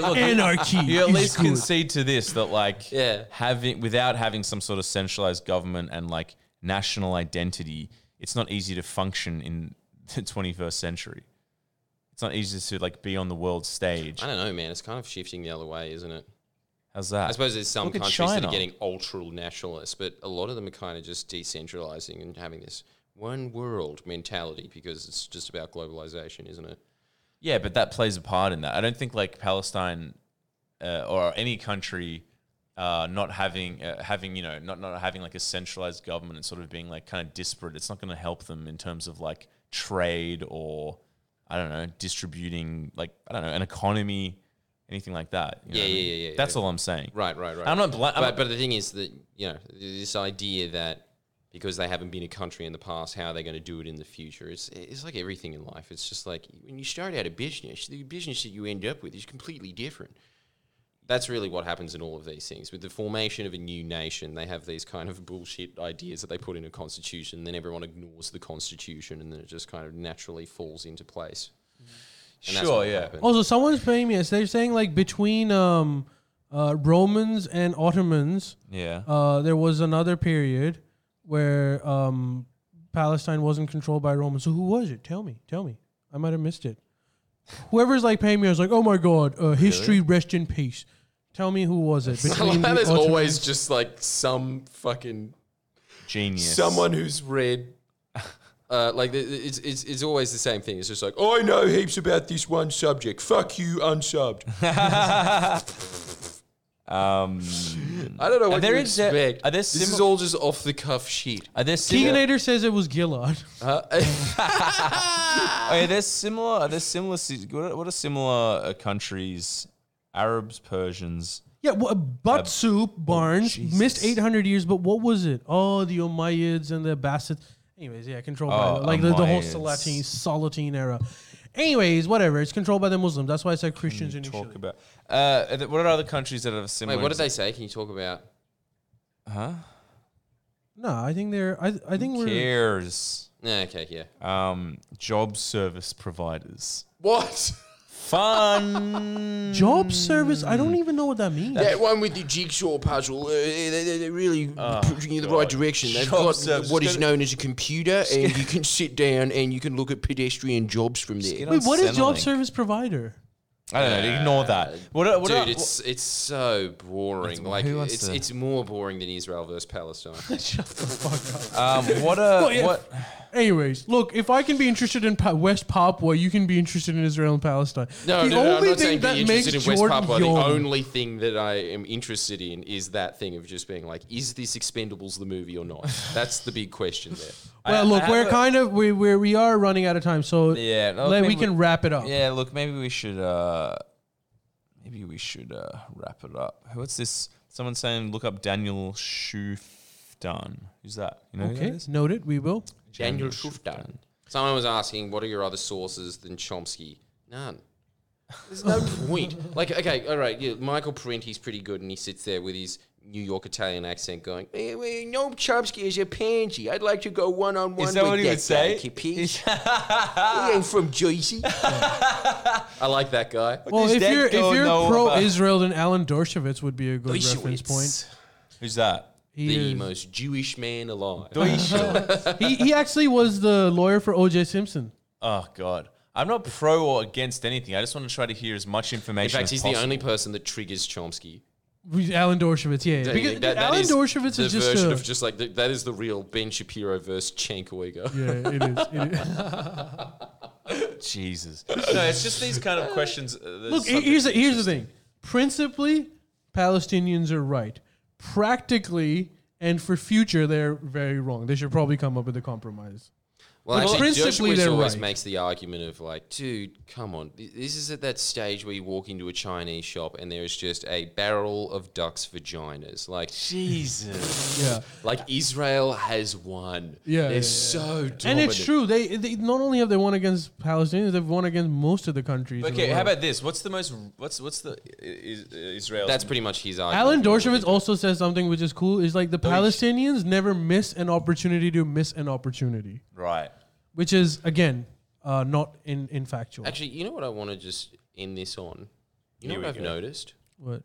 [SPEAKER 3] look,
[SPEAKER 1] Anarchy.
[SPEAKER 3] you at
[SPEAKER 1] is
[SPEAKER 3] least
[SPEAKER 1] good.
[SPEAKER 3] concede to this that, like,
[SPEAKER 2] Yeah.
[SPEAKER 3] having without having some sort of centralized government and like national identity, it's not easy to function in the 21st century. It's not easy to like be on the world stage.
[SPEAKER 2] I don't know, man. It's kind of shifting the other way, isn't it?
[SPEAKER 3] How's that?
[SPEAKER 2] I suppose there's some
[SPEAKER 3] Look at
[SPEAKER 2] countries that
[SPEAKER 3] China.
[SPEAKER 2] are getting ultra nationalist, but a lot of them are kind of just decentralizing and having this one world mentality because it's just about globalization, isn't it?
[SPEAKER 3] Yeah, but that plays a part in that. I don't think like Palestine uh, or any country uh, not having uh, having you know not not having like a centralized government and sort of being like kind of disparate. It's not going to help them in terms of like trade or I don't know distributing like I don't know an economy, anything like that. you know
[SPEAKER 2] Yeah,
[SPEAKER 3] what I
[SPEAKER 2] yeah,
[SPEAKER 3] mean?
[SPEAKER 2] yeah, yeah,
[SPEAKER 3] That's all I'm saying.
[SPEAKER 2] Right, right, right.
[SPEAKER 3] I'm not. Bl- I'm
[SPEAKER 2] but,
[SPEAKER 3] not
[SPEAKER 2] but the thing is that you know this idea that because they haven't been a country in the past, how they're going to do it in the future? It's it's like everything in life. It's just like when you start out a business, the business that you end up with is completely different. That's really what happens in all of these things. With the formation of a new nation, they have these kind of bullshit ideas that they put in a constitution. Then everyone ignores the constitution, and then it just kind of naturally falls into place. And that's
[SPEAKER 3] Sure,
[SPEAKER 2] what
[SPEAKER 3] yeah.
[SPEAKER 2] happened.
[SPEAKER 1] Also, someone's paying me. They're saying like between um, uh, Romans and Ottomans,
[SPEAKER 3] yeah.
[SPEAKER 1] uh, there was another period where um, Palestine wasn't controlled by Romans. So who was it? Tell me. Tell me. I might have missed it. Whoever's like paying me, I was like, oh my god, uh, history rest in peace. Tell me who was it? Between
[SPEAKER 9] That
[SPEAKER 1] the
[SPEAKER 9] is
[SPEAKER 1] Ottomans-
[SPEAKER 9] always just like some fucking
[SPEAKER 3] Genius.
[SPEAKER 9] someone who's read.
[SPEAKER 2] Uh, like the- the- it's, it's it's always the same thing. It's just like I know heaps about this one subject. Fuck you, unsubbed.
[SPEAKER 3] Um,
[SPEAKER 2] I don't know what
[SPEAKER 3] there
[SPEAKER 2] you
[SPEAKER 3] exa-
[SPEAKER 2] expect.
[SPEAKER 3] are there
[SPEAKER 2] this is
[SPEAKER 3] simil-
[SPEAKER 2] all just off the cuff shit.
[SPEAKER 3] are there sim-
[SPEAKER 1] Keeganator says it was Gillard.
[SPEAKER 3] Oh, yeah, there's similar. Are there similar? si- What are, what are similar uh, countries? Arabs, Persians.
[SPEAKER 1] Yeah, well, butt soup Barnes missed
[SPEAKER 3] oh, Jesus.
[SPEAKER 1] 800 years, but what was it? Oh, the Umayyads and the Abbasids. Anyways, yeah, controlled by
[SPEAKER 3] Oh,
[SPEAKER 1] the- like the, the whole Salatine
[SPEAKER 3] Umayyads.
[SPEAKER 1] Salatine era. Anyways, whatever. It's controlled by the Muslims. That's why I said Christians initially.
[SPEAKER 3] Talk about. Uh, are there- what are other countries that have a similar?
[SPEAKER 2] Wait, what did they say? Can you talk about?
[SPEAKER 1] no, I think they're. I, I think we're.
[SPEAKER 3] cares?
[SPEAKER 2] Yeah, okay, yeah.
[SPEAKER 3] Um, job service providers.
[SPEAKER 9] What?
[SPEAKER 3] Fun.
[SPEAKER 1] Job service. I
[SPEAKER 2] Hmm.
[SPEAKER 1] don't even know what that means.
[SPEAKER 9] That one with the jigsaw puzzle. Uh, they, they, they really
[SPEAKER 3] Oh,
[SPEAKER 9] pushing you in the right direction. They've
[SPEAKER 3] Job
[SPEAKER 9] got
[SPEAKER 3] service.
[SPEAKER 9] what
[SPEAKER 3] Just
[SPEAKER 9] is
[SPEAKER 3] go
[SPEAKER 9] known as a computer, and you can sit down and you can look at pedestrian jobs from there.
[SPEAKER 1] Wait, what is job
[SPEAKER 3] Centrelink.
[SPEAKER 1] service provider?
[SPEAKER 3] I don't know. Ignore that. What? Are, what
[SPEAKER 2] Dude,
[SPEAKER 3] are,
[SPEAKER 2] it's it's so boring. like
[SPEAKER 3] who wants
[SPEAKER 2] it's
[SPEAKER 3] to-
[SPEAKER 2] it's more boring than Israel versus Palestine.
[SPEAKER 1] Shut the fuck up.
[SPEAKER 3] um, what are
[SPEAKER 1] yeah.
[SPEAKER 3] what?
[SPEAKER 1] Anyways, look, if I can be interested in pa- West Papua, you can be interested in Israel and Palestine.
[SPEAKER 2] No,
[SPEAKER 1] the
[SPEAKER 2] no, no, I'm
[SPEAKER 1] only
[SPEAKER 2] not
[SPEAKER 1] thing
[SPEAKER 2] saying
[SPEAKER 1] that
[SPEAKER 2] be
[SPEAKER 1] makes
[SPEAKER 2] interested in West
[SPEAKER 1] Jordan
[SPEAKER 2] Papua.
[SPEAKER 1] Young-
[SPEAKER 2] The only thing that I am interested in is that thing of just being like, is this Expendables the movie or not? That's the big question there.
[SPEAKER 1] Well, look,
[SPEAKER 3] I
[SPEAKER 1] we're
[SPEAKER 3] have a-
[SPEAKER 1] kind of we we we are running out of time, so
[SPEAKER 3] Yeah, no,
[SPEAKER 1] let- we
[SPEAKER 3] maybe we-
[SPEAKER 1] can wrap it up.
[SPEAKER 3] Yeah, look, maybe we should uh maybe we should uh wrap it up. What's this? Someone saying look up Daniel Schuftan. Who's that? You know who that
[SPEAKER 1] Okay,
[SPEAKER 3] is?
[SPEAKER 1] noted. We will.
[SPEAKER 2] Daniel Schuftan. Someone was asking, what are your other sources than Chomsky? None. There's no point. Like, okay, all right, yeah, Michael Parenti's pretty good, and he sits there with his New York Italian accent going, "Eh, well, no, Chomsky is a pansy. I'd like to go one on one
[SPEAKER 6] Is
[SPEAKER 2] with
[SPEAKER 6] that what he would
[SPEAKER 2] that guy,
[SPEAKER 6] say?
[SPEAKER 2] capisce? he ain't from Jersey.
[SPEAKER 4] I like that guy.
[SPEAKER 1] Well,
[SPEAKER 6] His
[SPEAKER 1] if
[SPEAKER 6] dad
[SPEAKER 1] you're if
[SPEAKER 6] going
[SPEAKER 1] you're
[SPEAKER 6] no
[SPEAKER 1] pro
[SPEAKER 6] about-
[SPEAKER 1] Israel, then Alan Dershowitz would be a good reference point.
[SPEAKER 6] Who's that?
[SPEAKER 1] He,
[SPEAKER 4] The
[SPEAKER 1] is-
[SPEAKER 4] most Jewish man alive.
[SPEAKER 1] he he actually was the lawyer for O.J. Simpson.
[SPEAKER 6] Oh God, I'm not pro or against anything. I just want to try to hear as much
[SPEAKER 4] In
[SPEAKER 6] information.
[SPEAKER 4] fact,
[SPEAKER 6] as
[SPEAKER 4] he's the
[SPEAKER 6] possible.
[SPEAKER 4] only person that triggers Chomsky.
[SPEAKER 1] We- Alan Dershowitz, yeah, yeah. because
[SPEAKER 4] That- that
[SPEAKER 1] Alan
[SPEAKER 4] is
[SPEAKER 1] Dershowitz
[SPEAKER 4] the
[SPEAKER 1] is just
[SPEAKER 4] version
[SPEAKER 1] a,
[SPEAKER 4] of just like the, that is the real Ben Shapiro versus Chankoiga.
[SPEAKER 1] yeah, it is. It is.
[SPEAKER 6] Jesus. No, it's just these kind of questions. uh, there's
[SPEAKER 1] Look,
[SPEAKER 6] something
[SPEAKER 1] here's the, here's the
[SPEAKER 6] interesting.
[SPEAKER 1] thing. Principally, Palestinians are right. Practically, and for future, they're very wrong. They should probably come up with a compromise.
[SPEAKER 2] Well,
[SPEAKER 1] Well,
[SPEAKER 2] actually,
[SPEAKER 1] principally
[SPEAKER 2] Dershowitz
[SPEAKER 1] they're
[SPEAKER 2] always
[SPEAKER 1] right.
[SPEAKER 2] makes the argument of like, dude, come on. Th- This is at that stage where you walk into a Chinese shop and there is just a barrel of ducks' vaginas. Like,
[SPEAKER 6] Jesus.
[SPEAKER 1] Yeah,
[SPEAKER 4] Like Israel has won.
[SPEAKER 1] Yeah,
[SPEAKER 4] they're
[SPEAKER 1] yeah,
[SPEAKER 4] so dominant.
[SPEAKER 1] and it's true. They, they not only have they won against Palestinians, they've won against most of the countries. in the
[SPEAKER 6] Okay, how
[SPEAKER 1] world.
[SPEAKER 6] about this? What's the most? What's what's the is, Israel?
[SPEAKER 4] That's pretty much his argument.
[SPEAKER 1] Alan Dershowitz also says something which is cool. Is like the Palestinians never miss an opportunity to miss an opportunity,
[SPEAKER 6] right.
[SPEAKER 1] which is again uh, not in in factual.
[SPEAKER 2] actually, you know what I want to just end this on? You know
[SPEAKER 6] Here
[SPEAKER 2] what I've
[SPEAKER 6] we go.
[SPEAKER 2] noticed?
[SPEAKER 1] What?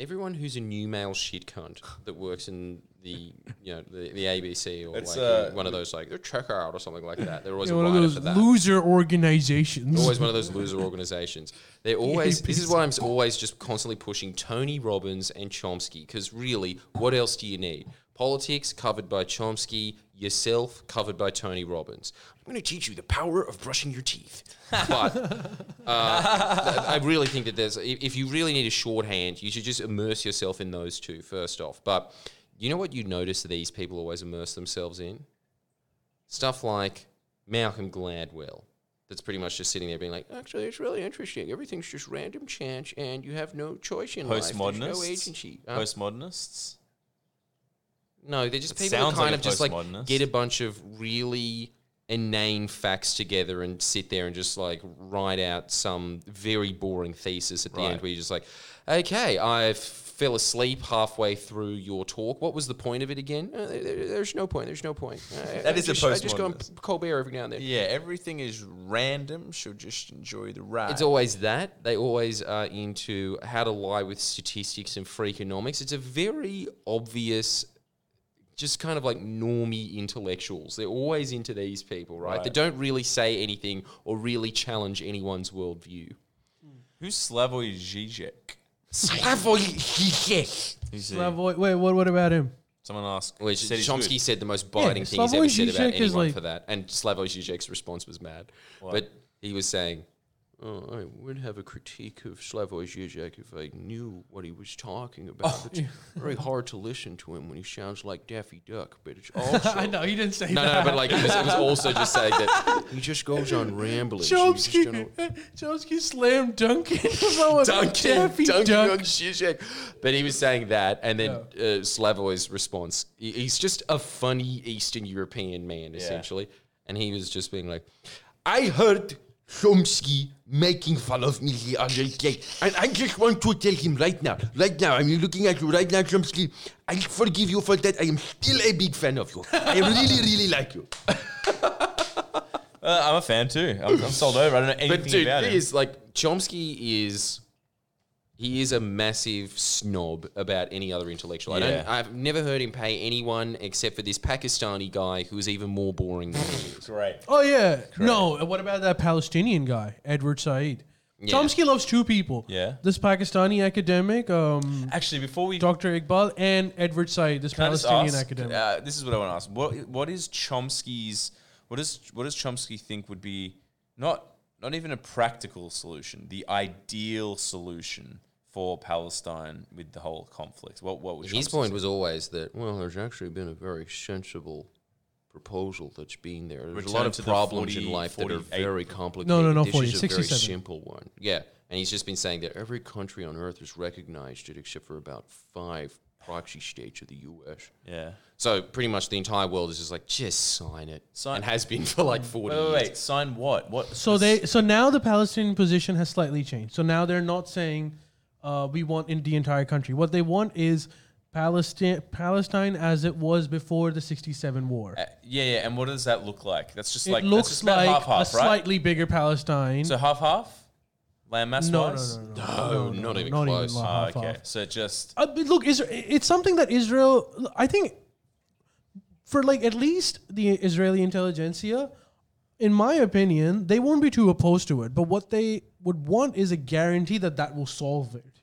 [SPEAKER 2] Everyone who's a new male shit cunt that works in the you know the, the ABC or
[SPEAKER 6] It's,
[SPEAKER 2] like
[SPEAKER 6] uh,
[SPEAKER 2] one of those like the checker out or something like that. They're always
[SPEAKER 1] Yeah,
[SPEAKER 2] a
[SPEAKER 1] one of
[SPEAKER 2] writer
[SPEAKER 1] those
[SPEAKER 2] for that.
[SPEAKER 1] loser organizations.
[SPEAKER 2] always one of those loser organizations. They're always. this is why I'm s- always just constantly pushing Tony Robbins and Chomsky because really, what else do you need? Politics covered by Chomsky, yourself covered by Tony Robbins. I'm going to teach you the power of brushing your teeth. But uh, I really think that there's. i- If you really need a shorthand, you should just immerse yourself in those two first off. But you know what you notice these people always immerse themselves in? stuff like Malcolm Gladwell. That's pretty much just sitting there being like, actually, it's really interesting. Everything's just random chance, and you have no choice in life. There's no
[SPEAKER 6] Postmodernists.
[SPEAKER 2] agency. Huh?
[SPEAKER 6] Postmodernists.
[SPEAKER 2] no, they're just
[SPEAKER 6] That
[SPEAKER 2] people who
[SPEAKER 6] sounds
[SPEAKER 2] kind
[SPEAKER 6] like a
[SPEAKER 2] of just like
[SPEAKER 6] postmodernist.
[SPEAKER 2] get a bunch of really inane facts together and sit there and just like write out some very boring thesis at the end where you're just like, okay, I fell asleep halfway through your talk. What was the point of it again? Uh, there- there- there's no point. There's no point. Uh,
[SPEAKER 6] That
[SPEAKER 2] I
[SPEAKER 6] is a
[SPEAKER 2] just- I just go on
[SPEAKER 6] postmodernist.
[SPEAKER 2] Colbert every now and then.
[SPEAKER 6] Yeah, everything is random. So just enjoy the ride.
[SPEAKER 2] It's always that. They always are into how to lie with statistics and freakonomics. It's a very obvious, just kind of like normie intellectuals. They're always into these people, right? They don't really say anything or really challenge anyone's worldview.
[SPEAKER 6] Who's Slavoj Žižek?
[SPEAKER 2] Slavoj Žižek.
[SPEAKER 6] Who's he?
[SPEAKER 1] Slavoj, wait, what? What about him?
[SPEAKER 6] Someone asked.
[SPEAKER 2] Which
[SPEAKER 6] said he's
[SPEAKER 2] Chomsky
[SPEAKER 6] good.
[SPEAKER 2] said the most biting thing
[SPEAKER 1] Slavoj
[SPEAKER 2] he's ever said about
[SPEAKER 1] Žižek is
[SPEAKER 2] anyone
[SPEAKER 1] like-
[SPEAKER 2] for that. And Slavoj Žižek's response was mad. But he was saying, oh, I would have a critique of Slavoj Žižek if I knew what he was talking about.
[SPEAKER 1] Oh,
[SPEAKER 2] it's very hard to listen to him when he sounds like Daffy Duck, but it's also...
[SPEAKER 1] I know he didn't say
[SPEAKER 2] No,
[SPEAKER 1] that.
[SPEAKER 2] no, no, but like it was, it was also just saying that he just goes on rambling. so you just don't know-
[SPEAKER 1] Chomsky, Chomsky slammed Duncan. Duncan, Daffy
[SPEAKER 2] Duncan
[SPEAKER 1] Duck.
[SPEAKER 2] on Zizek. But he was saying that, and then uh, Slavoj's response. he- He's just a funny Eastern European man, essentially. And he was just being like, I heard Chomsky making fun of me the other day. And I just want to tell him right now, right now, I'm looking at you right now, Chomsky. I forgive you for that. I am still a big fan of you. I really, really like you.
[SPEAKER 6] Uh, I'm a fan too. I'm, I'm sold over. I don't know anything
[SPEAKER 2] But dude,
[SPEAKER 6] about
[SPEAKER 2] the
[SPEAKER 6] him.
[SPEAKER 2] thing is like Chomsky is he is a massive snob about any other intellectual. I don't,
[SPEAKER 6] Yeah.
[SPEAKER 2] I've never heard him pay anyone except for this Pakistani guy who is even more boring than he is.
[SPEAKER 6] Great.
[SPEAKER 1] Oh yeah. No. and What about that Palestinian guy, Edward Said? Chomsky loves two people.
[SPEAKER 6] Yeah.
[SPEAKER 1] This Pakistani academic, um,
[SPEAKER 6] Actually, before we
[SPEAKER 1] Dr. Iqbal, and Edward Said, this
[SPEAKER 6] Can I just
[SPEAKER 1] Palestinian
[SPEAKER 6] ask,
[SPEAKER 1] academic.
[SPEAKER 6] Uh, this is what I want to ask. What what is Chomsky's what is what does Chomsky think would be not not even a practical solution, the ideal solution for Palestine with the whole conflict? What what was
[SPEAKER 2] His
[SPEAKER 6] Chomsky's-
[SPEAKER 2] point was always that well, there's actually been a very sensible proposal that's been there. There's a
[SPEAKER 6] Return
[SPEAKER 2] lot of
[SPEAKER 6] to the
[SPEAKER 2] problems
[SPEAKER 6] 40,
[SPEAKER 2] in life that are
[SPEAKER 6] 48.
[SPEAKER 2] very complicated.
[SPEAKER 1] no,
[SPEAKER 2] this
[SPEAKER 1] 40,
[SPEAKER 2] is a very
[SPEAKER 1] 67.
[SPEAKER 2] simple one. Yeah, and he's just been saying that every country on earth has recognized it except for about five proxy states of the U.S.
[SPEAKER 6] Yeah.
[SPEAKER 2] So pretty much the entire world is just like, just sign it,
[SPEAKER 6] Sign-
[SPEAKER 2] and has been for like forty
[SPEAKER 6] Wait, wait,
[SPEAKER 2] years.
[SPEAKER 6] wait. Sign what? What?
[SPEAKER 1] so they. So now the Palestinian position has slightly changed. So now they're not saying uh, we want in the entire country. What they want is Palestine, Palestine as it was before the 67 war.
[SPEAKER 3] Uh, yeah, yeah. And what does that look like? That's just
[SPEAKER 1] it
[SPEAKER 3] like that's
[SPEAKER 1] looks
[SPEAKER 3] just about
[SPEAKER 1] like
[SPEAKER 3] half half,
[SPEAKER 1] a
[SPEAKER 3] right?
[SPEAKER 1] slightly bigger Palestine.
[SPEAKER 3] so half half, landmass
[SPEAKER 1] no, no,
[SPEAKER 3] wise.
[SPEAKER 1] no, no, no, no,
[SPEAKER 2] not even
[SPEAKER 1] not
[SPEAKER 2] close.
[SPEAKER 1] Even
[SPEAKER 3] Ah,
[SPEAKER 1] half,
[SPEAKER 3] okay,
[SPEAKER 1] half.
[SPEAKER 3] so just
[SPEAKER 1] Uh, but look, Isra it's something that Israel, I think, for like at least the Israeli intelligentsia, in my opinion, they won't be too opposed to it. But what they would want is a guarantee that that will solve it.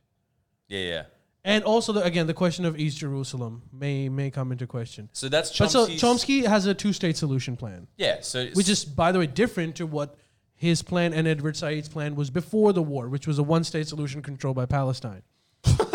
[SPEAKER 3] yeah, yeah.
[SPEAKER 1] And also, the, again, the question of East Jerusalem may may come into question.
[SPEAKER 3] So that's
[SPEAKER 1] But so
[SPEAKER 3] Chomsky's.
[SPEAKER 1] Chomsky has a two-state solution plan,
[SPEAKER 3] yeah, so
[SPEAKER 1] which is, by the way, different to what his plan and Edward Said's plan was before the war, which was a one-state solution controlled by Palestine.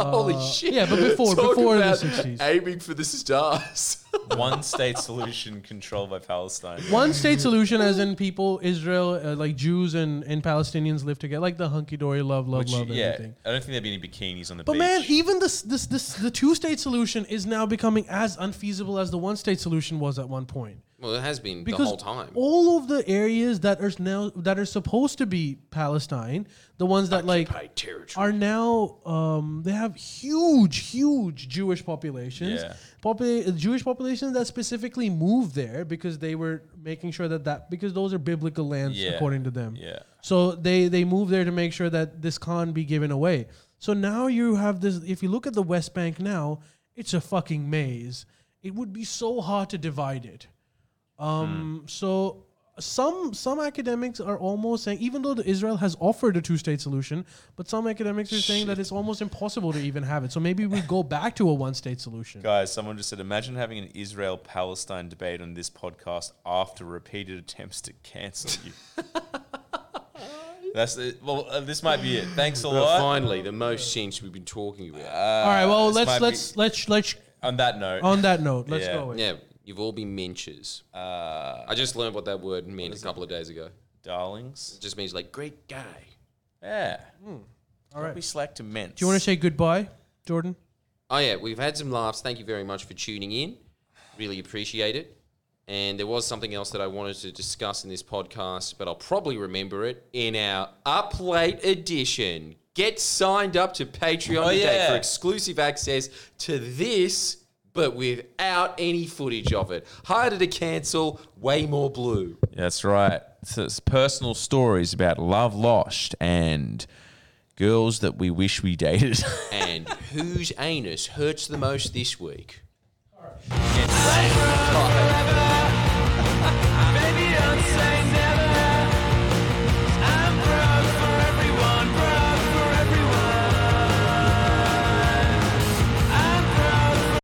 [SPEAKER 10] Holy shit.
[SPEAKER 1] Uh, yeah, but before-
[SPEAKER 10] Talk
[SPEAKER 1] before the
[SPEAKER 10] about
[SPEAKER 1] 60s.
[SPEAKER 10] Aiming for the stars.
[SPEAKER 3] one state solution controlled by Palestine.
[SPEAKER 1] One state solution, as in people, Israel, uh, like Jews and, and Palestinians live together, like the hunky dory love, love,
[SPEAKER 3] Which,
[SPEAKER 1] love,
[SPEAKER 3] yeah,
[SPEAKER 1] everything.
[SPEAKER 3] I don't think there'd be any bikinis on the
[SPEAKER 1] But
[SPEAKER 3] beach.
[SPEAKER 1] man, even this, this, this, the two state solution is now becoming as unfeasible as the one state solution was at one point.
[SPEAKER 2] Well, it has been
[SPEAKER 1] Because
[SPEAKER 2] the whole time.
[SPEAKER 1] all of the areas that are now that are supposed to be Palestine, the ones that like
[SPEAKER 2] Occupied territory.
[SPEAKER 1] are now um, they have huge, huge Jewish populations.
[SPEAKER 3] Yeah.
[SPEAKER 1] Popula- Jewish populations that specifically moved there because they were making sure that that because those are biblical lands
[SPEAKER 3] Yeah.
[SPEAKER 1] according to them.
[SPEAKER 3] Yeah.
[SPEAKER 1] So they they moved there to make sure that this Khan be given away. So now you have this. If you look at the West Bank now, it's a fucking maze. It would be so hard to divide it. Um, So some some academics are almost saying, even though the Israel has offered a two-state solution, but some academics are saying that it's almost impossible to even have it. So maybe we go back to a one-state solution.
[SPEAKER 3] Guys, someone just said, imagine having an Israel Palestine debate on this podcast after repeated attempts to cancel you. That's it. Well, uh, this might be it. Thanks a
[SPEAKER 2] But
[SPEAKER 3] lot.
[SPEAKER 2] finally, the most sense we've been talking about.
[SPEAKER 1] All right. Well,
[SPEAKER 3] this might
[SPEAKER 1] let's
[SPEAKER 3] be-
[SPEAKER 1] let's, let's let's
[SPEAKER 3] On that note,
[SPEAKER 1] on that note, let's
[SPEAKER 3] Yeah.
[SPEAKER 1] go. with it.
[SPEAKER 2] yeah, you've all been menches.
[SPEAKER 6] Uh.
[SPEAKER 3] uh,
[SPEAKER 2] I just learned what that word meant a couple of days ago.
[SPEAKER 3] darlings.
[SPEAKER 2] It just means like great guy.
[SPEAKER 3] Yeah.
[SPEAKER 1] All right.
[SPEAKER 3] We slack to men.
[SPEAKER 1] Hmm. Do you want to say goodbye, Jordan?
[SPEAKER 2] Oh yeah, we've had some laughs. Thank you very much for tuning in. Really appreciate it. And there was something else that I wanted to discuss in this podcast, but I'll probably remember it in our up late edition. Get signed up to Patreon
[SPEAKER 3] Oh,
[SPEAKER 2] today
[SPEAKER 3] yeah.
[SPEAKER 2] for exclusive access to this, but without any footage of it. Harder to cancel, way more blue.
[SPEAKER 3] That's right. So it's personal stories about love lost and girls that we wish we dated.
[SPEAKER 2] And whose anus hurts the most this week?
[SPEAKER 11] Let's rock!